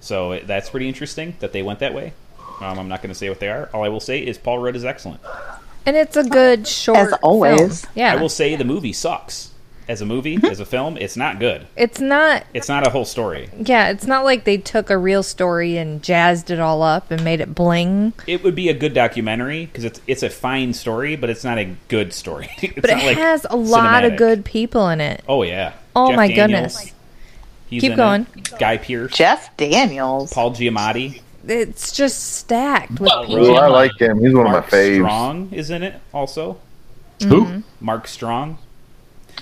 [SPEAKER 5] So it- that's pretty interesting that they went that way. Um, I'm not going to say what they are. All I will say is Paul Rudd is excellent.
[SPEAKER 1] and it's a good short.
[SPEAKER 7] As always.
[SPEAKER 1] film. yeah.
[SPEAKER 5] I will say the movie sucks as a movie,
[SPEAKER 1] Mm-hmm.
[SPEAKER 5] as a film. It's not good.
[SPEAKER 1] it's not.
[SPEAKER 5] It's not a whole story.
[SPEAKER 1] Yeah, it's not like they took a real story and jazzed it all up and made it bling.
[SPEAKER 5] it would be a good documentary because it's it's a fine story, but it's not a good story. It's
[SPEAKER 1] But
[SPEAKER 5] not,
[SPEAKER 1] it
[SPEAKER 5] like,
[SPEAKER 1] has a lot
[SPEAKER 5] cinematic.
[SPEAKER 1] of good people in it.
[SPEAKER 5] Oh yeah.
[SPEAKER 1] Oh, my
[SPEAKER 5] Daniels,
[SPEAKER 1] goodness.
[SPEAKER 5] he's
[SPEAKER 1] Keep
[SPEAKER 5] in it.
[SPEAKER 1] going.
[SPEAKER 5] Guy Pearce,
[SPEAKER 7] Jeff Daniels.
[SPEAKER 5] Paul Giamatti,
[SPEAKER 1] It's just stacked with people.
[SPEAKER 4] Ooh, I like him. He's one of my
[SPEAKER 5] Mark
[SPEAKER 4] faves.
[SPEAKER 5] Strong is in it also.
[SPEAKER 1] Mm-hmm.
[SPEAKER 6] Who?
[SPEAKER 5] Mark Strong,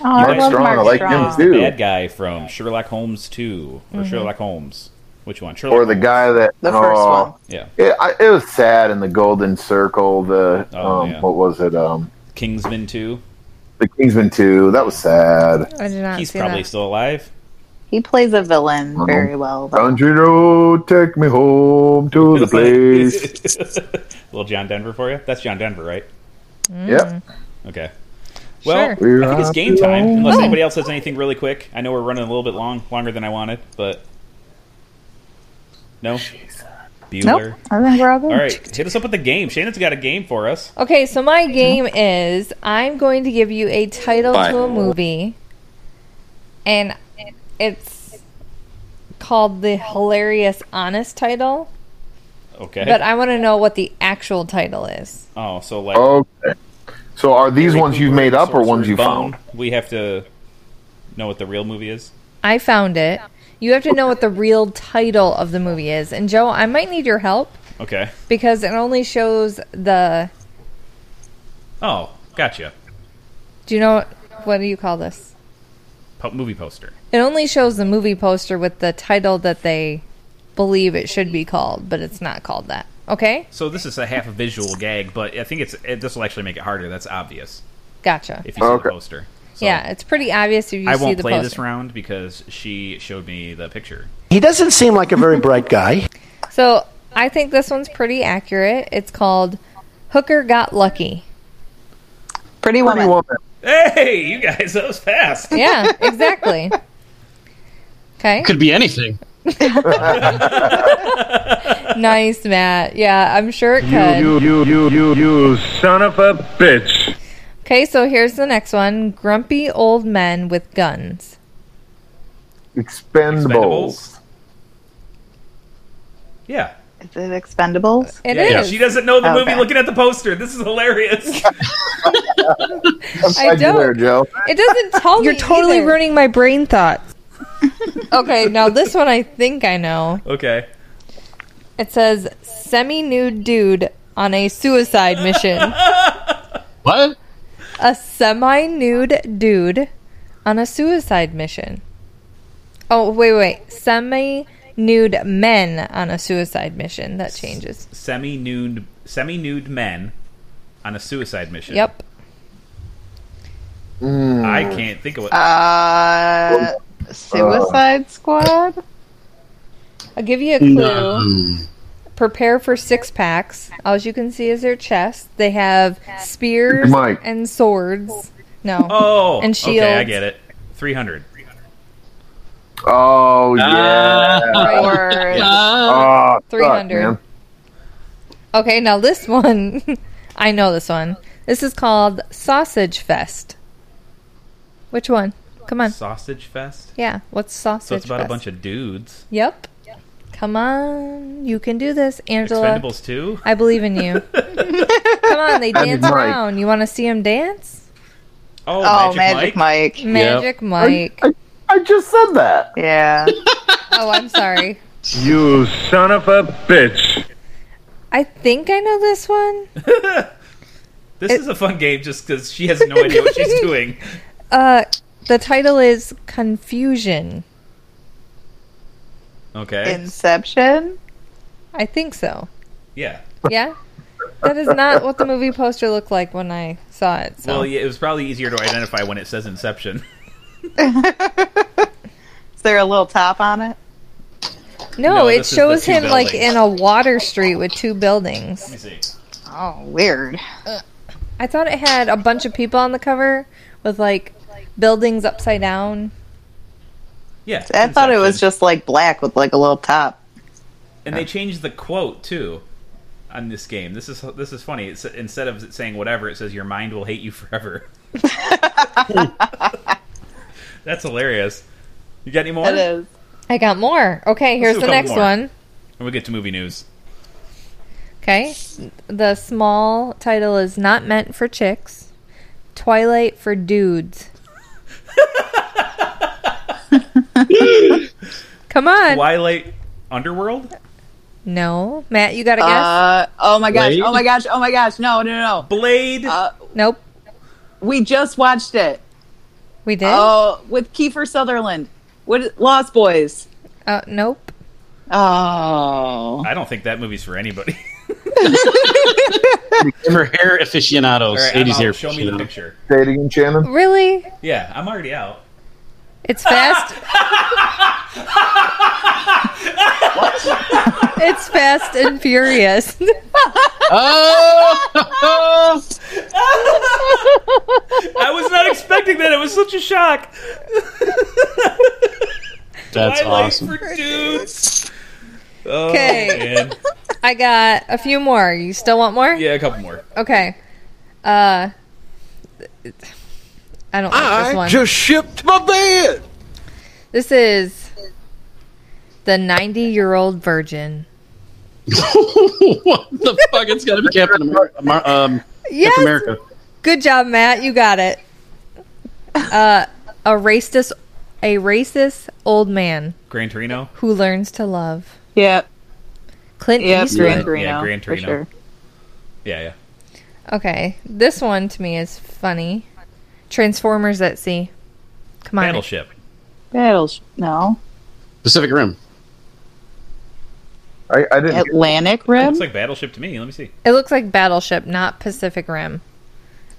[SPEAKER 7] Oh, I
[SPEAKER 5] Mark
[SPEAKER 7] love
[SPEAKER 4] Strong, I
[SPEAKER 7] Mark
[SPEAKER 4] like him
[SPEAKER 7] Strong.
[SPEAKER 4] too. Dude.
[SPEAKER 5] bad guy from Sherlock Holmes two or
[SPEAKER 1] Mm-hmm.
[SPEAKER 5] Sherlock Holmes. Which one? Sherlock
[SPEAKER 4] Or the
[SPEAKER 5] Holmes.
[SPEAKER 4] guy that.
[SPEAKER 7] The first
[SPEAKER 4] oh,
[SPEAKER 7] one.
[SPEAKER 5] Yeah,
[SPEAKER 4] It, I, it was sad in the Golden Circle. The
[SPEAKER 5] Oh,
[SPEAKER 4] um,
[SPEAKER 5] yeah.
[SPEAKER 4] what was it? Um,
[SPEAKER 5] Kingsman two.
[SPEAKER 4] the Kingsman Two. That was sad.
[SPEAKER 1] I did not
[SPEAKER 5] He's
[SPEAKER 1] see
[SPEAKER 5] probably
[SPEAKER 1] that.
[SPEAKER 5] still alive.
[SPEAKER 7] He plays a villain
[SPEAKER 4] Mhm.
[SPEAKER 7] very well. Though.
[SPEAKER 4] Country road, take me home to the place.
[SPEAKER 5] Little John Denver for you. That's John Denver, right?
[SPEAKER 4] Yep.
[SPEAKER 5] Okay. Well,
[SPEAKER 4] Sure.
[SPEAKER 5] I think it's game time.
[SPEAKER 4] We're
[SPEAKER 5] Unless
[SPEAKER 1] on.
[SPEAKER 5] anybody else has anything really quick. I know we're running a little bit long, longer than I wanted, but no. Bueller.
[SPEAKER 7] Nope, I think we're all good.
[SPEAKER 1] Oh.
[SPEAKER 5] All right, hit us up with the game. Shannon's got a game for us.
[SPEAKER 1] Okay, so my game is I'm going to give you a title to a movie, and it's called the hilarious honest title.
[SPEAKER 5] Okay.
[SPEAKER 1] But I want to know what the actual title is.
[SPEAKER 5] oh, so like
[SPEAKER 4] Okay. So are these
[SPEAKER 5] Harry
[SPEAKER 4] ones you've
[SPEAKER 5] Cooper,
[SPEAKER 4] made up or
[SPEAKER 5] Sorcerer's
[SPEAKER 4] ones you
[SPEAKER 5] Bone,
[SPEAKER 4] found?
[SPEAKER 5] We have to know what the real movie is.
[SPEAKER 1] I found it. You have to know what the real title of the movie is. And Joe, I might need your help
[SPEAKER 5] Okay.
[SPEAKER 1] because it only shows the.
[SPEAKER 5] Oh, gotcha.
[SPEAKER 1] Do you know what do you call this?
[SPEAKER 5] Po- movie poster.
[SPEAKER 1] It only shows the movie poster with the title that they believe it should be called, but it's not called that. Okay,
[SPEAKER 5] So this is a half a visual gag, but I think it's it, this will actually make it harder. That's obvious
[SPEAKER 1] gotcha.
[SPEAKER 5] if you see
[SPEAKER 4] Okay.
[SPEAKER 5] the poster. So
[SPEAKER 1] yeah, it's pretty obvious if you
[SPEAKER 5] I
[SPEAKER 1] see
[SPEAKER 5] won't
[SPEAKER 1] the
[SPEAKER 5] play
[SPEAKER 1] poster.
[SPEAKER 5] this round because she showed me the picture.
[SPEAKER 10] He doesn't seem like a very bright guy.
[SPEAKER 1] So I think this one's pretty accurate. It's called "Hooker Got Lucky."
[SPEAKER 7] Pretty Woman.
[SPEAKER 4] Pretty Woman.
[SPEAKER 5] Hey, you guys, that was fast.
[SPEAKER 1] Yeah, exactly. Okay.
[SPEAKER 6] Could be anything.
[SPEAKER 1] Nice, Matt. Yeah, I'm sure it could.
[SPEAKER 9] you, you, you, you son of a bitch.
[SPEAKER 1] Okay, so here's the next one Grumpy Old Men with Guns.
[SPEAKER 4] Expendables.
[SPEAKER 5] Yeah.
[SPEAKER 7] Is it Expendables?
[SPEAKER 1] It
[SPEAKER 5] Yeah,
[SPEAKER 1] is.
[SPEAKER 5] She doesn't know the
[SPEAKER 7] Okay.
[SPEAKER 5] movie looking at the poster. This is hilarious.
[SPEAKER 1] I
[SPEAKER 4] Glad you're there,
[SPEAKER 1] don't.
[SPEAKER 4] Joe.
[SPEAKER 1] It doesn't tell me.
[SPEAKER 8] You're totally
[SPEAKER 1] either.
[SPEAKER 8] ruining my brain thoughts.
[SPEAKER 1] Okay, now this one I think I know.
[SPEAKER 5] okay.
[SPEAKER 1] It says semi nude dude on a suicide mission.
[SPEAKER 6] What?
[SPEAKER 1] A semi nude dude on a suicide mission. Oh, wait, wait. Semi nude men on a suicide mission. That changes.
[SPEAKER 5] Semi nude semi nude men on a suicide mission.
[SPEAKER 1] Yep.
[SPEAKER 5] I can't think of what
[SPEAKER 7] Uh, Suicide Squad?
[SPEAKER 1] I'll give you a clue.
[SPEAKER 4] Hmm.
[SPEAKER 1] Prepare for six packs. All you can see is their chests. They have spears
[SPEAKER 4] Mike.
[SPEAKER 1] and swords. No.
[SPEAKER 5] Oh
[SPEAKER 1] And
[SPEAKER 5] Okay, I
[SPEAKER 1] shields.
[SPEAKER 5] get it. Three hundred.
[SPEAKER 4] Oh yeah.
[SPEAKER 6] Ah,
[SPEAKER 1] Right?
[SPEAKER 7] Or
[SPEAKER 4] Oh, fuck,
[SPEAKER 1] 300.
[SPEAKER 4] man.
[SPEAKER 1] Okay, now this one. I know this one. This is called Sausage Fest. Which one? Come on.
[SPEAKER 5] Sausage fest?
[SPEAKER 1] Yeah, what's sausage?
[SPEAKER 5] So it's about a
[SPEAKER 1] fest?
[SPEAKER 5] bunch of dudes.
[SPEAKER 1] Yep. Come on, you can do this, Angela.
[SPEAKER 5] Expendables two.
[SPEAKER 1] I believe in you. Come on, they
[SPEAKER 4] Magic
[SPEAKER 1] dance
[SPEAKER 4] Mike.
[SPEAKER 1] around. You want to see them dance?
[SPEAKER 5] Oh,
[SPEAKER 7] Oh,
[SPEAKER 5] Magic,
[SPEAKER 7] Magic
[SPEAKER 5] Mike.
[SPEAKER 7] Mike.
[SPEAKER 1] Magic Mike.
[SPEAKER 4] I just said that.
[SPEAKER 7] Yeah.
[SPEAKER 1] oh, I'm sorry.
[SPEAKER 9] You son of a bitch.
[SPEAKER 1] I think I know this one.
[SPEAKER 5] This is a fun game just because she has no idea what she's doing.
[SPEAKER 1] Uh, the title is Confusion.
[SPEAKER 5] Okay.
[SPEAKER 7] Inception.
[SPEAKER 1] I think so.
[SPEAKER 5] yeah.
[SPEAKER 1] Yeah, that is not what the movie poster looked like when I saw it. So
[SPEAKER 5] Well, yeah, it was probably easier to identify when it says Inception.
[SPEAKER 7] Is there a little top on it?
[SPEAKER 1] no,
[SPEAKER 5] No,
[SPEAKER 1] it
[SPEAKER 5] this is the
[SPEAKER 1] shows
[SPEAKER 5] two
[SPEAKER 1] him like
[SPEAKER 5] buildings.
[SPEAKER 1] in a water street with two buildings.
[SPEAKER 5] Let me see.
[SPEAKER 7] Oh, weird.
[SPEAKER 1] I thought it had a bunch of people on the cover with like buildings upside down.
[SPEAKER 5] Yeah. it's
[SPEAKER 7] I thought it was
[SPEAKER 5] Inception.
[SPEAKER 7] just like black with like a little top.
[SPEAKER 5] And they changed the quote too on this game. This is this is funny. It's, instead of it saying whatever, it says your mind will hate you forever. That's hilarious. You got any more?
[SPEAKER 7] It is.
[SPEAKER 1] I got more. Okay, here's
[SPEAKER 5] do
[SPEAKER 1] the
[SPEAKER 5] a couple
[SPEAKER 1] next
[SPEAKER 5] more.
[SPEAKER 1] one.
[SPEAKER 5] And we get to movie news.
[SPEAKER 1] Okay. The small title is Not Meant for Chicks, Twilight for Dudes. Come on.
[SPEAKER 5] Twilight Underworld?
[SPEAKER 1] No. Matt, you got a guess?
[SPEAKER 7] Uh, oh my gosh.
[SPEAKER 6] Blade?
[SPEAKER 7] Oh my gosh. Oh my gosh. No, no, no.
[SPEAKER 5] Blade?
[SPEAKER 7] Uh,
[SPEAKER 1] nope.
[SPEAKER 7] we just watched it.
[SPEAKER 1] We did? Oh.
[SPEAKER 7] Oh, with Kiefer Sutherland. What Lost Boys.
[SPEAKER 1] Uh, nope.
[SPEAKER 7] Oh.
[SPEAKER 5] I don't think that movie's for anybody.
[SPEAKER 6] For hair aficionados,
[SPEAKER 5] All right, I'm
[SPEAKER 6] 80s hair
[SPEAKER 5] out. Show me the
[SPEAKER 6] aficionados.
[SPEAKER 5] picture.
[SPEAKER 4] Say it again, Shannon.
[SPEAKER 1] Really?
[SPEAKER 5] Yeah, I'm already out.
[SPEAKER 1] It's fast. it's fast and furious.
[SPEAKER 6] Oh!
[SPEAKER 5] I was not expecting that. It was such a shock.
[SPEAKER 6] That's
[SPEAKER 5] Twilight
[SPEAKER 6] awesome.
[SPEAKER 5] for dudes. Oh,
[SPEAKER 1] Okay.
[SPEAKER 5] man.
[SPEAKER 1] I got a few more. You still want more?
[SPEAKER 5] Yeah, a couple more.
[SPEAKER 1] Okay. Uh I don't like this one.
[SPEAKER 11] just shipped my bed.
[SPEAKER 1] This is the 90 year old virgin.
[SPEAKER 6] what the fuck? It's got to be Captain America. Mar- um,
[SPEAKER 1] Yes.
[SPEAKER 6] Captain America.
[SPEAKER 1] Good job, Matt. You got it. Uh, a racist, a racist old man
[SPEAKER 5] Gran Torino?
[SPEAKER 1] who learns to love
[SPEAKER 7] Yeah.
[SPEAKER 1] Clint
[SPEAKER 7] Yeah.
[SPEAKER 1] Eastwood.
[SPEAKER 7] Gran Torino.
[SPEAKER 5] Yeah, Gran
[SPEAKER 7] for
[SPEAKER 5] Torino.
[SPEAKER 7] sure.
[SPEAKER 5] Yeah, yeah.
[SPEAKER 1] Okay, this one to me is funny. Transformers at sea. Come on,
[SPEAKER 5] Battleship.
[SPEAKER 7] That'll sh- no.
[SPEAKER 6] Pacific Rim.
[SPEAKER 4] I, I didn't.
[SPEAKER 7] Atlantic
[SPEAKER 5] Looks
[SPEAKER 7] Rim.
[SPEAKER 5] like Battleship to me. Let me see.
[SPEAKER 1] it looks like Battleship, not Pacific Rim.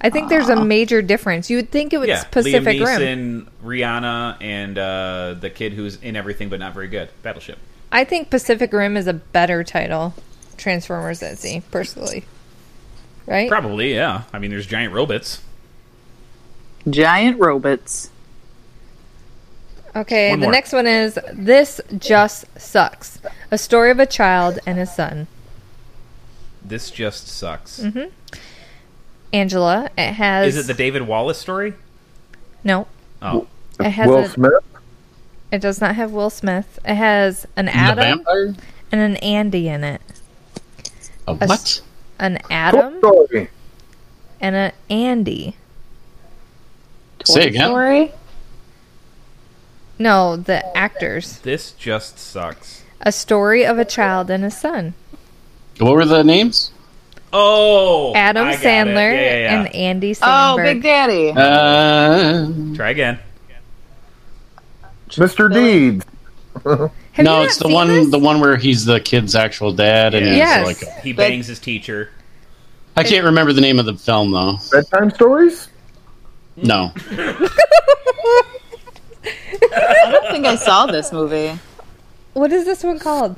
[SPEAKER 1] I think there's a major difference. You would think it was
[SPEAKER 5] Ah. yeah,
[SPEAKER 1] Pacific
[SPEAKER 5] Liam
[SPEAKER 1] Rim.
[SPEAKER 5] Neeson, Rihanna, and uh, the kid who's in everything but not very good. Battleship.
[SPEAKER 1] I think Pacific Rim is a better title. Transformers at Sea, personally. Right?
[SPEAKER 5] Probably, yeah. I mean, there's giant robots.
[SPEAKER 7] Giant robots.
[SPEAKER 1] Okay,
[SPEAKER 5] One
[SPEAKER 1] the
[SPEAKER 5] more.
[SPEAKER 1] next one is This Just Sucks. A story of a child and his son.
[SPEAKER 5] This just sucks.
[SPEAKER 1] Mm-hmm. Angela, it has
[SPEAKER 5] Is it the David Wallace story?
[SPEAKER 1] No.
[SPEAKER 5] Oh,
[SPEAKER 1] It has
[SPEAKER 4] Will
[SPEAKER 1] a-
[SPEAKER 4] Smith.
[SPEAKER 1] it does not have Will Smith. It has an
[SPEAKER 6] The
[SPEAKER 1] Adam
[SPEAKER 6] vampire?
[SPEAKER 1] and an Andy in it. A
[SPEAKER 6] A Uh, what?
[SPEAKER 1] s- An
[SPEAKER 4] Toy
[SPEAKER 1] Adam
[SPEAKER 4] Story.
[SPEAKER 1] and an Andy.
[SPEAKER 6] Say again.
[SPEAKER 7] Story.
[SPEAKER 1] No, the actors.
[SPEAKER 5] this just sucks.
[SPEAKER 1] A story of a child and his son.
[SPEAKER 6] What were the names?
[SPEAKER 5] Oh,
[SPEAKER 1] Adam
[SPEAKER 5] I got it.
[SPEAKER 1] Sandler
[SPEAKER 5] Yeah, yeah, yeah.
[SPEAKER 1] and Andy
[SPEAKER 7] Oh,
[SPEAKER 1] Sandberg.
[SPEAKER 7] Big Daddy.
[SPEAKER 6] Uh,
[SPEAKER 5] Try again.
[SPEAKER 4] Mr. Deeds.
[SPEAKER 1] Have you
[SPEAKER 6] no,
[SPEAKER 1] not
[SPEAKER 6] it's the
[SPEAKER 1] seen
[SPEAKER 6] one
[SPEAKER 1] this?
[SPEAKER 6] the one where he's the kid's actual dad, and he's
[SPEAKER 1] Yes.
[SPEAKER 6] like, a-
[SPEAKER 5] He bangs his teacher.
[SPEAKER 6] I can't remember the name of the film though.
[SPEAKER 4] Bedtime stories.
[SPEAKER 6] No,
[SPEAKER 7] I don't think I saw this movie.
[SPEAKER 1] What is this one called?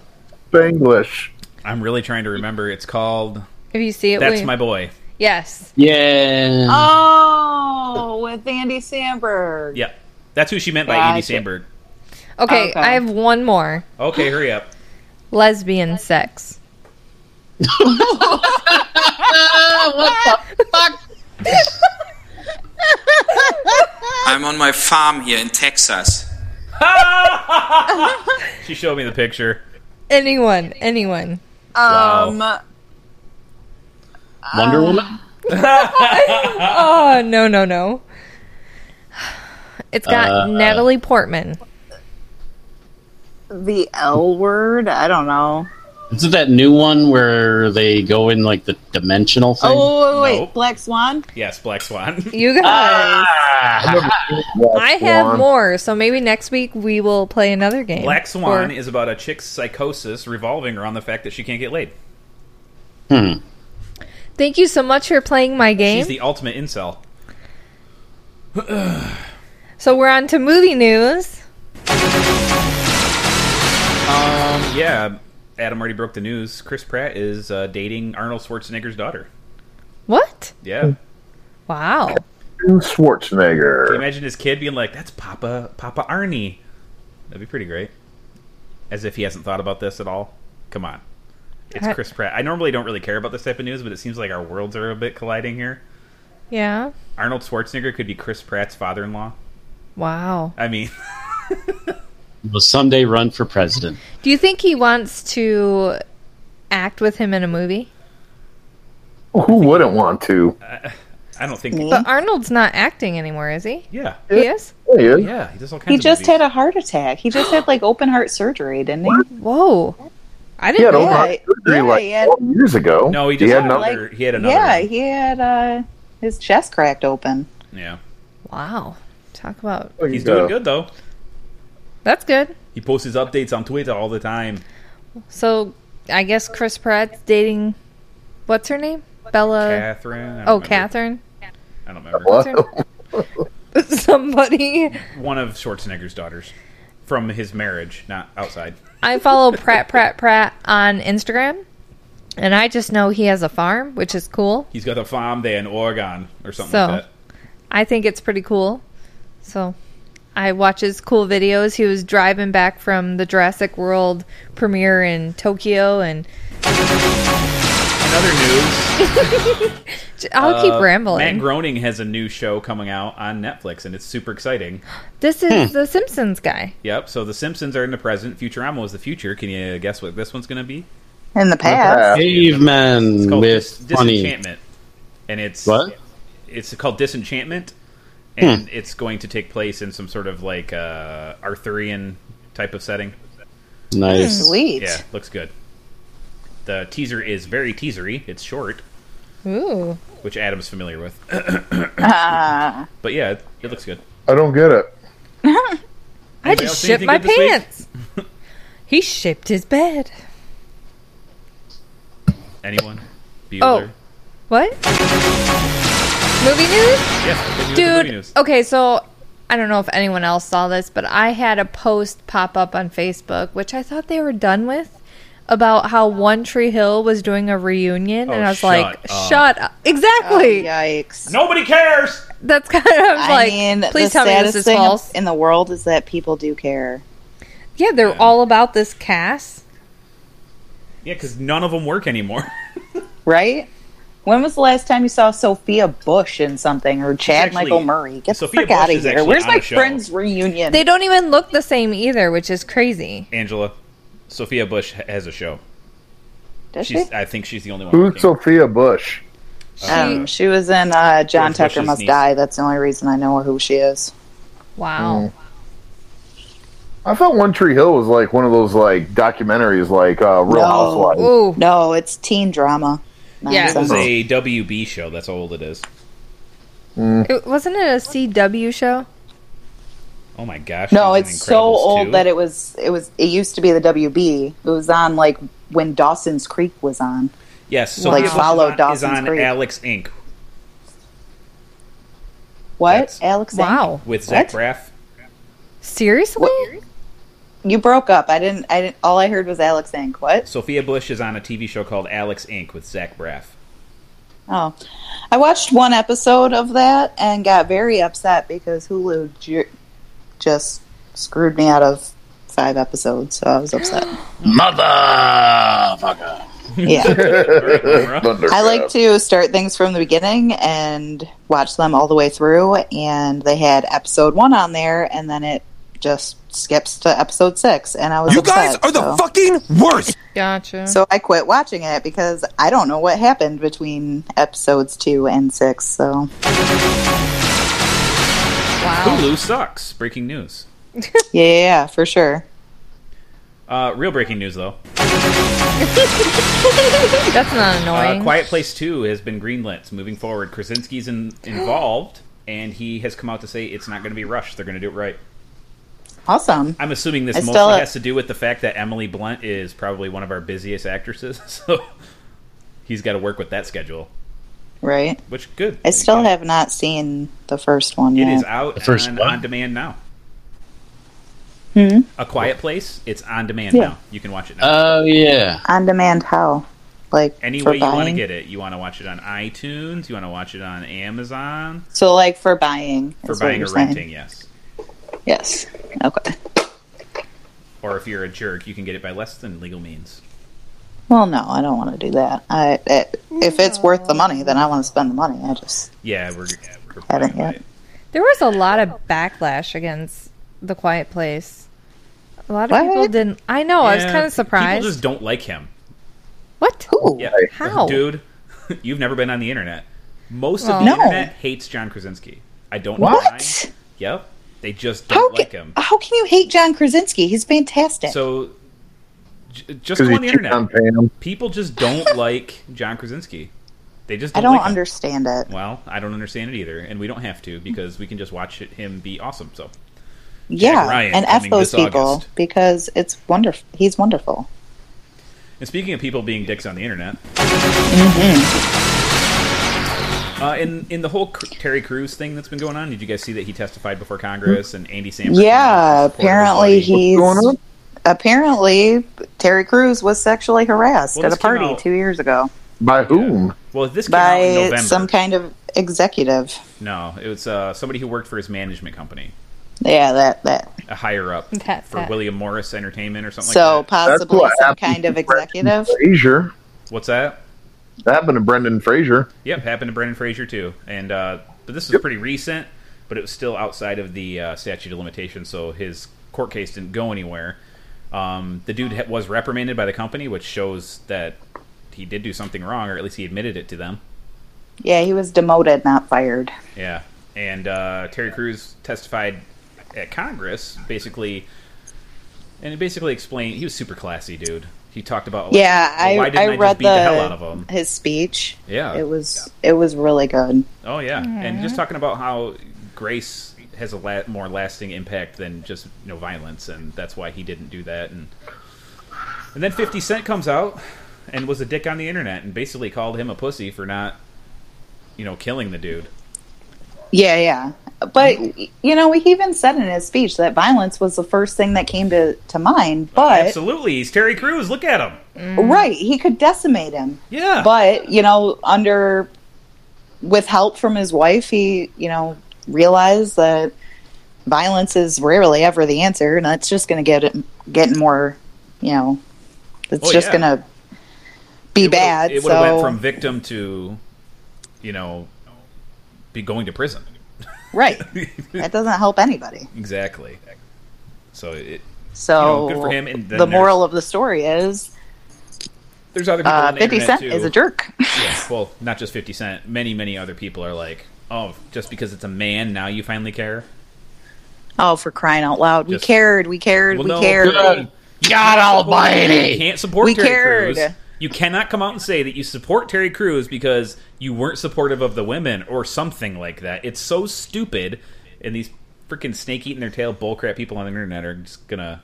[SPEAKER 4] Spanglish.
[SPEAKER 5] I'm really trying to remember. It's called
[SPEAKER 1] If you see it,
[SPEAKER 5] That's
[SPEAKER 1] will you-
[SPEAKER 5] My Boy.
[SPEAKER 1] yes.
[SPEAKER 6] yeah,
[SPEAKER 7] Oh, with Andy Samberg.
[SPEAKER 5] Yep. That's who she meant by Andy
[SPEAKER 7] Gotcha.
[SPEAKER 5] Sandberg.
[SPEAKER 1] Okay,
[SPEAKER 7] Okay.
[SPEAKER 1] I have one more.
[SPEAKER 5] Okay, hurry up.
[SPEAKER 1] Lesbian sex.
[SPEAKER 12] I'm on my farm here in Texas.
[SPEAKER 5] She showed me the picture.
[SPEAKER 1] Anyone, anyone.
[SPEAKER 5] Um,
[SPEAKER 1] Uh,
[SPEAKER 6] Wonder Woman.
[SPEAKER 1] oh no no no! It's got
[SPEAKER 7] Uh,
[SPEAKER 1] Natalie Portman.
[SPEAKER 7] The L word? I don't know.
[SPEAKER 6] Is it that new one where they go in like the dimensional thing?
[SPEAKER 7] Oh, wait, wait, wait. Black Swan?
[SPEAKER 5] Yes, Black Swan.
[SPEAKER 1] You guys,
[SPEAKER 5] Ah,
[SPEAKER 1] I have
[SPEAKER 5] Swan.
[SPEAKER 1] more, so maybe next week we will play another game.
[SPEAKER 5] Black Swan
[SPEAKER 1] Or-
[SPEAKER 5] is about a chick's psychosis revolving around the fact that she can't get laid.
[SPEAKER 6] Hmm.
[SPEAKER 1] Thank you so much for playing my game.
[SPEAKER 5] She's the ultimate incel.
[SPEAKER 1] so we're on to movie news.
[SPEAKER 5] Um, yeah, Adam already broke the news. Chris Pratt is uh, dating Arnold Schwarzenegger's daughter.
[SPEAKER 1] What?
[SPEAKER 5] Yeah.
[SPEAKER 1] Wow.
[SPEAKER 5] Can you
[SPEAKER 4] Schwarzenegger.
[SPEAKER 5] imagine his kid being like, "That's Papa, Papa Arnie"? That'd be pretty great. As if he hasn't thought about this at all. Come on, it's
[SPEAKER 7] Uh,
[SPEAKER 1] I-
[SPEAKER 5] Chris Pratt. I normally don't really care about this type of news, but it seems like our worlds are a bit colliding here.
[SPEAKER 1] Yeah.
[SPEAKER 5] Arnold Schwarzenegger could be Chris Pratt's father-in-law.
[SPEAKER 1] Wow.
[SPEAKER 5] I mean,
[SPEAKER 6] Will someday run for president.
[SPEAKER 1] Do you think he wants to act with him in a movie?
[SPEAKER 4] Who wouldn't want to?
[SPEAKER 5] I don't think.
[SPEAKER 1] But Arnold's not acting anymore, is he?
[SPEAKER 5] Yeah.
[SPEAKER 1] He is?
[SPEAKER 5] Yeah, he does all kinds
[SPEAKER 7] He
[SPEAKER 5] of
[SPEAKER 7] just
[SPEAKER 5] movies.
[SPEAKER 7] had a heart attack. He just had like open heart surgery, didn't he?
[SPEAKER 1] Whoa. I
[SPEAKER 4] He had
[SPEAKER 7] know
[SPEAKER 4] open heart
[SPEAKER 7] that.
[SPEAKER 4] surgery like
[SPEAKER 7] he had-
[SPEAKER 4] 12 years ago.
[SPEAKER 5] No, he
[SPEAKER 4] he
[SPEAKER 5] just
[SPEAKER 4] had
[SPEAKER 5] had
[SPEAKER 4] another.
[SPEAKER 5] another. he had another.
[SPEAKER 7] yeah, he had uh, his chest cracked open.
[SPEAKER 5] one. Yeah.
[SPEAKER 1] Wow. Talk about
[SPEAKER 5] He's doing good though.
[SPEAKER 1] That's good.
[SPEAKER 5] He posts his updates on Twitter all the time.
[SPEAKER 1] So I guess Chris Pratt's dating what's her name?
[SPEAKER 7] Uh,
[SPEAKER 1] Bella
[SPEAKER 5] Catherine. I don't
[SPEAKER 1] Oh,
[SPEAKER 5] remember.
[SPEAKER 1] Catherine.
[SPEAKER 5] I don't remember.
[SPEAKER 1] What's her- Somebody
[SPEAKER 5] One of Schwarzenegger's daughters from his marriage, not outside.
[SPEAKER 1] I follow Pratt Pratt Pratt on Instagram and I just know he has a farm, which is cool.
[SPEAKER 5] He's got a farm there in Oregon or something
[SPEAKER 1] So.
[SPEAKER 5] like that.
[SPEAKER 1] I think it's pretty cool. So I watch his cool videos. He was driving back from the Jurassic World premiere in Tokyo and
[SPEAKER 5] Another news.
[SPEAKER 1] I'll
[SPEAKER 5] Uh,
[SPEAKER 1] keep rambling.
[SPEAKER 5] Matt Groening has a new show coming out on Netflix, and it's super exciting.
[SPEAKER 1] This is the Simpsons guy.
[SPEAKER 5] Yep. So the Simpsons are in the present. Futurama was the future. Can you guess what this one's going to be?
[SPEAKER 7] In the past.
[SPEAKER 6] Caveman with funny.
[SPEAKER 5] Disenchantment, and it's
[SPEAKER 6] What? Hmm.
[SPEAKER 5] It's called Disenchantment, and it's going to take place in some sort of like uh, Arthurian type of setting.
[SPEAKER 6] Nice.
[SPEAKER 7] Sweet.
[SPEAKER 5] Yeah, looks good. The teaser is very teasery. It's short,
[SPEAKER 1] Ooh.
[SPEAKER 5] which Adam's familiar with.
[SPEAKER 7] Ah.
[SPEAKER 5] But yeah, it, it looks good.
[SPEAKER 4] I don't get it.
[SPEAKER 1] I
[SPEAKER 5] Anybody else
[SPEAKER 1] just
[SPEAKER 5] see
[SPEAKER 1] shipped
[SPEAKER 5] anything
[SPEAKER 1] my
[SPEAKER 5] good this week?
[SPEAKER 1] pants. he shipped his bed.
[SPEAKER 5] Anyone?
[SPEAKER 1] Oh.
[SPEAKER 5] Bueller?
[SPEAKER 1] What? Movie news?
[SPEAKER 5] Yeah, continue with the movie
[SPEAKER 1] Dude,
[SPEAKER 5] news.
[SPEAKER 7] Oh.
[SPEAKER 1] okay, so I don't know if anyone else saw this, but I had a post pop up on Facebook, which I thought they were done with, about how One Tree Hill was doing a reunion,
[SPEAKER 5] Oh,
[SPEAKER 1] and I was
[SPEAKER 5] shut
[SPEAKER 1] like,
[SPEAKER 5] up.
[SPEAKER 1] shut up. Exactly.
[SPEAKER 7] Yikes.
[SPEAKER 5] Nobody cares.
[SPEAKER 1] That's kind of I was
[SPEAKER 7] I
[SPEAKER 1] like,
[SPEAKER 7] mean,
[SPEAKER 1] please
[SPEAKER 7] the
[SPEAKER 1] tell me
[SPEAKER 7] saddest
[SPEAKER 1] this is
[SPEAKER 7] thing
[SPEAKER 1] false.
[SPEAKER 7] in the world is that people do care.
[SPEAKER 1] Yeah, they're all about this cast.
[SPEAKER 5] Yeah, because none of them work anymore.
[SPEAKER 7] Right? When was the last time you saw Sophia Bush in something or Chad
[SPEAKER 5] actually-
[SPEAKER 7] Michael Murray? Get the
[SPEAKER 5] Sophia
[SPEAKER 7] frick out
[SPEAKER 5] Bush
[SPEAKER 7] of
[SPEAKER 5] is
[SPEAKER 7] here.
[SPEAKER 5] actually
[SPEAKER 7] Where's
[SPEAKER 5] on
[SPEAKER 7] my
[SPEAKER 5] a show.
[SPEAKER 7] friends reunion?
[SPEAKER 1] They don't even look the same either, which is crazy.
[SPEAKER 5] Angela, Sophia Bush ha- has a show.
[SPEAKER 7] Does
[SPEAKER 5] she's, I think she's the only one.
[SPEAKER 4] Who's Sophia Bush?
[SPEAKER 7] um, she was in uh, John
[SPEAKER 5] George Bush's
[SPEAKER 7] Tucker Must
[SPEAKER 5] niece.
[SPEAKER 7] Die. That's the only reason I know who she is.
[SPEAKER 1] Wow.
[SPEAKER 4] I thought One Tree Hill was like one of those like documentaries, like uh, Real
[SPEAKER 5] Mm.
[SPEAKER 4] Housewives.
[SPEAKER 1] Ooh.
[SPEAKER 7] No, it's teen drama.
[SPEAKER 1] Yeah.
[SPEAKER 5] It was
[SPEAKER 7] Nonsense.
[SPEAKER 5] a WB show. That's how old it is.
[SPEAKER 1] It, wasn't it a CW show?
[SPEAKER 5] Oh my gosh.
[SPEAKER 7] No,
[SPEAKER 5] it was in
[SPEAKER 7] it's so
[SPEAKER 5] Incredibles
[SPEAKER 7] old
[SPEAKER 5] 2.
[SPEAKER 7] that it was it was it used to be the WB. It was on like when Dawson's Creek was on.
[SPEAKER 5] Yes, so
[SPEAKER 7] Like,
[SPEAKER 5] Sophia Bush
[SPEAKER 7] follow
[SPEAKER 5] is on,
[SPEAKER 7] Dawson's
[SPEAKER 5] is on
[SPEAKER 7] Creek.
[SPEAKER 5] Alex Inc.
[SPEAKER 7] What?
[SPEAKER 5] That's-
[SPEAKER 7] Alex? Inc?
[SPEAKER 1] Wow.
[SPEAKER 5] with Zach Braff.
[SPEAKER 1] Seriously?
[SPEAKER 7] You broke up. I didn't I didn't all I heard was Alex Inc. What?
[SPEAKER 5] Sophia Bush is on a TV show called Alex Inc. with Zach Braff.
[SPEAKER 7] Oh. I watched one episode of that and got very upset because Hulu ju- just screwed me out of five episodes, so I was upset.
[SPEAKER 6] Motherfucker.
[SPEAKER 7] yeah.
[SPEAKER 4] Thunder
[SPEAKER 7] I like to start things from the beginning and watch them all the way through. And they had episode one on there, and then it just skips to episode six, and I was
[SPEAKER 11] You guys
[SPEAKER 7] upset,
[SPEAKER 11] are the
[SPEAKER 7] so-
[SPEAKER 11] fucking worst.
[SPEAKER 1] Gotcha.
[SPEAKER 7] So I quit watching it because I don't know what happened between episodes two and six. So
[SPEAKER 5] Hulu sucks. Breaking news.
[SPEAKER 7] yeah, yeah, yeah, for sure.
[SPEAKER 5] Uh, real breaking news, though.
[SPEAKER 1] That's not annoying.
[SPEAKER 5] Uh, Quiet Place 2 has been greenlit. It's moving forward. Krasinski's in, involved, and he has come out to say it's not going to be rushed. They're going to do it right.
[SPEAKER 7] Awesome.
[SPEAKER 5] I'm assuming this
[SPEAKER 7] I
[SPEAKER 5] mostly
[SPEAKER 7] still-
[SPEAKER 5] has to do with the fact that Emily Blunt is probably one of our busiest actresses, so he's got to work with that schedule.
[SPEAKER 7] Right.
[SPEAKER 5] Which good.
[SPEAKER 7] I still have not seen the first one
[SPEAKER 5] It
[SPEAKER 7] yet.
[SPEAKER 5] is out
[SPEAKER 7] The first
[SPEAKER 5] on,
[SPEAKER 7] what?
[SPEAKER 5] on demand now.
[SPEAKER 7] Hmm?
[SPEAKER 5] A Quiet Place. It's on demand
[SPEAKER 7] Yeah.
[SPEAKER 5] now. You can watch it now.
[SPEAKER 6] Oh yeah.
[SPEAKER 7] On demand, how? Like
[SPEAKER 5] Any
[SPEAKER 7] for
[SPEAKER 5] way you want to
[SPEAKER 7] buying?
[SPEAKER 5] get it. You want to watch it on iTunes. You want to watch it on Amazon
[SPEAKER 7] So like for buying.
[SPEAKER 5] for
[SPEAKER 7] is what
[SPEAKER 5] buying
[SPEAKER 7] you're
[SPEAKER 5] or
[SPEAKER 7] saying.
[SPEAKER 5] renting. Yes.
[SPEAKER 7] Yes. Okay.
[SPEAKER 5] Or if you're a jerk, you can get it by less than legal means.
[SPEAKER 7] Well, no, I don't want to do that. I, it, if it's worth the money, then I want to spend the money. I just
[SPEAKER 5] Yeah, we're. we're
[SPEAKER 7] haven't yet.
[SPEAKER 1] There was a lot of backlash against The Quiet Place. A lot of people didn't. I know. Oh, I was
[SPEAKER 5] Yeah,
[SPEAKER 1] kind of surprised.
[SPEAKER 5] People just don't like him.
[SPEAKER 1] What?
[SPEAKER 5] Yeah.
[SPEAKER 1] How?
[SPEAKER 5] Dude, you've never been on the internet. Most
[SPEAKER 1] Well-
[SPEAKER 5] of the
[SPEAKER 1] No.
[SPEAKER 5] internet hates John Krasinski. I don't know
[SPEAKER 7] What?
[SPEAKER 5] why. Yep. They just don't like him.
[SPEAKER 7] How can you hate John Krasinski? He's fantastic.
[SPEAKER 5] So, j- just
[SPEAKER 4] 'Cause
[SPEAKER 5] go
[SPEAKER 4] he
[SPEAKER 5] on the
[SPEAKER 4] cheated
[SPEAKER 5] internet.
[SPEAKER 4] on Pam.
[SPEAKER 5] People just don't like John Krasinski. They just
[SPEAKER 7] I
[SPEAKER 5] don't
[SPEAKER 7] don't
[SPEAKER 5] like him.
[SPEAKER 7] understand it.
[SPEAKER 5] Well, I don't understand it either, and we don't have to because we can just watch it- him be awesome. So,
[SPEAKER 7] yeah,
[SPEAKER 5] Ryan
[SPEAKER 7] and f
[SPEAKER 5] coming
[SPEAKER 7] those
[SPEAKER 5] this
[SPEAKER 7] people
[SPEAKER 5] August.
[SPEAKER 7] because it's wonderful. He's wonderful.
[SPEAKER 5] and speaking of people being dicks on the internet,
[SPEAKER 7] Mm-hmm.
[SPEAKER 5] uh, in in the whole Cr- Terry Crews thing that's been going on, did you guys see that he testified before Congress and Andy Samberg?
[SPEAKER 7] Yeah, apparently
[SPEAKER 5] What's
[SPEAKER 7] he's
[SPEAKER 5] going on?
[SPEAKER 7] apparently Terry Crews was sexually harassed
[SPEAKER 5] Well,
[SPEAKER 7] at a
[SPEAKER 5] this came
[SPEAKER 7] party
[SPEAKER 5] out-
[SPEAKER 7] two years ago
[SPEAKER 4] By whom?
[SPEAKER 5] Well, this came out in
[SPEAKER 7] by
[SPEAKER 5] November.
[SPEAKER 7] some kind of executive.
[SPEAKER 5] No, it was uh, somebody who worked for his management company,
[SPEAKER 7] Yeah, that that.
[SPEAKER 5] a higher up
[SPEAKER 7] That's
[SPEAKER 5] for
[SPEAKER 7] that.
[SPEAKER 5] William Morris Entertainment or something.
[SPEAKER 7] so
[SPEAKER 5] like that.
[SPEAKER 7] possibly some kind of executive.
[SPEAKER 4] Frazier.
[SPEAKER 5] What's that?
[SPEAKER 4] That happened to Brendan Fraser.
[SPEAKER 5] Yep, happened to Brendan Fraser too, and uh, but this was pretty recent, but it was still outside of the uh, statute of limitations, so his court case didn't go anywhere. Um, the dude ha- was reprimanded by the company, which shows that he did do something wrong, or at least he admitted it to them.
[SPEAKER 7] Yeah, he was demoted, not fired.
[SPEAKER 5] Yeah, and uh, Terry Crews testified at Congress, basically, and it basically explained he was super classy, dude. He talked about
[SPEAKER 7] yeah,
[SPEAKER 5] well,
[SPEAKER 7] I
[SPEAKER 5] why didn't
[SPEAKER 7] I
[SPEAKER 5] I,
[SPEAKER 7] read
[SPEAKER 5] just beat
[SPEAKER 7] the,
[SPEAKER 5] the, hell out of him?
[SPEAKER 7] his speech.
[SPEAKER 5] Yeah.
[SPEAKER 7] it was it was really good.
[SPEAKER 5] Oh yeah, and
[SPEAKER 7] Aw.
[SPEAKER 5] just talking about how grace has a la- more lasting impact than just you know violence, and that's why he didn't do that. And and then Fifty Cent comes out and was a dick on the internet and basically called him a pussy for not you know killing the dude.
[SPEAKER 7] Yeah, yeah. But
[SPEAKER 5] Mm-hmm.
[SPEAKER 7] you know, he even said in his speech that violence was the first thing that came to to mind. But
[SPEAKER 5] Absolutely, he's Terry Crews. Look at him.
[SPEAKER 7] Right, he could decimate him.
[SPEAKER 5] Yeah.
[SPEAKER 7] But, you know, under with help from his wife, he, you know, realized that violence is rarely ever the answer and that's just going to get it getting more, you know, it's
[SPEAKER 5] Oh,
[SPEAKER 7] just
[SPEAKER 5] yeah.
[SPEAKER 7] going to be
[SPEAKER 5] It would've-
[SPEAKER 7] bad.
[SPEAKER 5] It would have
[SPEAKER 7] so
[SPEAKER 5] went from victim to you know be going to prison.
[SPEAKER 7] right. that doesn't help anybody.
[SPEAKER 5] Exactly. So it
[SPEAKER 7] So
[SPEAKER 5] you know, good for him. And then
[SPEAKER 7] the
[SPEAKER 5] there's-
[SPEAKER 7] moral of the story is
[SPEAKER 5] There's other people
[SPEAKER 7] uh,
[SPEAKER 5] on the
[SPEAKER 7] 50
[SPEAKER 5] internet,
[SPEAKER 7] Cent
[SPEAKER 5] too.
[SPEAKER 7] is a jerk.
[SPEAKER 5] yeah, well, not just 50 Cent. Many, many other people are like, oh, just because it's a man, now you finally care?
[SPEAKER 7] Oh, for crying out loud.
[SPEAKER 5] Just-
[SPEAKER 7] we cared, we cared,
[SPEAKER 5] Well,
[SPEAKER 7] we
[SPEAKER 5] no.
[SPEAKER 7] cared.
[SPEAKER 5] Good
[SPEAKER 7] God
[SPEAKER 5] You can't support
[SPEAKER 7] We
[SPEAKER 5] Terry
[SPEAKER 7] cared.
[SPEAKER 5] Crews. You cannot come out and say that you support Terry Crews because you weren't supportive of the women or something like that. It's so stupid, and these freaking snake eating their tail bullcrap people on the internet are just gonna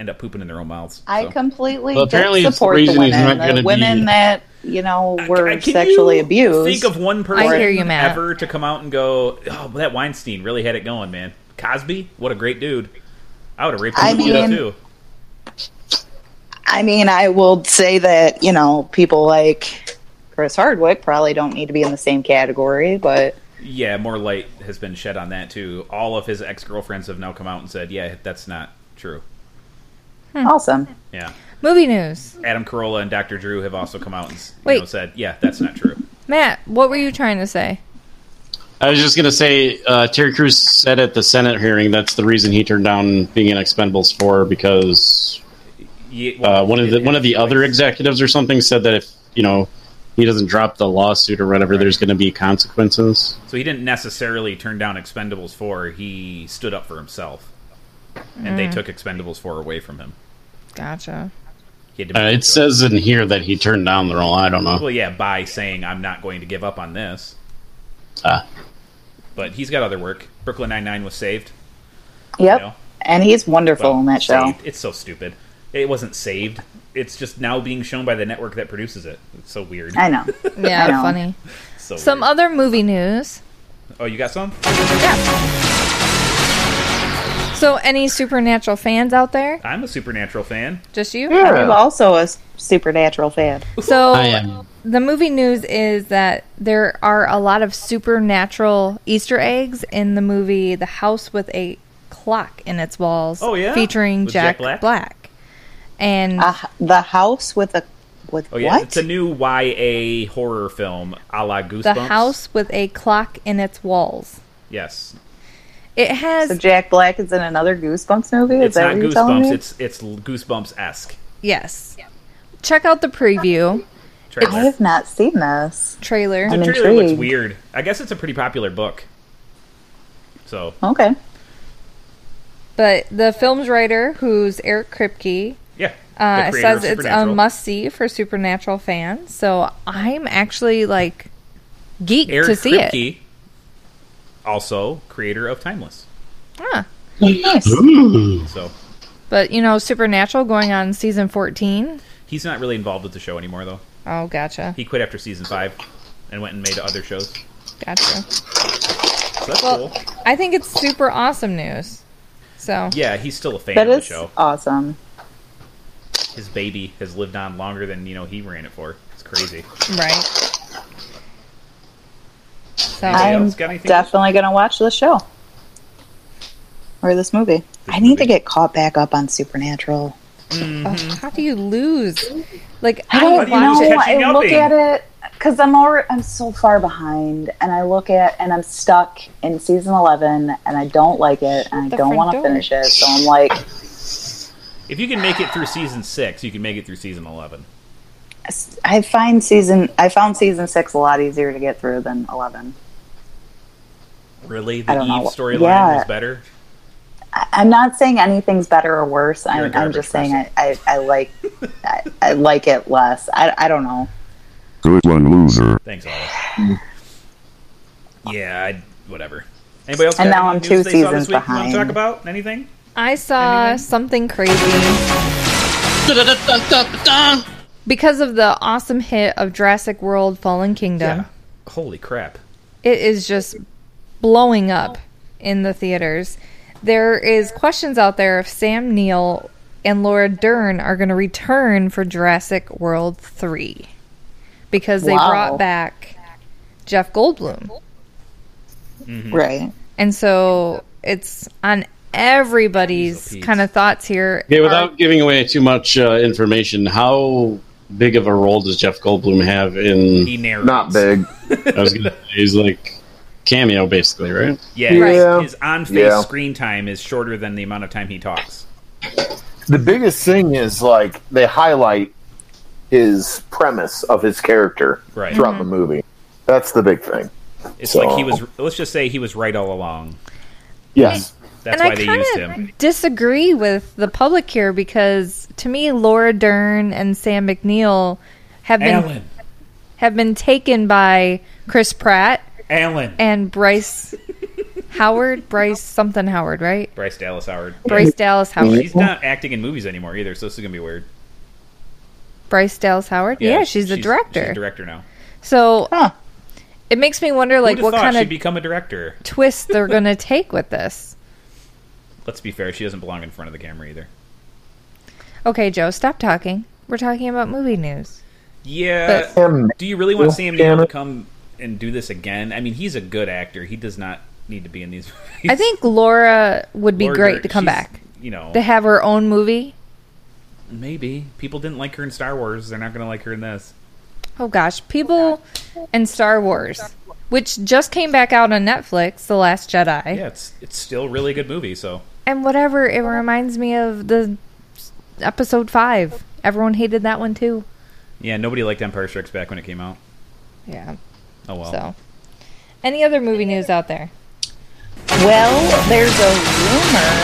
[SPEAKER 5] end up pooping in their own mouths.
[SPEAKER 7] I
[SPEAKER 5] So-
[SPEAKER 7] completely
[SPEAKER 5] Well, apparently
[SPEAKER 7] did
[SPEAKER 5] it's the
[SPEAKER 7] support the,
[SPEAKER 5] reason he's
[SPEAKER 7] women.
[SPEAKER 5] not
[SPEAKER 7] The
[SPEAKER 5] gonna be-
[SPEAKER 7] women that you know were
[SPEAKER 5] Can
[SPEAKER 7] sexually
[SPEAKER 5] you
[SPEAKER 7] abused.
[SPEAKER 5] Think of one person
[SPEAKER 1] hear you, Matt.
[SPEAKER 5] ever to come out and go, "Oh, that Weinstein really had it going, man." Cosby, what a great dude. I would have raped him
[SPEAKER 7] I
[SPEAKER 5] to death,
[SPEAKER 7] mean-
[SPEAKER 5] too.
[SPEAKER 7] I mean, I will say that you know people like Chris Hardwick probably don't need to be in the same category, but
[SPEAKER 5] Yeah, more light has been shed on that too. All of his ex girlfriends have now come out and said, "Yeah, that's not true."
[SPEAKER 1] Hmm.
[SPEAKER 7] awesome.
[SPEAKER 5] Yeah,
[SPEAKER 1] Movie news.
[SPEAKER 5] Adam Carolla and Dr. Drew have also come out and you
[SPEAKER 1] Wait.
[SPEAKER 5] know, said, "Yeah, that's not true."
[SPEAKER 1] Matt, what were you trying to say?
[SPEAKER 6] I was just going to say, uh, Terry Crews said at the Senate hearing that's the reason he turned down being in Expendables four because uh, one of the one of the other executives or something said that if you know he doesn't drop the lawsuit or whatever, there's going to be consequences.
[SPEAKER 5] So he didn't necessarily turn down Expendables 4. He stood up for himself. And they
[SPEAKER 1] Mm.
[SPEAKER 5] took Expendables 4 away from him.
[SPEAKER 1] Gotcha.
[SPEAKER 5] He had to
[SPEAKER 6] Uh, it says in here that he turned down the role. I don't know.
[SPEAKER 5] Well, yeah, by saying, I'm not going to give up on this.
[SPEAKER 6] Ah.
[SPEAKER 5] But he's got other work. Brooklyn Nine-Nine was saved.
[SPEAKER 7] Yep.
[SPEAKER 5] know?
[SPEAKER 7] And he's wonderful
[SPEAKER 5] Well,
[SPEAKER 7] in that show.
[SPEAKER 5] saved. It's so stupid. It wasn't saved. It's just now being shown by the network that produces it. It's so weird.
[SPEAKER 7] I know.
[SPEAKER 1] Yeah,
[SPEAKER 7] I know.
[SPEAKER 1] funny.
[SPEAKER 5] So
[SPEAKER 1] Some other movie news.
[SPEAKER 5] Oh, you got some?
[SPEAKER 1] So, any supernatural fans out there?
[SPEAKER 5] I'm a Supernatural fan.
[SPEAKER 1] Just you?
[SPEAKER 7] I'm also a supernatural fan.
[SPEAKER 1] So
[SPEAKER 5] I am.
[SPEAKER 1] the movie news is that there are a lot of supernatural Easter eggs in the movie The House with a Clock in Its Walls.
[SPEAKER 7] Oh, yeah?
[SPEAKER 1] featuring
[SPEAKER 7] With
[SPEAKER 1] Jack,
[SPEAKER 7] Jack
[SPEAKER 1] Black.
[SPEAKER 7] Black?
[SPEAKER 1] And
[SPEAKER 7] the house with a with
[SPEAKER 5] Oh yeah, it's a new YA horror film, a la Goosebumps.
[SPEAKER 1] the House with a Clock in Its Walls.
[SPEAKER 5] Yes,
[SPEAKER 1] It has
[SPEAKER 7] So Jack Black is in another Goosebumps movie.
[SPEAKER 5] it's
[SPEAKER 7] is that
[SPEAKER 5] not
[SPEAKER 7] what you're telling
[SPEAKER 5] Goosebumps.
[SPEAKER 7] me?
[SPEAKER 5] It's it's Goosebumps esque.
[SPEAKER 1] Yes. Check out the preview.
[SPEAKER 5] Trailer.
[SPEAKER 7] I have not seen this
[SPEAKER 1] trailer.
[SPEAKER 5] The
[SPEAKER 7] I'm
[SPEAKER 5] trailer looks
[SPEAKER 7] intrigued.
[SPEAKER 5] weird. I guess it's a pretty popular book. So
[SPEAKER 7] Okay.
[SPEAKER 1] But the film's writer, who's Eric Kripke,
[SPEAKER 5] yeah,
[SPEAKER 1] uh,
[SPEAKER 5] the creator of
[SPEAKER 1] says it's a
[SPEAKER 5] Supernatural.
[SPEAKER 1] must see for Supernatural fans. So I'm actually like geeked
[SPEAKER 5] Eric
[SPEAKER 1] to see it.
[SPEAKER 5] Kripke, also creator of Timeless.
[SPEAKER 1] Huh.
[SPEAKER 5] So
[SPEAKER 1] But you know, Supernatural going on season 14.
[SPEAKER 5] he's not really involved with the show anymore, though.
[SPEAKER 1] Oh, gotcha.
[SPEAKER 5] He quit after season five and went and made other shows.
[SPEAKER 1] Gotcha.
[SPEAKER 5] So that's
[SPEAKER 1] Well,
[SPEAKER 5] cool.
[SPEAKER 1] I think it's super awesome news. So,
[SPEAKER 5] Yeah, he's still a fan
[SPEAKER 7] That
[SPEAKER 5] of the
[SPEAKER 7] is
[SPEAKER 5] show.
[SPEAKER 7] awesome.
[SPEAKER 5] His baby has lived on longer than you know he ran it for. It's crazy.
[SPEAKER 1] right. So
[SPEAKER 7] I'm definitely going to watch this show or this movie. I need to get caught back up on Supernatural.
[SPEAKER 1] Ugh, how do you lose? Like
[SPEAKER 7] I
[SPEAKER 1] I,
[SPEAKER 7] don't
[SPEAKER 1] watched
[SPEAKER 7] know.
[SPEAKER 1] it.
[SPEAKER 7] I look at it because I'm already I'm so far behind, and I look at and I'm stuck in season eleven, and I don't like it, and
[SPEAKER 1] the
[SPEAKER 7] I don't
[SPEAKER 1] front
[SPEAKER 7] want to
[SPEAKER 1] door.
[SPEAKER 7] finish it. So I'm like,
[SPEAKER 5] If you can make it through season six, you can make it through season eleven.
[SPEAKER 7] I find season I found season six a lot easier to get through than eleven.
[SPEAKER 5] Really, the
[SPEAKER 7] I don't
[SPEAKER 5] Eve
[SPEAKER 7] know.
[SPEAKER 5] storyline
[SPEAKER 7] Yeah.
[SPEAKER 5] was better.
[SPEAKER 7] I, I'm not saying anything's better or worse.
[SPEAKER 5] You're a
[SPEAKER 7] I'm, I'm
[SPEAKER 5] garbage
[SPEAKER 7] just saying I, I, I like I, I like it less. I, I don't know.
[SPEAKER 3] Good one, loser.
[SPEAKER 5] Thanks,
[SPEAKER 7] Mm.
[SPEAKER 5] Olive. yeah, I, whatever. Anybody else?
[SPEAKER 7] And
[SPEAKER 5] got
[SPEAKER 7] now
[SPEAKER 5] any
[SPEAKER 7] I'm two
[SPEAKER 5] news they saw this week
[SPEAKER 7] seasons
[SPEAKER 5] you wanna
[SPEAKER 7] behind.
[SPEAKER 5] talk about anything?
[SPEAKER 1] I saw something crazy. Because of the awesome hit of Jurassic World Fallen Kingdom.
[SPEAKER 5] Holy crap!
[SPEAKER 1] it is just blowing up in the theaters. There is questions out there if Sam Neill and Laura Dern are going to return for Jurassic World 3 because they
[SPEAKER 7] Wow.
[SPEAKER 1] brought back Jeff Goldblum.
[SPEAKER 5] Mm-hmm.
[SPEAKER 7] Right.
[SPEAKER 1] And so it's on everybody's kind of thoughts here.
[SPEAKER 6] Okay, without giving away too much uh, information, how big of a role does Jeff Goldblum have in?
[SPEAKER 5] He narrates.
[SPEAKER 4] Not big.
[SPEAKER 6] I was gonna. say, He's like cameo, basically, right?
[SPEAKER 5] Yeah,
[SPEAKER 4] Yeah.
[SPEAKER 5] his, his on-face
[SPEAKER 4] Yeah.
[SPEAKER 5] screen time is shorter than the amount of time he talks.
[SPEAKER 4] The biggest thing is like they highlight his premise of his character
[SPEAKER 5] Right.
[SPEAKER 4] throughout
[SPEAKER 5] Mhm.
[SPEAKER 7] Mm-hmm.
[SPEAKER 4] the movie. That's the big thing.
[SPEAKER 5] It's
[SPEAKER 4] So-
[SPEAKER 5] like he was. Let's just say he was right all along.
[SPEAKER 4] Yes.
[SPEAKER 5] That's
[SPEAKER 1] and
[SPEAKER 5] why
[SPEAKER 1] I
[SPEAKER 5] they
[SPEAKER 1] kinda
[SPEAKER 5] used him.
[SPEAKER 1] Disagree with the public here because to me, Laura Dern and Sam McNeill have been
[SPEAKER 5] Alan.
[SPEAKER 1] have been taken by Chris Pratt
[SPEAKER 5] Alan.
[SPEAKER 1] and Bryce Howard, Bryce something Howard, right?
[SPEAKER 5] Bryce Dallas Howard.
[SPEAKER 1] Bryce Dallas Howard.
[SPEAKER 5] She's not acting in movies anymore either, so this is gonna be weird.
[SPEAKER 1] Bryce Dallas Howard. Yeah, she's, a director.
[SPEAKER 5] She's a director now.
[SPEAKER 1] So it makes me wonder, like,
[SPEAKER 5] Who'd have
[SPEAKER 1] what
[SPEAKER 5] thought
[SPEAKER 1] kind
[SPEAKER 5] she'd
[SPEAKER 1] of
[SPEAKER 5] become a director?
[SPEAKER 1] twist they're going to take with this.
[SPEAKER 5] Let's be fair, she doesn't belong in front of the camera either.
[SPEAKER 1] Okay, Joe, stop talking. We're talking about movie news.
[SPEAKER 5] Yeah.
[SPEAKER 1] But-
[SPEAKER 5] do you really want
[SPEAKER 1] Well,
[SPEAKER 5] Sam
[SPEAKER 1] damn
[SPEAKER 5] Neill to
[SPEAKER 1] it.
[SPEAKER 5] come and do this again? I mean, he's a good actor. He does not need to be in these. Movies.
[SPEAKER 1] I think Laura would be
[SPEAKER 5] Laura
[SPEAKER 1] great
[SPEAKER 5] Dern,
[SPEAKER 1] to come
[SPEAKER 5] she's,
[SPEAKER 1] back.
[SPEAKER 5] You know,
[SPEAKER 1] to have her own movie.
[SPEAKER 5] maybe people didn't like her in Star Wars. They're not going to like her in this.
[SPEAKER 1] oh gosh, people and Star Wars, which just came back out on Netflix, The Last Jedi.
[SPEAKER 5] Yeah, it's it's still a really good movie. So
[SPEAKER 1] And whatever, it reminds me of the s- episode five. Everyone hated that one too.
[SPEAKER 5] yeah, nobody liked Empire Strikes Back when it came out.
[SPEAKER 1] Yeah.
[SPEAKER 5] Oh well.
[SPEAKER 1] So, any other movie news out there?
[SPEAKER 7] Well, there's a rumor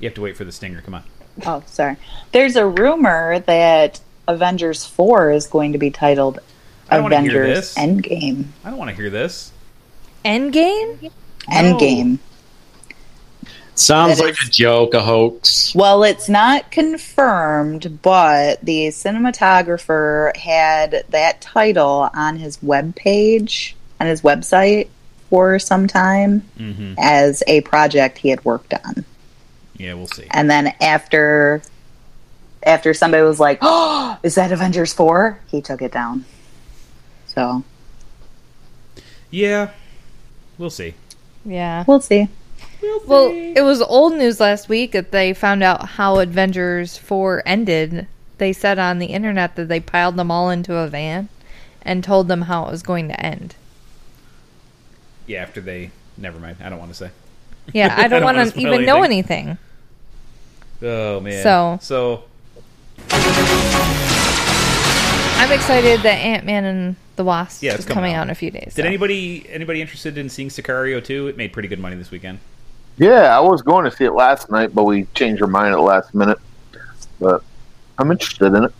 [SPEAKER 5] You have to wait for the stinger. Come on.
[SPEAKER 7] Oh, sorry. There's a rumor that Avengers 4 is going to be titled
[SPEAKER 5] I don't wanna hear
[SPEAKER 7] Avengers
[SPEAKER 5] this.
[SPEAKER 7] Endgame.
[SPEAKER 5] I don't want to hear this.
[SPEAKER 1] Endgame?
[SPEAKER 7] Endgame.
[SPEAKER 6] Sounds like a joke, a hoax.
[SPEAKER 7] Well, it's not confirmed, but the cinematographer had that title on his webpage, on his website for some time
[SPEAKER 5] Mm-hmm.
[SPEAKER 7] as a project he had worked on.
[SPEAKER 5] Yeah, we'll see.
[SPEAKER 7] And then after after somebody was like, "Oh, is that Avengers 4?" he took it down. So,
[SPEAKER 5] Yeah, we'll see.
[SPEAKER 1] Yeah.
[SPEAKER 7] we'll see.
[SPEAKER 1] Well, it was old news last week that they found out how Avengers 4 ended. They said on the internet that they piled them all into a van and told them how it was going to end.
[SPEAKER 5] Yeah, after they. Never mind. I don't want to say.
[SPEAKER 1] Yeah, I don't,
[SPEAKER 5] wanna
[SPEAKER 1] want to
[SPEAKER 5] spoil
[SPEAKER 1] even know anything.
[SPEAKER 5] Oh man.
[SPEAKER 1] So-
[SPEAKER 5] so
[SPEAKER 1] I'm excited that Ant Man and the Wasp
[SPEAKER 5] yeah, it's
[SPEAKER 1] is coming out. in a few days.
[SPEAKER 5] Did anybody anybody interested in seeing Sicario 2? It made pretty good money this weekend.
[SPEAKER 4] Yeah, I was going to see it last night, but we changed our mind at the last minute. But I'm interested in it.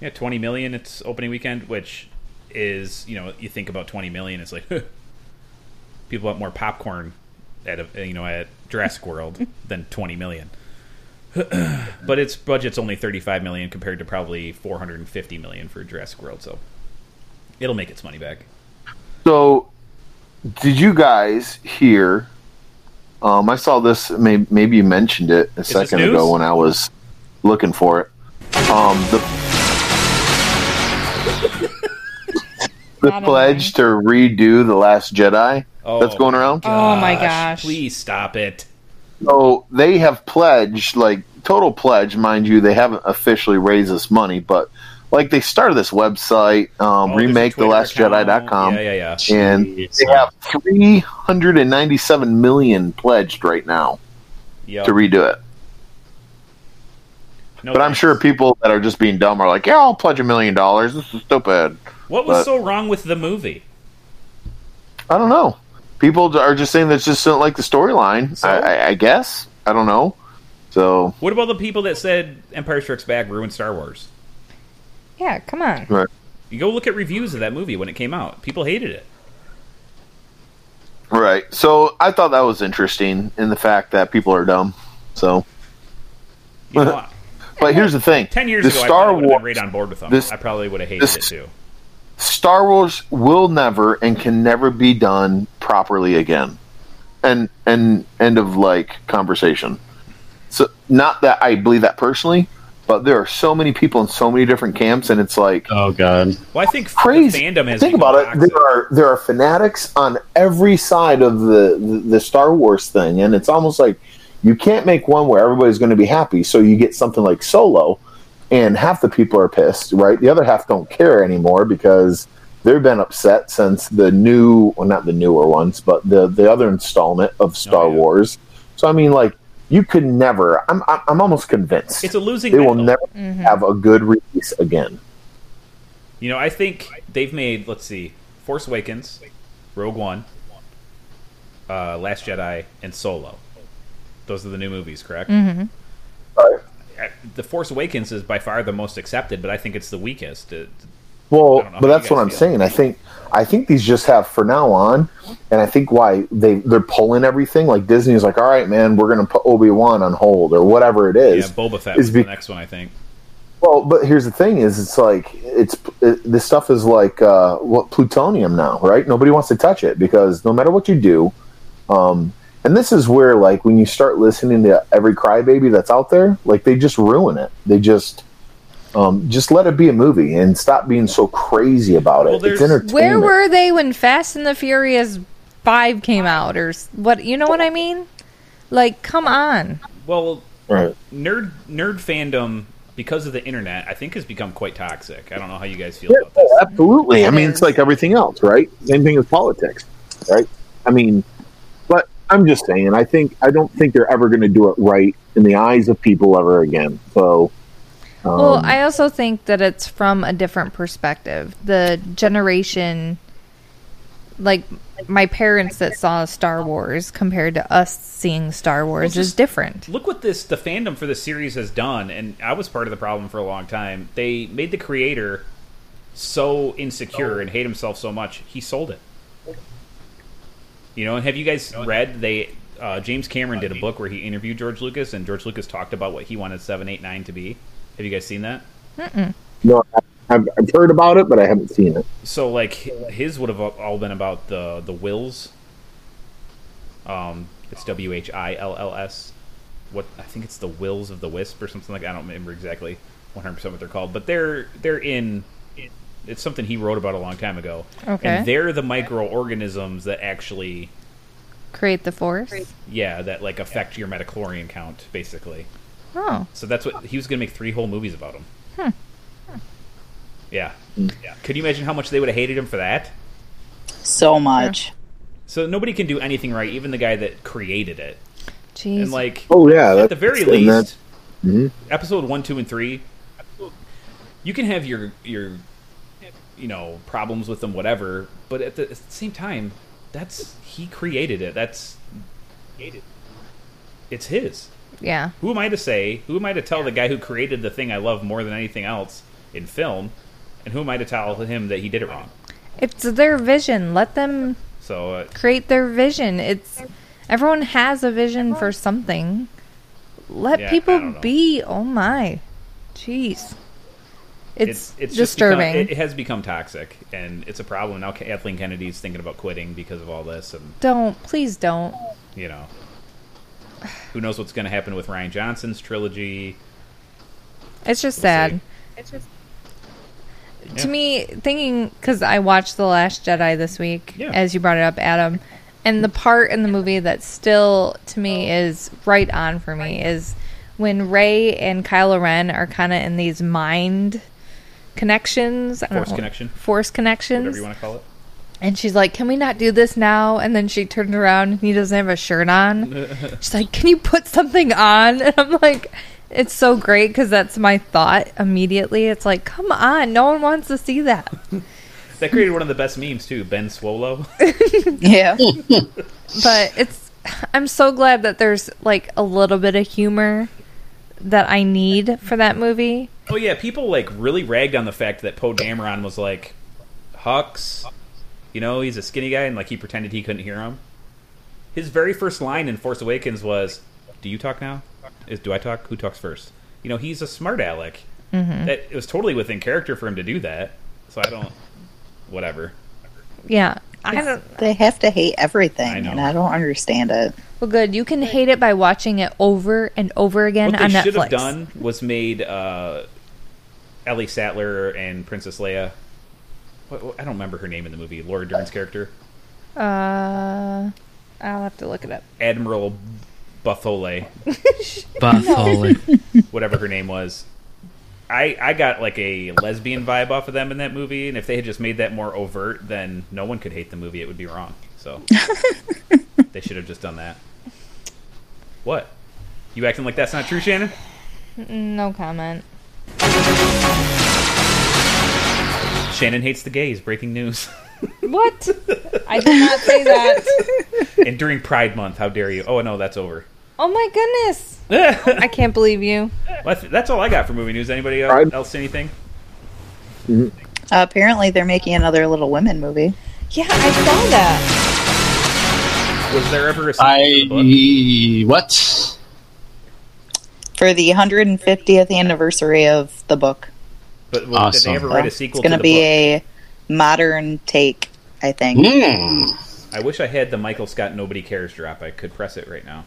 [SPEAKER 5] Yeah, 20 million its opening weekend, which is, you know, you think about 20 million, it's like people want more popcorn at a, you know, at Jurassic World than 20 million. but its budget's only 35 million compared to probably 450 million for Jurassic World, so it'll make its money back.
[SPEAKER 4] So, did you guys hear? Um, I saw this. May, maybe you mentioned it a second
[SPEAKER 5] news?
[SPEAKER 4] ago when I was looking for it. Um, the the
[SPEAKER 1] Not
[SPEAKER 4] pledge to redo the Last Jedi
[SPEAKER 5] Oh,
[SPEAKER 4] that's going around.
[SPEAKER 1] Oh my gosh.
[SPEAKER 5] Please stop it.
[SPEAKER 4] So they have pledged, like total pledge, mind you. They haven't officially raised this money, but like they started this website, um,
[SPEAKER 5] Oh, there's a
[SPEAKER 4] remake the
[SPEAKER 5] Twitter
[SPEAKER 4] Last Jedi.com,
[SPEAKER 5] Yeah, yeah, yeah.
[SPEAKER 4] and they have three hundred and ninety-seven million pledged right now
[SPEAKER 5] Yep.
[SPEAKER 4] to redo it.
[SPEAKER 5] No
[SPEAKER 4] but I'm
[SPEAKER 5] thanks.
[SPEAKER 4] sure people that are just being dumb are like, "Yeah, I'll pledge a million dollars. This is stupid."
[SPEAKER 5] What was
[SPEAKER 4] But-
[SPEAKER 5] so wrong with the movie?
[SPEAKER 4] I don't know. People are just saying that's just don't like the storyline. I, I, I guess I don't know. So
[SPEAKER 5] What about the people that said Empire Strikes Back ruined Star Wars?
[SPEAKER 1] Yeah, come on.
[SPEAKER 4] right.
[SPEAKER 5] You go look at reviews of that movie when it came out. People hated it.
[SPEAKER 4] Right. So I thought that was interesting in the fact that people are dumb. So,
[SPEAKER 5] You know,
[SPEAKER 4] but here's the thing:
[SPEAKER 5] ten years
[SPEAKER 4] the
[SPEAKER 5] ago, I
[SPEAKER 4] Star
[SPEAKER 5] probably would have been
[SPEAKER 4] Wars,
[SPEAKER 5] right on board with them.
[SPEAKER 4] this-
[SPEAKER 5] I probably would have hated
[SPEAKER 4] this-
[SPEAKER 5] it too.
[SPEAKER 4] Star Wars will never and can never be done properly again. And and end of like conversation. So not that I believe that personally, but there are so many people in so many different camps, and it's like
[SPEAKER 6] Oh god.
[SPEAKER 5] Well, I think f-
[SPEAKER 4] crazy.
[SPEAKER 5] The fandom has
[SPEAKER 4] Think
[SPEAKER 5] become
[SPEAKER 4] about it.
[SPEAKER 5] toxic.
[SPEAKER 4] There are there are fanatics on every side of the, the the Star Wars thing, and it's almost like you can't make one where everybody's going to be happy. So you get something like Solo, and half the people are pissed, right? The other half don't care anymore because they've been upset since the new, well, not the newer ones, but the the other installment of Star
[SPEAKER 5] Oh, yeah.
[SPEAKER 4] Wars. So I mean, like you could never. I'm I'm I'm almost convinced
[SPEAKER 5] It's a losing
[SPEAKER 4] they will
[SPEAKER 5] battle.
[SPEAKER 4] never have a good release again.
[SPEAKER 5] You know, I think they've made. Let's see, Force Awakens, Rogue One, uh, Last Jedi, and Solo. Those are the new movies, correct?
[SPEAKER 1] Mm. Mm-hmm.
[SPEAKER 4] Right.
[SPEAKER 5] Uh, The Force Awakens is by far the most accepted, but I think it's the weakest. Uh, It- I
[SPEAKER 4] Well,
[SPEAKER 5] don't know
[SPEAKER 4] but
[SPEAKER 5] how you
[SPEAKER 4] that's what
[SPEAKER 5] guys
[SPEAKER 4] I'm
[SPEAKER 5] feel.
[SPEAKER 4] saying. I think I think these just have for now on, and I think why they they're pulling everything like Disney is like, all right, man, we're gonna put Obi Wan on hold or whatever it
[SPEAKER 5] yeah,
[SPEAKER 4] is.
[SPEAKER 5] Boba Fett
[SPEAKER 4] is
[SPEAKER 5] was the
[SPEAKER 4] be-
[SPEAKER 5] next one, I think.
[SPEAKER 4] well, but here's the thing: is it's like it's it, this stuff is like uh, what plutonium now, right? Nobody wants to touch it because no matter what you do, um, and this is where like when you start listening to every crybaby that's out there, like they just ruin it. They just um, just let it be a movie and stop being so crazy about it.
[SPEAKER 5] Well,
[SPEAKER 4] it's
[SPEAKER 5] there's-
[SPEAKER 4] entertainment.
[SPEAKER 1] Where were they when Fast and the Furious 5 came out or s- what, you know what
[SPEAKER 5] Oh.
[SPEAKER 1] I mean? Like, come on.
[SPEAKER 5] Well,
[SPEAKER 4] Right.
[SPEAKER 5] nerd nerd fandom because of the internet, I think has become quite toxic. I don't know how you guys feel
[SPEAKER 4] Yeah,
[SPEAKER 5] about this.
[SPEAKER 4] absolutely. I mean, it's like everything else, right? Same thing as politics, right? I mean, but I'm just saying. I think I don't think they're ever going to do it right in the eyes of people ever again. So, um,
[SPEAKER 1] well, I also think that it's from a different perspective. The generation, like my parents that saw Star Wars compared to us seeing Star Wars, is
[SPEAKER 5] just-
[SPEAKER 1] different.
[SPEAKER 5] Look what this the fandom for the series has done, and I was part of the problem for a long time. They made the creator so insecure and hate himself so much, he sold it. You know, and have you guys read they uh, James Cameron did a book where he interviewed George Lucas, and George Lucas talked about what he wanted seven, eight, nine to be. Have you guys seen that?
[SPEAKER 4] no, I- I've, I've heard about it, but I haven't seen it.
[SPEAKER 5] So like his would have all been about the the wills. Um, it's W H I L L S. What I think it's the wills of the wisp or something like I don't remember exactly one hundred percent what they're called, but they're they're in. It's something he wrote about a long time ago,
[SPEAKER 1] Okay.
[SPEAKER 5] and they're the microorganisms that actually
[SPEAKER 1] Create the force.
[SPEAKER 5] yeah that like affect your metachlorian count basically.
[SPEAKER 1] Oh,
[SPEAKER 5] So that's what he was going to make three whole movies about him.
[SPEAKER 1] Hmm.
[SPEAKER 5] Yeah. yeah. Could you imagine how much they would have hated him for that?
[SPEAKER 7] So much.
[SPEAKER 5] So nobody can do anything right, even the guy that created it.
[SPEAKER 1] Jeez.
[SPEAKER 5] And like,
[SPEAKER 4] Oh yeah,
[SPEAKER 5] at
[SPEAKER 4] that's-
[SPEAKER 5] the very
[SPEAKER 4] and that-
[SPEAKER 5] least,
[SPEAKER 4] Mhm.
[SPEAKER 5] episode one, two, and three, you can have your your you know problems with them, whatever. But at the, at the same time, that's he created it. That's it's his.
[SPEAKER 1] yeah.
[SPEAKER 5] Who am I to say? Who am I to tell the guy who created the thing I love more than anything else in film? And who am I to tell him that he did it wrong?
[SPEAKER 1] It's their vision. Let them
[SPEAKER 5] So uh,
[SPEAKER 1] create their vision. It's everyone has a vision for something. Let
[SPEAKER 5] Yeah, I
[SPEAKER 1] people
[SPEAKER 5] don't know.
[SPEAKER 1] be. Oh my, jeez, it's,
[SPEAKER 5] just become-
[SPEAKER 1] disturbing.
[SPEAKER 5] it, it has become toxic, and it's a problem now. Kathleen Kennedy's thinking about quitting because of all this, and
[SPEAKER 1] don't please don't.
[SPEAKER 5] you know, who knows what's going to happen with Ryan Johnson's trilogy?
[SPEAKER 1] It's just sad.
[SPEAKER 2] It's just.
[SPEAKER 1] To me, thinking because I watched The Last Jedi this week,
[SPEAKER 2] Yeah.
[SPEAKER 1] as you brought it up, Adam, and the part in the movie that still to me
[SPEAKER 2] Oh.
[SPEAKER 1] is right on for me is when Ray and Kylo Ren are kind of in these mind connections, I don't
[SPEAKER 5] Force
[SPEAKER 1] know,
[SPEAKER 5] connection?
[SPEAKER 1] force connections,
[SPEAKER 5] Whatever you want to call it.
[SPEAKER 1] And she's like, "Can we not do this now?" And then she turned around and he doesn't have a shirt on. she's like, "Can you put something on?" And I'm like, "It's so great because that's my thought immediately. It's like, come on, no one wants to see that."
[SPEAKER 5] That created one of the best memes too. Ben Swolo.
[SPEAKER 7] Yeah.
[SPEAKER 1] but it's I'm so glad that there's like a little bit of humor that I need for that movie.
[SPEAKER 5] oh yeah, people like really ragged on the fact that Poe Dameron was like Hux. You know, he's a skinny guy, and like he pretended he couldn't hear him. His very first line in Force Awakens was, "Do you talk now? Is do I talk? Who talks first? You know, he's a smart aleck.
[SPEAKER 1] Mhm.
[SPEAKER 5] That it was totally within character for him to do that. So I don't. Whatever.
[SPEAKER 1] Yeah. I don't
[SPEAKER 7] They have to hate everything,
[SPEAKER 5] I know.
[SPEAKER 7] and I don't understand it.
[SPEAKER 1] Well, good. You can hate it by watching it over and over again
[SPEAKER 5] what
[SPEAKER 1] on
[SPEAKER 5] they
[SPEAKER 1] Netflix.
[SPEAKER 5] should have done was made uh, Ellie Sattler and Princess Leia. What, what- I don't remember her name in the movie. Laura Dern's character,
[SPEAKER 1] Uh, I'll have to look it up.
[SPEAKER 5] Admiral Buthole, whatever her name was. I I got like a lesbian vibe off of them in that movie, and if they had just made that more overt, then no one could hate the movie. It would be wrong. So they should have just done that. What? You acting like that's not true, Shannon?
[SPEAKER 1] No comment.
[SPEAKER 5] Shannon hates the gays. Breaking news.
[SPEAKER 1] What? I did not say that.
[SPEAKER 5] and during Pride Month, how dare you? Oh no, that's over.
[SPEAKER 1] Oh my goodness.
[SPEAKER 5] well,
[SPEAKER 1] I can't believe you.
[SPEAKER 5] that's, that's all I got for movie news. Anybody el-
[SPEAKER 4] Pride-
[SPEAKER 5] else anything?
[SPEAKER 7] Uh, apparently, they're making another Little Women movie.
[SPEAKER 1] Yeah, I saw that.
[SPEAKER 5] Was there ever a
[SPEAKER 6] I what?
[SPEAKER 7] for the 150th anniversary of the book.
[SPEAKER 5] But well,
[SPEAKER 6] Awesome.
[SPEAKER 5] did they ever write a
[SPEAKER 7] So
[SPEAKER 5] sequel
[SPEAKER 7] it's
[SPEAKER 5] to
[SPEAKER 7] going
[SPEAKER 5] the
[SPEAKER 7] be
[SPEAKER 5] book?
[SPEAKER 7] a modern take, I think.
[SPEAKER 6] Mm.
[SPEAKER 5] I wish I had the Michael Scott Nobody Cares drop. I could press it right now.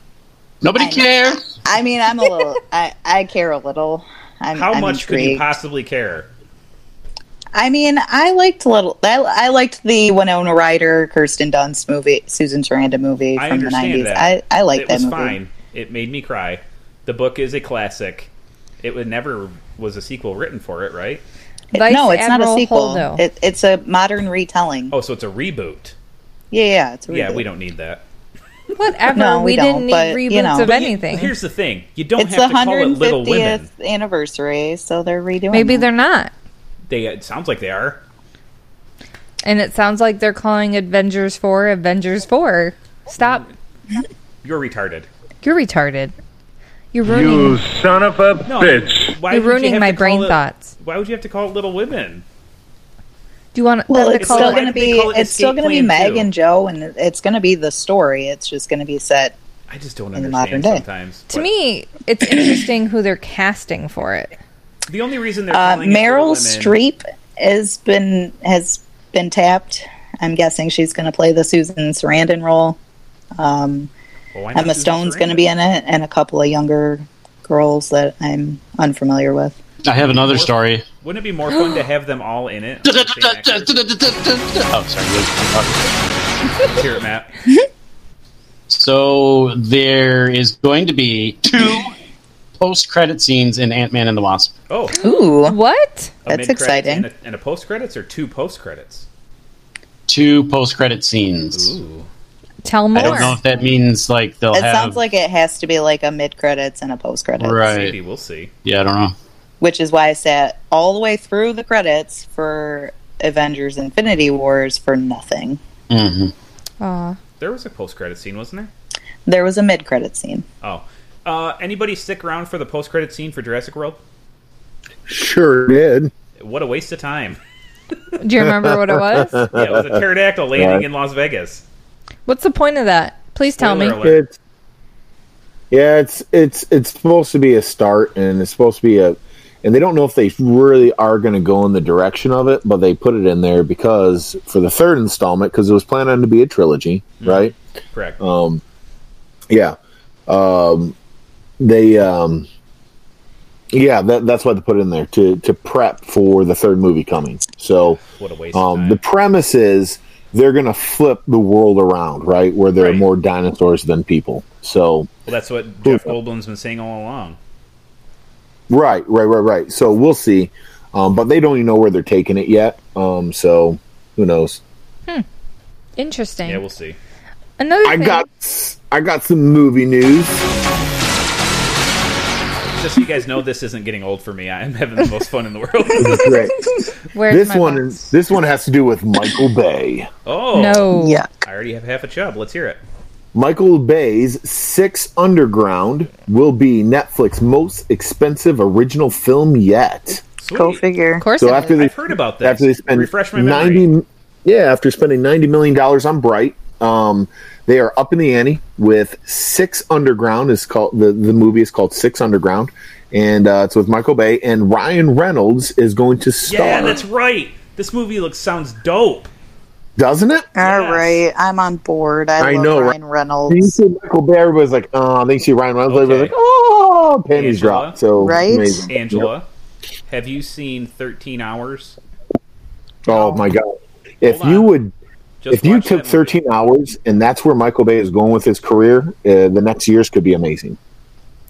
[SPEAKER 6] Nobody
[SPEAKER 7] I know.
[SPEAKER 6] cares.
[SPEAKER 7] I mean, I'm a little. I, I care a little. I'm,
[SPEAKER 5] How
[SPEAKER 7] I'm
[SPEAKER 5] much could you
[SPEAKER 7] intrigued.
[SPEAKER 5] possibly care?
[SPEAKER 7] I mean, I liked little. I, I liked the Winona Ryder, Kirsten Dunst movie, Susan Sarandon movie
[SPEAKER 5] I
[SPEAKER 7] from the
[SPEAKER 5] understand
[SPEAKER 7] 90s.
[SPEAKER 5] that.
[SPEAKER 7] I I liked
[SPEAKER 5] it
[SPEAKER 7] that
[SPEAKER 5] was
[SPEAKER 7] movie.
[SPEAKER 5] fine. It made me cry. The book is a classic. it would never was a sequel written for it, right?
[SPEAKER 1] Vice
[SPEAKER 7] no, it's not
[SPEAKER 1] Admiral
[SPEAKER 7] a sequel.
[SPEAKER 1] Holdo.
[SPEAKER 7] It, it's a modern retelling.
[SPEAKER 5] Oh, so it's a reboot.
[SPEAKER 7] Yeah, yeah, it's a
[SPEAKER 5] Oh, Yeah,
[SPEAKER 7] reboot.
[SPEAKER 5] we don't need that.
[SPEAKER 1] Whatever.
[SPEAKER 7] No,
[SPEAKER 1] we,
[SPEAKER 7] we
[SPEAKER 1] didn't
[SPEAKER 7] don't,
[SPEAKER 1] need
[SPEAKER 7] but,
[SPEAKER 1] reboots
[SPEAKER 7] you know.
[SPEAKER 1] of
[SPEAKER 7] But you-
[SPEAKER 1] anything.
[SPEAKER 5] Here's the thing: you don't
[SPEAKER 7] it's the
[SPEAKER 5] have to call it Little Women.
[SPEAKER 7] 150th anniversary, so they're redoing.
[SPEAKER 1] Maybe
[SPEAKER 7] it.
[SPEAKER 1] they're not.
[SPEAKER 5] They it sounds like they are.
[SPEAKER 1] And it sounds like they're calling Avengers 4 Avengers 4. Stop.
[SPEAKER 5] You're retarded.
[SPEAKER 1] You're retarded. You're
[SPEAKER 9] You
[SPEAKER 1] ruining.
[SPEAKER 9] son of a bitch.
[SPEAKER 5] Why
[SPEAKER 1] You're
[SPEAKER 5] would you
[SPEAKER 1] ruining
[SPEAKER 5] have
[SPEAKER 1] my
[SPEAKER 5] to call
[SPEAKER 1] brain
[SPEAKER 5] it-
[SPEAKER 1] thoughts.
[SPEAKER 5] Why would you have to call it Little Women?
[SPEAKER 1] Do you want
[SPEAKER 7] Well,
[SPEAKER 1] them
[SPEAKER 7] it's
[SPEAKER 1] to call
[SPEAKER 7] still
[SPEAKER 1] it-
[SPEAKER 7] going to
[SPEAKER 5] they
[SPEAKER 7] be
[SPEAKER 5] call it
[SPEAKER 7] it's still
[SPEAKER 5] Escape
[SPEAKER 7] going to be
[SPEAKER 5] Plan
[SPEAKER 7] Meg
[SPEAKER 5] two?
[SPEAKER 7] and Joe, and it's going to be the story. It's just going to be set.
[SPEAKER 5] I just don't
[SPEAKER 7] In the
[SPEAKER 5] understand
[SPEAKER 7] modern day.
[SPEAKER 5] sometimes.
[SPEAKER 1] To me, it's interesting who they're casting for it.
[SPEAKER 5] the only reason they're
[SPEAKER 7] Uh,
[SPEAKER 5] calling it Little
[SPEAKER 7] Meryl
[SPEAKER 5] Women-
[SPEAKER 7] Streep has been has been tapped. I'm guessing she's going to play the Susan Sarandon role. Um,
[SPEAKER 5] Well, why not
[SPEAKER 7] Emma
[SPEAKER 5] Susan
[SPEAKER 7] Stone's going
[SPEAKER 5] Sarandon?
[SPEAKER 7] to be in it, and a couple of younger girls that I'm unfamiliar with.
[SPEAKER 6] I have another story.
[SPEAKER 5] Wouldn't it be more fun to have them all in it?
[SPEAKER 6] oh, sorry.
[SPEAKER 5] Let's hear it, Matt.
[SPEAKER 6] So there is going to be two post-credit scenes in Ant-Man and the Wasp.
[SPEAKER 5] Oh,
[SPEAKER 7] Ooh,
[SPEAKER 1] What?
[SPEAKER 5] a mid-credits
[SPEAKER 7] That's exciting.
[SPEAKER 5] And a, and a post credits or two post credits?
[SPEAKER 6] Two post-credit scenes.
[SPEAKER 5] Ooh.
[SPEAKER 1] Tell more.
[SPEAKER 6] I don't know if that means like they'll
[SPEAKER 7] it
[SPEAKER 6] have.
[SPEAKER 7] sounds like it has to be like a mid credits and a post credits,
[SPEAKER 6] right.
[SPEAKER 5] Maybe we'll see.
[SPEAKER 6] Yeah, I don't know.
[SPEAKER 7] which is why I sat all the way through the credits for Avengers: Infinity Wars for nothing.
[SPEAKER 6] hmm
[SPEAKER 1] Aw.
[SPEAKER 5] There was a post credit scene, wasn't there?
[SPEAKER 7] There was a mid credit scene.
[SPEAKER 5] Oh. Uh, anybody stick around for the post credit scene for Jurassic World?
[SPEAKER 4] Sure did.
[SPEAKER 5] What a waste of time.
[SPEAKER 1] Do you remember what it was?
[SPEAKER 5] Yeah, it was a pterodactyl landing
[SPEAKER 4] Right.
[SPEAKER 5] in Las Vegas.
[SPEAKER 1] What's the point of that? Please tell me.
[SPEAKER 5] Spoiler alert.
[SPEAKER 4] It's yeah, it's it's it's supposed to be a start, and it's supposed to be a, and they don't know if they really are going to go in the direction of it, but they put it in there because for the third installment, because it was planned on to be a trilogy, right?
[SPEAKER 5] Correct.
[SPEAKER 4] Um, yeah, um, they um, yeah, that, that's what they put in there to to prep for the third movie coming. So.
[SPEAKER 5] what a waste of
[SPEAKER 4] Um,
[SPEAKER 5] time.
[SPEAKER 4] the premise is they're going to flip the world around, right? Where there
[SPEAKER 5] Right.
[SPEAKER 4] are more dinosaurs than people. So,
[SPEAKER 5] well, that's what Jeff Goldblum's been saying all along.
[SPEAKER 4] right, right, right, right. So we'll see. Um, but they don't even know where they're taking it yet. Um, so who knows?
[SPEAKER 1] Interesting.
[SPEAKER 5] Yeah, we'll see.
[SPEAKER 1] Another
[SPEAKER 4] I
[SPEAKER 1] thing.
[SPEAKER 4] got I got some movie news.
[SPEAKER 5] Just so you guys know, this isn't getting old for me. I'm having the most fun in the world.
[SPEAKER 4] Great.
[SPEAKER 1] Where's
[SPEAKER 4] this
[SPEAKER 1] my
[SPEAKER 4] one
[SPEAKER 1] box?
[SPEAKER 4] is, this one has to do with Michael Bay.
[SPEAKER 5] Oh,
[SPEAKER 1] No.
[SPEAKER 7] Yeah.
[SPEAKER 5] I already have half a chub. Let's hear it.
[SPEAKER 4] Michael Bay's Six Underground will be Netflix's most expensive original film yet.
[SPEAKER 5] Sweet.
[SPEAKER 7] Go figure.
[SPEAKER 1] Of course.
[SPEAKER 4] So
[SPEAKER 1] it
[SPEAKER 4] after
[SPEAKER 1] is.
[SPEAKER 4] they
[SPEAKER 5] I've heard about this.
[SPEAKER 4] after they spend
[SPEAKER 5] Refresh my memory.
[SPEAKER 4] 90 yeah after spending 90 million dollars on bright um, they are up in the ante with six underground is called the, the movie is called six underground and uh, it's with michael bay and ryan reynolds is going to star
[SPEAKER 5] Yeah, that's right. This movie looks sounds dope.
[SPEAKER 4] doesn't it
[SPEAKER 7] All
[SPEAKER 5] Yes.
[SPEAKER 7] right, I'm on board. I,
[SPEAKER 4] I
[SPEAKER 7] love
[SPEAKER 4] know,
[SPEAKER 7] Ryan
[SPEAKER 4] you
[SPEAKER 7] Reynolds.
[SPEAKER 4] see michael bay everybody's like oh they see ryan reynolds everybody's
[SPEAKER 5] Okay.
[SPEAKER 4] like oh panties
[SPEAKER 5] Angela.
[SPEAKER 4] dropped so
[SPEAKER 7] Right?
[SPEAKER 4] amazing.
[SPEAKER 5] Angela, have you seen Thirteen Hours?
[SPEAKER 4] oh my god if
[SPEAKER 5] Hold
[SPEAKER 4] you
[SPEAKER 5] on.
[SPEAKER 4] would
[SPEAKER 5] Just
[SPEAKER 4] if you
[SPEAKER 5] watch
[SPEAKER 4] took
[SPEAKER 5] that movie.
[SPEAKER 4] 13 hours and that's where michael bay is going with his career uh, the next years could be amazing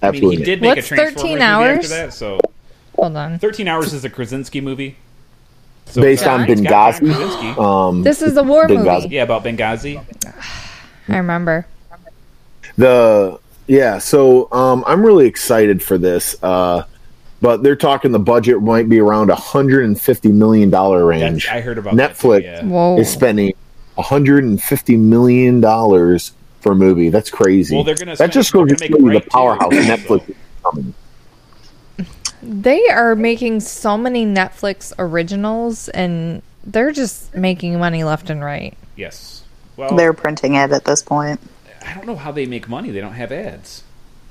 [SPEAKER 5] I mean,
[SPEAKER 4] absolutely
[SPEAKER 5] he did make
[SPEAKER 1] What's
[SPEAKER 5] a Transformers
[SPEAKER 1] 13
[SPEAKER 5] movie after
[SPEAKER 1] Hours?
[SPEAKER 5] that. So
[SPEAKER 1] Hold on.
[SPEAKER 5] Thirteen Hours is a Krasinski movie. So
[SPEAKER 4] based
[SPEAKER 5] it's-
[SPEAKER 4] on
[SPEAKER 5] it's got John
[SPEAKER 4] Benghazi.
[SPEAKER 5] Krasinski.
[SPEAKER 4] Um,
[SPEAKER 1] This is the war
[SPEAKER 4] Big
[SPEAKER 1] movie.
[SPEAKER 4] Bang.
[SPEAKER 5] Yeah, about Benghazi.
[SPEAKER 1] I remember.
[SPEAKER 4] the yeah, so um, I'm really excited for this. Uh, but they're talking the budget might be around 150 million dollar range.
[SPEAKER 5] That's, I heard about
[SPEAKER 4] Netflix.
[SPEAKER 5] That too, yeah.
[SPEAKER 1] Whoa.
[SPEAKER 4] Is spending 150 million dollars for a movie. That's crazy.
[SPEAKER 5] Well, they're gonna
[SPEAKER 4] that
[SPEAKER 5] spend-
[SPEAKER 4] just
[SPEAKER 5] they're
[SPEAKER 4] goes to
[SPEAKER 5] gonna make
[SPEAKER 4] show you
[SPEAKER 5] Bright
[SPEAKER 4] the
[SPEAKER 5] too,
[SPEAKER 4] powerhouse
[SPEAKER 5] so-
[SPEAKER 4] Netflix. is becoming.
[SPEAKER 1] They are making so many Netflix originals and they're just making money left and right.
[SPEAKER 5] Yes. Well,
[SPEAKER 7] They're printing it at this point.
[SPEAKER 5] I don't know how they make money. They don't have ads.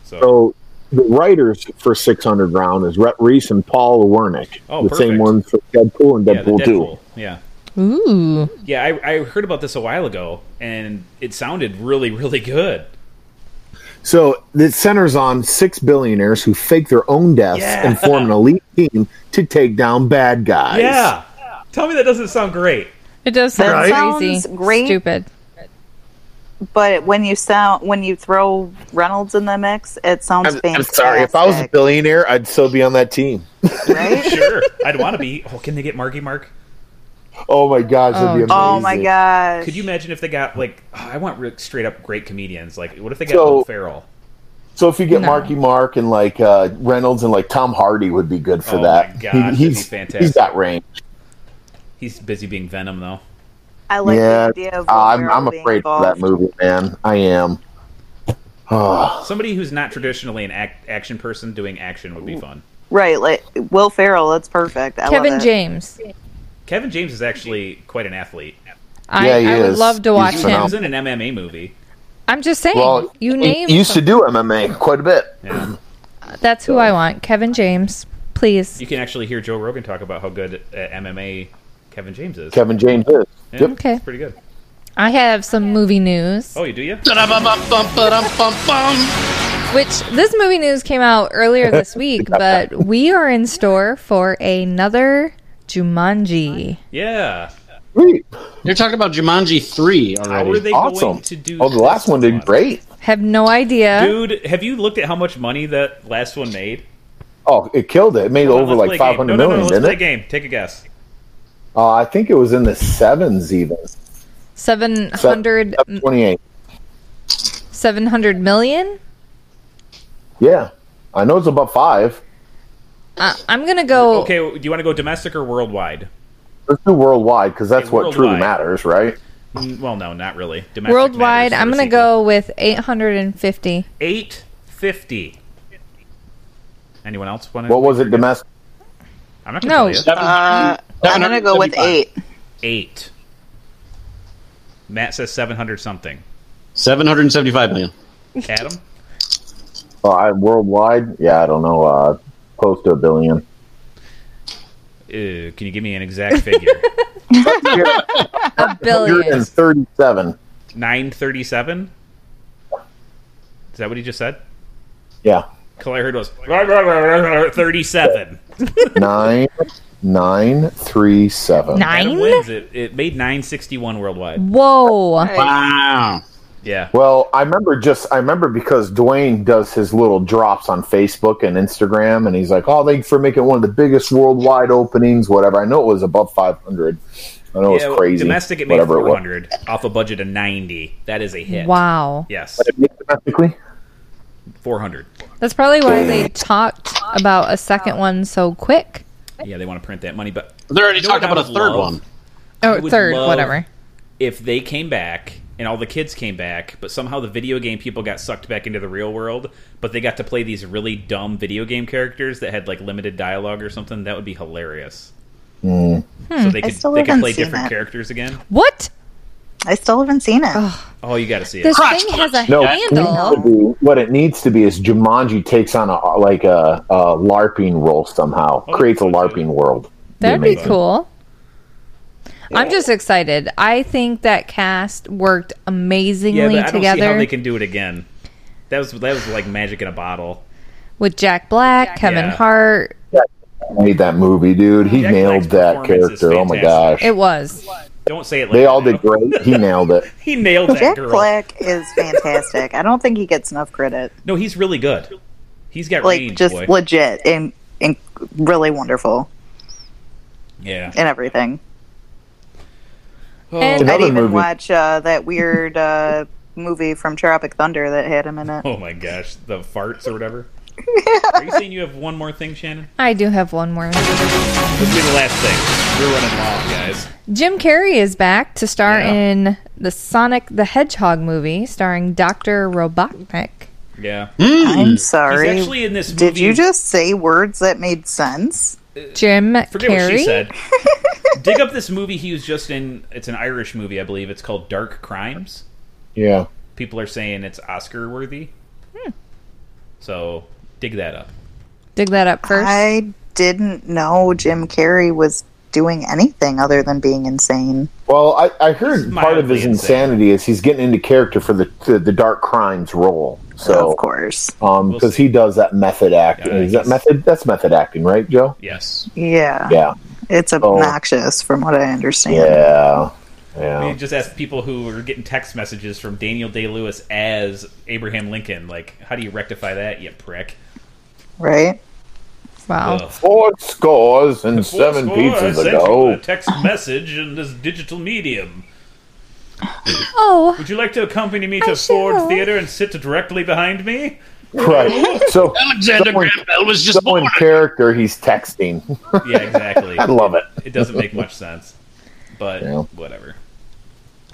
[SPEAKER 5] So,
[SPEAKER 4] So the writers for Six Underground is Rhett Reese and Paul Wernick,
[SPEAKER 5] Oh,
[SPEAKER 4] the
[SPEAKER 5] perfect.
[SPEAKER 4] same ones for Deadpool and
[SPEAKER 5] yeah, the
[SPEAKER 4] Deadpool 2.
[SPEAKER 5] Deadpool. Yeah.
[SPEAKER 1] Ooh.
[SPEAKER 5] Yeah, I, I heard about this a while ago, and it sounded really, really good.
[SPEAKER 4] So it centers on six billionaires who fake their own deaths
[SPEAKER 5] Yeah.
[SPEAKER 4] and form an elite team to take down bad guys.
[SPEAKER 5] Yeah. Tell me that doesn't sound great.
[SPEAKER 1] It does sound
[SPEAKER 7] That sounds
[SPEAKER 1] crazy.
[SPEAKER 7] great.
[SPEAKER 1] Stupid.
[SPEAKER 7] but when you sound when you throw Reynolds in the mix, it sounds
[SPEAKER 4] I'm, I'm
[SPEAKER 7] fantastic.
[SPEAKER 4] sorry. If I was a billionaire, I'd still be on that team.
[SPEAKER 5] sure, I'd want to be. Oh, can they get Marky Mark?
[SPEAKER 4] Oh my gosh, that'd be amazing.
[SPEAKER 7] oh my gosh!
[SPEAKER 5] Could you imagine if they got like? oh, I want re- straight up great comedians. Like, what if they got
[SPEAKER 4] So-
[SPEAKER 5] Will Ferrell?
[SPEAKER 4] So if you get Marky Mark and like uh, Reynolds and like Tom Hardy would be good for
[SPEAKER 5] Oh
[SPEAKER 4] that.
[SPEAKER 5] my God, that'd be
[SPEAKER 4] he's
[SPEAKER 5] fantastic.
[SPEAKER 4] He's got range.
[SPEAKER 5] He's busy being Venom though.
[SPEAKER 7] I like
[SPEAKER 4] yeah,
[SPEAKER 7] the idea of
[SPEAKER 4] uh, I'm,
[SPEAKER 7] Will
[SPEAKER 4] I'm
[SPEAKER 7] being
[SPEAKER 4] afraid of that
[SPEAKER 7] involved.
[SPEAKER 4] movie, man. I am. Oh,
[SPEAKER 5] Somebody who's not traditionally an act- action person doing action would be fun.
[SPEAKER 7] right? Like Will Ferrell, that's perfect. I love
[SPEAKER 1] Kevin
[SPEAKER 7] it.
[SPEAKER 1] James.
[SPEAKER 5] Kevin James is actually quite an athlete.
[SPEAKER 1] I,
[SPEAKER 4] Yeah, he
[SPEAKER 1] I would
[SPEAKER 4] is.
[SPEAKER 1] love to
[SPEAKER 4] He's
[SPEAKER 1] watch
[SPEAKER 5] He
[SPEAKER 1] him.
[SPEAKER 5] was in an MMA movie.
[SPEAKER 1] I'm just saying.
[SPEAKER 4] well,
[SPEAKER 1] you
[SPEAKER 4] he
[SPEAKER 1] name
[SPEAKER 4] used to do MMA quite a bit.
[SPEAKER 5] Yeah.
[SPEAKER 1] That's who I want. Kevin James, please.
[SPEAKER 5] You can actually hear Joe Rogan talk about how good uh, at MMA Kevin James is.
[SPEAKER 4] Kevin James is.
[SPEAKER 5] Yeah,
[SPEAKER 4] Yep.
[SPEAKER 1] Okay.
[SPEAKER 5] it's pretty good.
[SPEAKER 1] I have some movie news.
[SPEAKER 5] Oh, you do you?
[SPEAKER 1] Which this movie news came out earlier this week, but we are in store for another Jumanji.
[SPEAKER 5] Yeah.
[SPEAKER 4] Sweet.
[SPEAKER 6] You're talking about Jumanji three
[SPEAKER 5] How are
[SPEAKER 6] already.
[SPEAKER 5] they
[SPEAKER 4] Awesome.
[SPEAKER 5] going to do?
[SPEAKER 4] Oh, the last
[SPEAKER 5] this
[SPEAKER 4] one did great.
[SPEAKER 1] Have no idea.
[SPEAKER 5] Dude, have you looked at how much money that last one made?
[SPEAKER 4] Oh, it killed it. It made
[SPEAKER 5] Hold on,
[SPEAKER 4] over like
[SPEAKER 5] let's play a game.
[SPEAKER 4] five hundred
[SPEAKER 5] no, no,
[SPEAKER 4] million,
[SPEAKER 5] no, let's play a
[SPEAKER 4] didn't it?
[SPEAKER 5] game. Take a guess.
[SPEAKER 4] Uh, I think it was in the sevens, even
[SPEAKER 1] Seven hundred,
[SPEAKER 4] Seven- twenty-eight.
[SPEAKER 1] seven hundred million.
[SPEAKER 4] Yeah, I know it's about five.
[SPEAKER 1] Uh, I'm gonna
[SPEAKER 4] Oh.
[SPEAKER 1] go.
[SPEAKER 5] Okay, do you want to go domestic or worldwide?
[SPEAKER 4] Let's do worldwide because that's
[SPEAKER 5] Okay,
[SPEAKER 4] what truly
[SPEAKER 5] worldwide.
[SPEAKER 4] matters, right?
[SPEAKER 5] Mm, Well, no, not really. Domestic
[SPEAKER 1] Worldwide,
[SPEAKER 5] matters for
[SPEAKER 1] I'm
[SPEAKER 5] the
[SPEAKER 1] gonna
[SPEAKER 5] sequel.
[SPEAKER 1] go with 850.
[SPEAKER 5] eight fifty. Anyone else want to?
[SPEAKER 4] What was it? Domestic.
[SPEAKER 5] I'm not
[SPEAKER 1] No.
[SPEAKER 5] gonna tell you.
[SPEAKER 7] Uh, I'm gonna go with eight.
[SPEAKER 5] eight. Matt says seven hundred something.
[SPEAKER 6] Seven hundred seventy-five million.
[SPEAKER 5] Adam,
[SPEAKER 4] Oh, I, worldwide? Yeah, I don't know. Uh, close to a billion.
[SPEAKER 5] Ew, can you give me an exact figure?
[SPEAKER 1] A billion.
[SPEAKER 4] 137.
[SPEAKER 5] Nine thirty-seven. Is that what he just said?
[SPEAKER 4] Yeah.
[SPEAKER 5] All I heard was thirty-seven.
[SPEAKER 4] Nine, nine, three, seven.
[SPEAKER 5] Adam
[SPEAKER 1] Nine.
[SPEAKER 5] wins it. It made nine sixty-one worldwide.
[SPEAKER 1] Whoa.
[SPEAKER 6] Wow.
[SPEAKER 5] Yeah.
[SPEAKER 4] Well, I remember just, I remember because Dwayne does his little drops on Facebook and Instagram, and he's like, oh, thank you for making one of the biggest worldwide openings, whatever. I know it was above 500. I know it
[SPEAKER 5] Yeah,
[SPEAKER 4] was crazy.
[SPEAKER 5] Domestic, it made
[SPEAKER 4] whatever
[SPEAKER 5] four
[SPEAKER 4] it was.
[SPEAKER 5] hundred off a budget of ninety. That is a hit.
[SPEAKER 1] Wow.
[SPEAKER 5] Yes,
[SPEAKER 4] But it made domestically?
[SPEAKER 5] four hundred.
[SPEAKER 1] That's probably why they talked about a second one so quick.
[SPEAKER 5] Yeah, they want to print that money, but
[SPEAKER 6] They already
[SPEAKER 5] You know
[SPEAKER 6] talked
[SPEAKER 5] what I
[SPEAKER 6] about a
[SPEAKER 5] would
[SPEAKER 6] third
[SPEAKER 5] love?
[SPEAKER 6] one.
[SPEAKER 5] I
[SPEAKER 1] Oh,
[SPEAKER 5] would
[SPEAKER 1] third,
[SPEAKER 5] love-
[SPEAKER 1] whatever.
[SPEAKER 5] if they came back and all the kids came back, but somehow the video game people got sucked back into the real world, but they got to play these really dumb video game characters that had like limited dialogue or something, that would be hilarious.
[SPEAKER 4] Hmm.
[SPEAKER 5] So they could
[SPEAKER 7] still
[SPEAKER 5] they could
[SPEAKER 7] haven't
[SPEAKER 5] play
[SPEAKER 7] seen
[SPEAKER 5] different
[SPEAKER 7] that.
[SPEAKER 5] characters again.
[SPEAKER 1] What?
[SPEAKER 7] I still haven't seen it.
[SPEAKER 5] Oh, you got to see it.
[SPEAKER 1] This
[SPEAKER 6] Crotch
[SPEAKER 1] thing has a
[SPEAKER 4] No,
[SPEAKER 1] handle.
[SPEAKER 4] it needs to be- what it needs to be is Jumanji takes on a like a, a LARPing role somehow,
[SPEAKER 5] Oh,
[SPEAKER 4] creates a
[SPEAKER 5] okay.
[SPEAKER 4] LARPing world.
[SPEAKER 1] That'd be
[SPEAKER 4] amazing.
[SPEAKER 1] cool. I'm just excited. I think that cast worked amazingly
[SPEAKER 5] yeah, but I don't see how
[SPEAKER 1] together
[SPEAKER 5] they can do it again. That was that was like magic in a bottle.
[SPEAKER 1] with Jack Black, Kevin
[SPEAKER 5] Yeah.
[SPEAKER 1] Hart.
[SPEAKER 4] made that movie, dude. He
[SPEAKER 5] Jack
[SPEAKER 4] nailed
[SPEAKER 5] Black's
[SPEAKER 4] that
[SPEAKER 5] performance is
[SPEAKER 4] character. Oh my
[SPEAKER 5] fantastic.
[SPEAKER 4] gosh,
[SPEAKER 1] It was.
[SPEAKER 5] Don't say it like
[SPEAKER 4] they
[SPEAKER 5] that,
[SPEAKER 4] all did
[SPEAKER 5] Adam.
[SPEAKER 4] great. He nailed it.
[SPEAKER 5] He nailed that
[SPEAKER 7] Jack
[SPEAKER 5] girl.
[SPEAKER 7] Black is fantastic. I don't think he gets enough credit.
[SPEAKER 5] No, he's really good. He's got
[SPEAKER 7] Like
[SPEAKER 5] range,
[SPEAKER 7] just
[SPEAKER 5] boy.
[SPEAKER 7] legit and and really wonderful
[SPEAKER 5] yeah.
[SPEAKER 7] and everything.
[SPEAKER 1] And
[SPEAKER 7] I'd
[SPEAKER 4] Another
[SPEAKER 7] even
[SPEAKER 4] movie.
[SPEAKER 7] watch uh, that weird uh, movie from Tropic Thunder that had him in it.
[SPEAKER 5] Oh my gosh, the farts or whatever. Are you saying you have one more thing, Shannon?
[SPEAKER 1] I do have one more.
[SPEAKER 5] This will be the last thing. We're running long, guys.
[SPEAKER 1] Jim Carrey is back to star
[SPEAKER 5] Yeah.
[SPEAKER 1] in the Sonic the Hedgehog movie starring Dr. Robotnik.
[SPEAKER 5] Yeah.
[SPEAKER 4] Hmm.
[SPEAKER 7] I'm
[SPEAKER 5] He's
[SPEAKER 7] sorry.
[SPEAKER 5] actually in this movie.
[SPEAKER 7] Hmm? Did you just say words that made sense?
[SPEAKER 1] Jim
[SPEAKER 5] forget
[SPEAKER 1] Carrey.
[SPEAKER 5] what she said? Dig up this movie he was just in. It's an Irish movie, I believe. It's called Dark Crimes.
[SPEAKER 4] Yeah,
[SPEAKER 5] People are saying it's Oscar worthy.
[SPEAKER 7] Hmm.
[SPEAKER 5] So dig that up.
[SPEAKER 1] Dig that up first.
[SPEAKER 7] I didn't know Jim Carrey was doing anything other than being insane.
[SPEAKER 4] well, I, I heard part of his
[SPEAKER 5] mildly insane.
[SPEAKER 4] insanity is he's getting into character for the the, the dark crimes role. So
[SPEAKER 7] of course.
[SPEAKER 4] um, because he does that method acting.
[SPEAKER 5] Yeah,
[SPEAKER 4] is that
[SPEAKER 5] he's-
[SPEAKER 4] method? That's method acting, right, Joe?
[SPEAKER 5] Yes.
[SPEAKER 7] Yeah.
[SPEAKER 4] Yeah,
[SPEAKER 7] It's obnoxious from what I understand.
[SPEAKER 4] yeah. Yeah.
[SPEAKER 5] We just asked people who were getting text messages from Daniel Day Lewis as Abraham Lincoln. Like, how do you rectify that, you prick?
[SPEAKER 7] Right?
[SPEAKER 1] Wow.
[SPEAKER 4] Four scores and seven
[SPEAKER 5] Four score, I
[SPEAKER 4] pizzas
[SPEAKER 5] sent you a
[SPEAKER 4] ago.
[SPEAKER 5] text message in this digital medium.
[SPEAKER 1] Oh,
[SPEAKER 5] Would you like to accompany me to Ford Theater and sit directly behind me?
[SPEAKER 4] Right. So
[SPEAKER 6] Alexander
[SPEAKER 4] someone-
[SPEAKER 6] Graham Bell was just
[SPEAKER 4] someone
[SPEAKER 6] born.
[SPEAKER 4] character he's texting.
[SPEAKER 5] Yeah, exactly.
[SPEAKER 4] I love it.
[SPEAKER 5] It doesn't make much sense, but
[SPEAKER 4] Yeah.
[SPEAKER 5] whatever.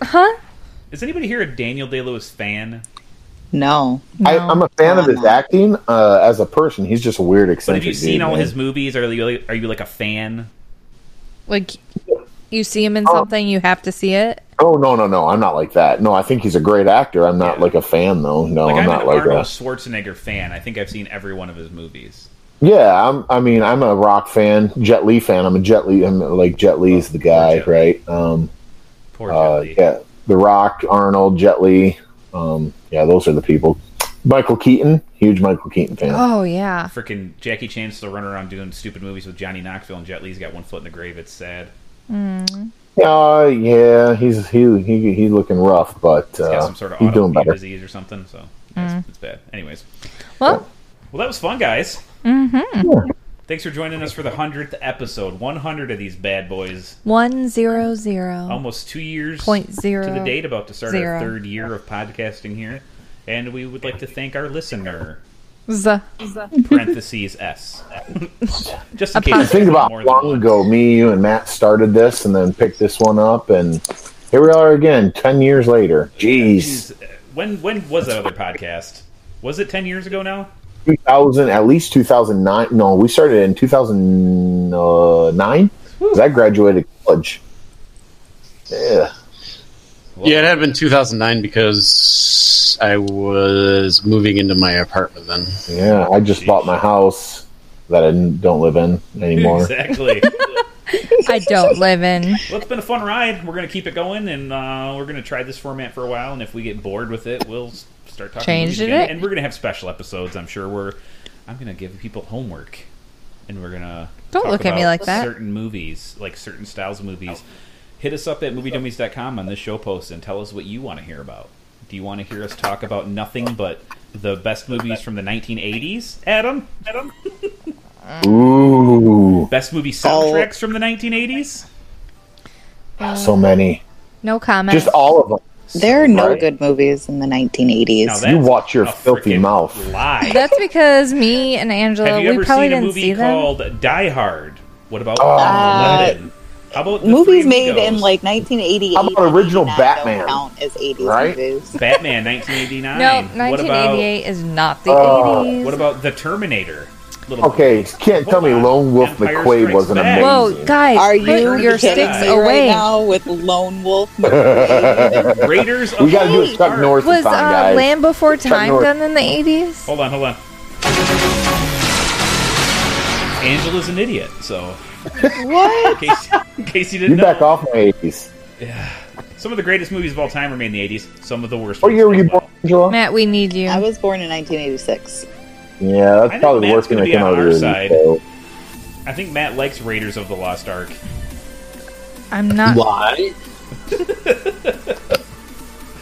[SPEAKER 1] huh?
[SPEAKER 5] Is anybody here a Daniel Day Lewis fan?
[SPEAKER 7] No.
[SPEAKER 4] I, I'm a fan of his acting uh, as a person. He's just a weird
[SPEAKER 5] But
[SPEAKER 4] eccentric.
[SPEAKER 5] have you seen
[SPEAKER 4] dude,
[SPEAKER 5] all
[SPEAKER 4] man.
[SPEAKER 5] his movies? Are you are you like a fan?
[SPEAKER 1] Like you see him in
[SPEAKER 5] Oh.
[SPEAKER 1] something, you have to see it.
[SPEAKER 4] Oh no no no! I'm not like that. No, I think he's a great actor. I'm not like a fan though. No,
[SPEAKER 5] Like
[SPEAKER 4] I'm
[SPEAKER 5] I'm,
[SPEAKER 4] Oh, not
[SPEAKER 5] an
[SPEAKER 4] like
[SPEAKER 5] Arnold
[SPEAKER 4] that.
[SPEAKER 5] Schwarzenegger fan. I think I've seen every one of his movies.
[SPEAKER 4] Yeah, I'm. I mean, I'm a rock fan, Jet Li fan. I'm a Jet Li. I'm like Jet Li's the guy,
[SPEAKER 5] Jet Li.
[SPEAKER 4] right? Um,
[SPEAKER 5] Poor
[SPEAKER 4] uh,
[SPEAKER 5] Oh, Jet Li.
[SPEAKER 4] yeah, The Rock, Arnold, Jet Li. Um, yeah, those are the people. Michael Keaton, huge Michael Keaton fan.
[SPEAKER 1] Oh yeah.
[SPEAKER 5] Freaking Jackie Chan's still running around doing stupid movies with Johnny Knoxville, and Jet Li's got one foot in the grave. It's sad.
[SPEAKER 1] Mm.
[SPEAKER 4] Uh, yeah, he's he he he looking rough, but
[SPEAKER 5] He's got
[SPEAKER 4] uh,
[SPEAKER 5] some sort of
[SPEAKER 4] he's doing
[SPEAKER 5] autoimmune
[SPEAKER 4] better.
[SPEAKER 5] disease or something. So yeah,
[SPEAKER 1] Mm-hmm.
[SPEAKER 5] it's, it's bad. Anyways,
[SPEAKER 1] Well,
[SPEAKER 5] well, that was fun, guys.
[SPEAKER 1] mm-hmm.
[SPEAKER 5] Thanks for joining us for the hundredth episode. One hundred of these bad boys.
[SPEAKER 1] one zero zero
[SPEAKER 5] Almost two years
[SPEAKER 1] point zero.
[SPEAKER 5] to the date, about to start
[SPEAKER 1] zero.
[SPEAKER 5] our third year of podcasting here, and we would like to thank our listener.
[SPEAKER 1] Z-
[SPEAKER 5] parentheses S. Just in case.
[SPEAKER 1] pos-
[SPEAKER 5] it's
[SPEAKER 4] Think about
[SPEAKER 5] more than
[SPEAKER 4] long
[SPEAKER 5] one.
[SPEAKER 4] ago, me, you, and Matt started this, and then picked this one up, and here we are again, ten years later. Jeez,
[SPEAKER 5] Jeez, When when was that other podcast? Was it ten years ago now?
[SPEAKER 4] two thousand, at least two thousand nine. No, we started in two thousand
[SPEAKER 5] Hmm.
[SPEAKER 4] nine because I graduated college. Yeah,
[SPEAKER 6] Yeah, it had been 2009 because I was moving into my apartment then.
[SPEAKER 4] yeah. I just bought my house that I don't live in anymore.
[SPEAKER 5] Exactly.
[SPEAKER 1] I don't live in.
[SPEAKER 5] well, it's been a fun ride. We're gonna keep it going, and uh, we're gonna try this format for a while. And if we get bored with it, we'll s- start talking.
[SPEAKER 1] Changed
[SPEAKER 5] movies again.
[SPEAKER 1] it.
[SPEAKER 5] and we're gonna have special episodes. I'm sure. We're I'm gonna give people homework, and we're gonna
[SPEAKER 1] Don't
[SPEAKER 5] talk
[SPEAKER 1] look at me
[SPEAKER 5] about
[SPEAKER 1] like that.
[SPEAKER 5] Certain movies, like certain styles of movies. Hit us up at moviedummies.com on this show post and tell us what you want to hear about. Do you want to hear us talk about nothing but the best movies from the 1980s, Adam? Adam?
[SPEAKER 4] Ooh,
[SPEAKER 5] Best movie soundtracks from the 1980s?
[SPEAKER 4] Ah, so many.
[SPEAKER 1] No comment.
[SPEAKER 4] Just all of them.
[SPEAKER 7] There are no
[SPEAKER 4] Right.
[SPEAKER 7] good movies in the 1980s.
[SPEAKER 5] Now
[SPEAKER 4] You
[SPEAKER 5] that's
[SPEAKER 4] watch your
[SPEAKER 5] a
[SPEAKER 4] filthy
[SPEAKER 5] frickin'
[SPEAKER 4] mouth.
[SPEAKER 5] Lie.
[SPEAKER 1] That's because me and Angela,
[SPEAKER 5] Have you
[SPEAKER 1] we
[SPEAKER 5] ever
[SPEAKER 1] probably
[SPEAKER 5] seen a
[SPEAKER 1] didn't see
[SPEAKER 5] movie
[SPEAKER 1] them.
[SPEAKER 5] called Die Hard? What about
[SPEAKER 4] Uh,
[SPEAKER 5] Aladdin? How about the
[SPEAKER 7] movies
[SPEAKER 5] Three
[SPEAKER 7] made in
[SPEAKER 5] Amigos?
[SPEAKER 7] like 1988.
[SPEAKER 4] How about original
[SPEAKER 7] 89
[SPEAKER 4] Batman?
[SPEAKER 7] Don't count as 80s
[SPEAKER 4] Right?
[SPEAKER 7] movies.
[SPEAKER 5] Batman
[SPEAKER 1] no,
[SPEAKER 5] 1989? What about
[SPEAKER 1] 1988 is not the
[SPEAKER 4] Oh,
[SPEAKER 1] 80s.
[SPEAKER 5] what about the Terminator? Little
[SPEAKER 4] Okay, you can't tell me
[SPEAKER 5] Hold on.
[SPEAKER 4] Lone Wolf
[SPEAKER 5] Empire
[SPEAKER 4] McQuade
[SPEAKER 5] Strikes
[SPEAKER 4] wasn't
[SPEAKER 5] Back.
[SPEAKER 4] amazing.
[SPEAKER 1] Whoa, guys,
[SPEAKER 7] Are
[SPEAKER 1] put
[SPEAKER 7] you
[SPEAKER 1] your
[SPEAKER 7] kidding
[SPEAKER 1] sticks
[SPEAKER 7] me right
[SPEAKER 1] away?
[SPEAKER 7] now with Lone Wolf?
[SPEAKER 5] Raiders. Of
[SPEAKER 4] We got to do a
[SPEAKER 5] the
[SPEAKER 4] Chuck
[SPEAKER 5] Ark.
[SPEAKER 4] Norris
[SPEAKER 1] Was uh,
[SPEAKER 4] song, guys.
[SPEAKER 1] Land Before Time
[SPEAKER 4] Norris.
[SPEAKER 1] done in the 80s?
[SPEAKER 5] Hold on, hold on. Angela's an idiot, so in
[SPEAKER 7] what?
[SPEAKER 5] case, in case you
[SPEAKER 4] you
[SPEAKER 5] didn't know,
[SPEAKER 4] back off my 80s.
[SPEAKER 5] some of the greatest movies of all time were made in the '80s. Some of the worst.
[SPEAKER 4] What
[SPEAKER 5] ones
[SPEAKER 4] year were
[SPEAKER 5] as
[SPEAKER 4] you
[SPEAKER 5] well.
[SPEAKER 4] born, Angela?
[SPEAKER 1] Matt, we need you.
[SPEAKER 7] I was born in 1986.
[SPEAKER 4] Yeah,
[SPEAKER 5] I
[SPEAKER 4] that's
[SPEAKER 5] know
[SPEAKER 4] probably the
[SPEAKER 5] Matt's
[SPEAKER 4] worst thing
[SPEAKER 5] gonna
[SPEAKER 4] that
[SPEAKER 5] be
[SPEAKER 4] came
[SPEAKER 5] on
[SPEAKER 4] out
[SPEAKER 5] our
[SPEAKER 4] of this.
[SPEAKER 5] side.
[SPEAKER 4] So.
[SPEAKER 5] I think Matt likes Raiders of the Lost Ark.
[SPEAKER 1] I'm not.
[SPEAKER 6] Why?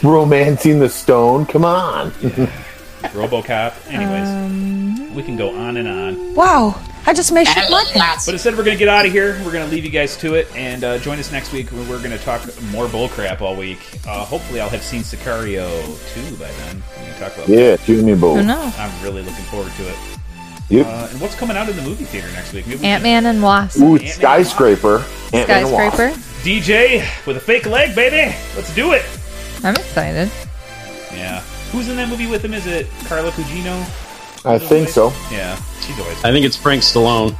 [SPEAKER 4] Romancing the Stone, come on.
[SPEAKER 5] RoboCop. Anyways, we can go on and on.
[SPEAKER 8] Wow, I just made shit like that.
[SPEAKER 5] But instead, we're going to get out of here. We're going to leave you guys to it and uh, join us next week when we're going to talk more bullcrap all week. Uh, hopefully, I'll have seen Sicario 2 by then. We're going to talk about
[SPEAKER 4] Yeah, shoot me
[SPEAKER 1] Who
[SPEAKER 4] both.
[SPEAKER 1] knows?
[SPEAKER 5] I'm really looking forward to it.
[SPEAKER 4] Yep.
[SPEAKER 5] Uh, and what's coming out in the movie theater next week? Maybe we
[SPEAKER 1] Ant Man and Wasp.
[SPEAKER 4] Ooh,
[SPEAKER 5] and
[SPEAKER 4] skyscraper. Ant-Man and Wasp.
[SPEAKER 1] Skyscraper.
[SPEAKER 5] can- DJ with a fake leg, baby. Let's do it.
[SPEAKER 1] I'm excited.
[SPEAKER 5] Yeah. Who's in that movie with him? Is it Carla Cugino?
[SPEAKER 4] I think so.
[SPEAKER 5] Yeah. She's always
[SPEAKER 6] I think it's Frank Stallone.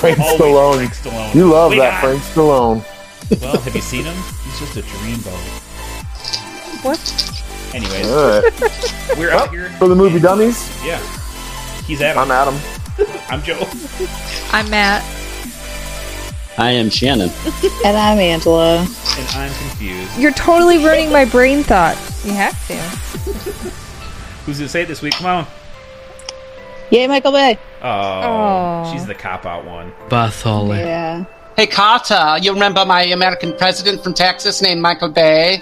[SPEAKER 4] Frank
[SPEAKER 5] always
[SPEAKER 4] Stallone.
[SPEAKER 5] Frank Stallone.
[SPEAKER 4] You love
[SPEAKER 5] Way
[SPEAKER 4] that,
[SPEAKER 5] on.
[SPEAKER 4] Frank Stallone.
[SPEAKER 5] Well, have you seen him? He's just a dreamboat.
[SPEAKER 1] What?
[SPEAKER 5] Anyways,
[SPEAKER 4] All right.
[SPEAKER 5] we're out here.
[SPEAKER 4] For the movie dummies,
[SPEAKER 5] Yeah. He's Adam.
[SPEAKER 4] I'm Adam.
[SPEAKER 5] I'm Joe.
[SPEAKER 1] I'm Matt.
[SPEAKER 6] I am Shannon.
[SPEAKER 7] And I'm Angela.
[SPEAKER 5] And I'm confused.
[SPEAKER 8] You're totally ruining my brain thought.
[SPEAKER 1] You have to.
[SPEAKER 5] Who's gonna say it this week? Come on.
[SPEAKER 7] Yay, Michael Bay.
[SPEAKER 5] Oh,
[SPEAKER 1] Aw.
[SPEAKER 5] she's the cop out one.
[SPEAKER 7] Yeah.
[SPEAKER 6] Hey, Carter, you remember my American president from Texas named Michael Bay?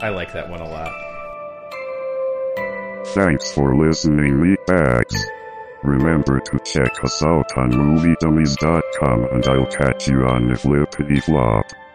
[SPEAKER 5] I like that one a lot.
[SPEAKER 3] Thanks for listening, meatbags. Remember to check us out on moviedummies.com and I'll catch you on the flippity flop.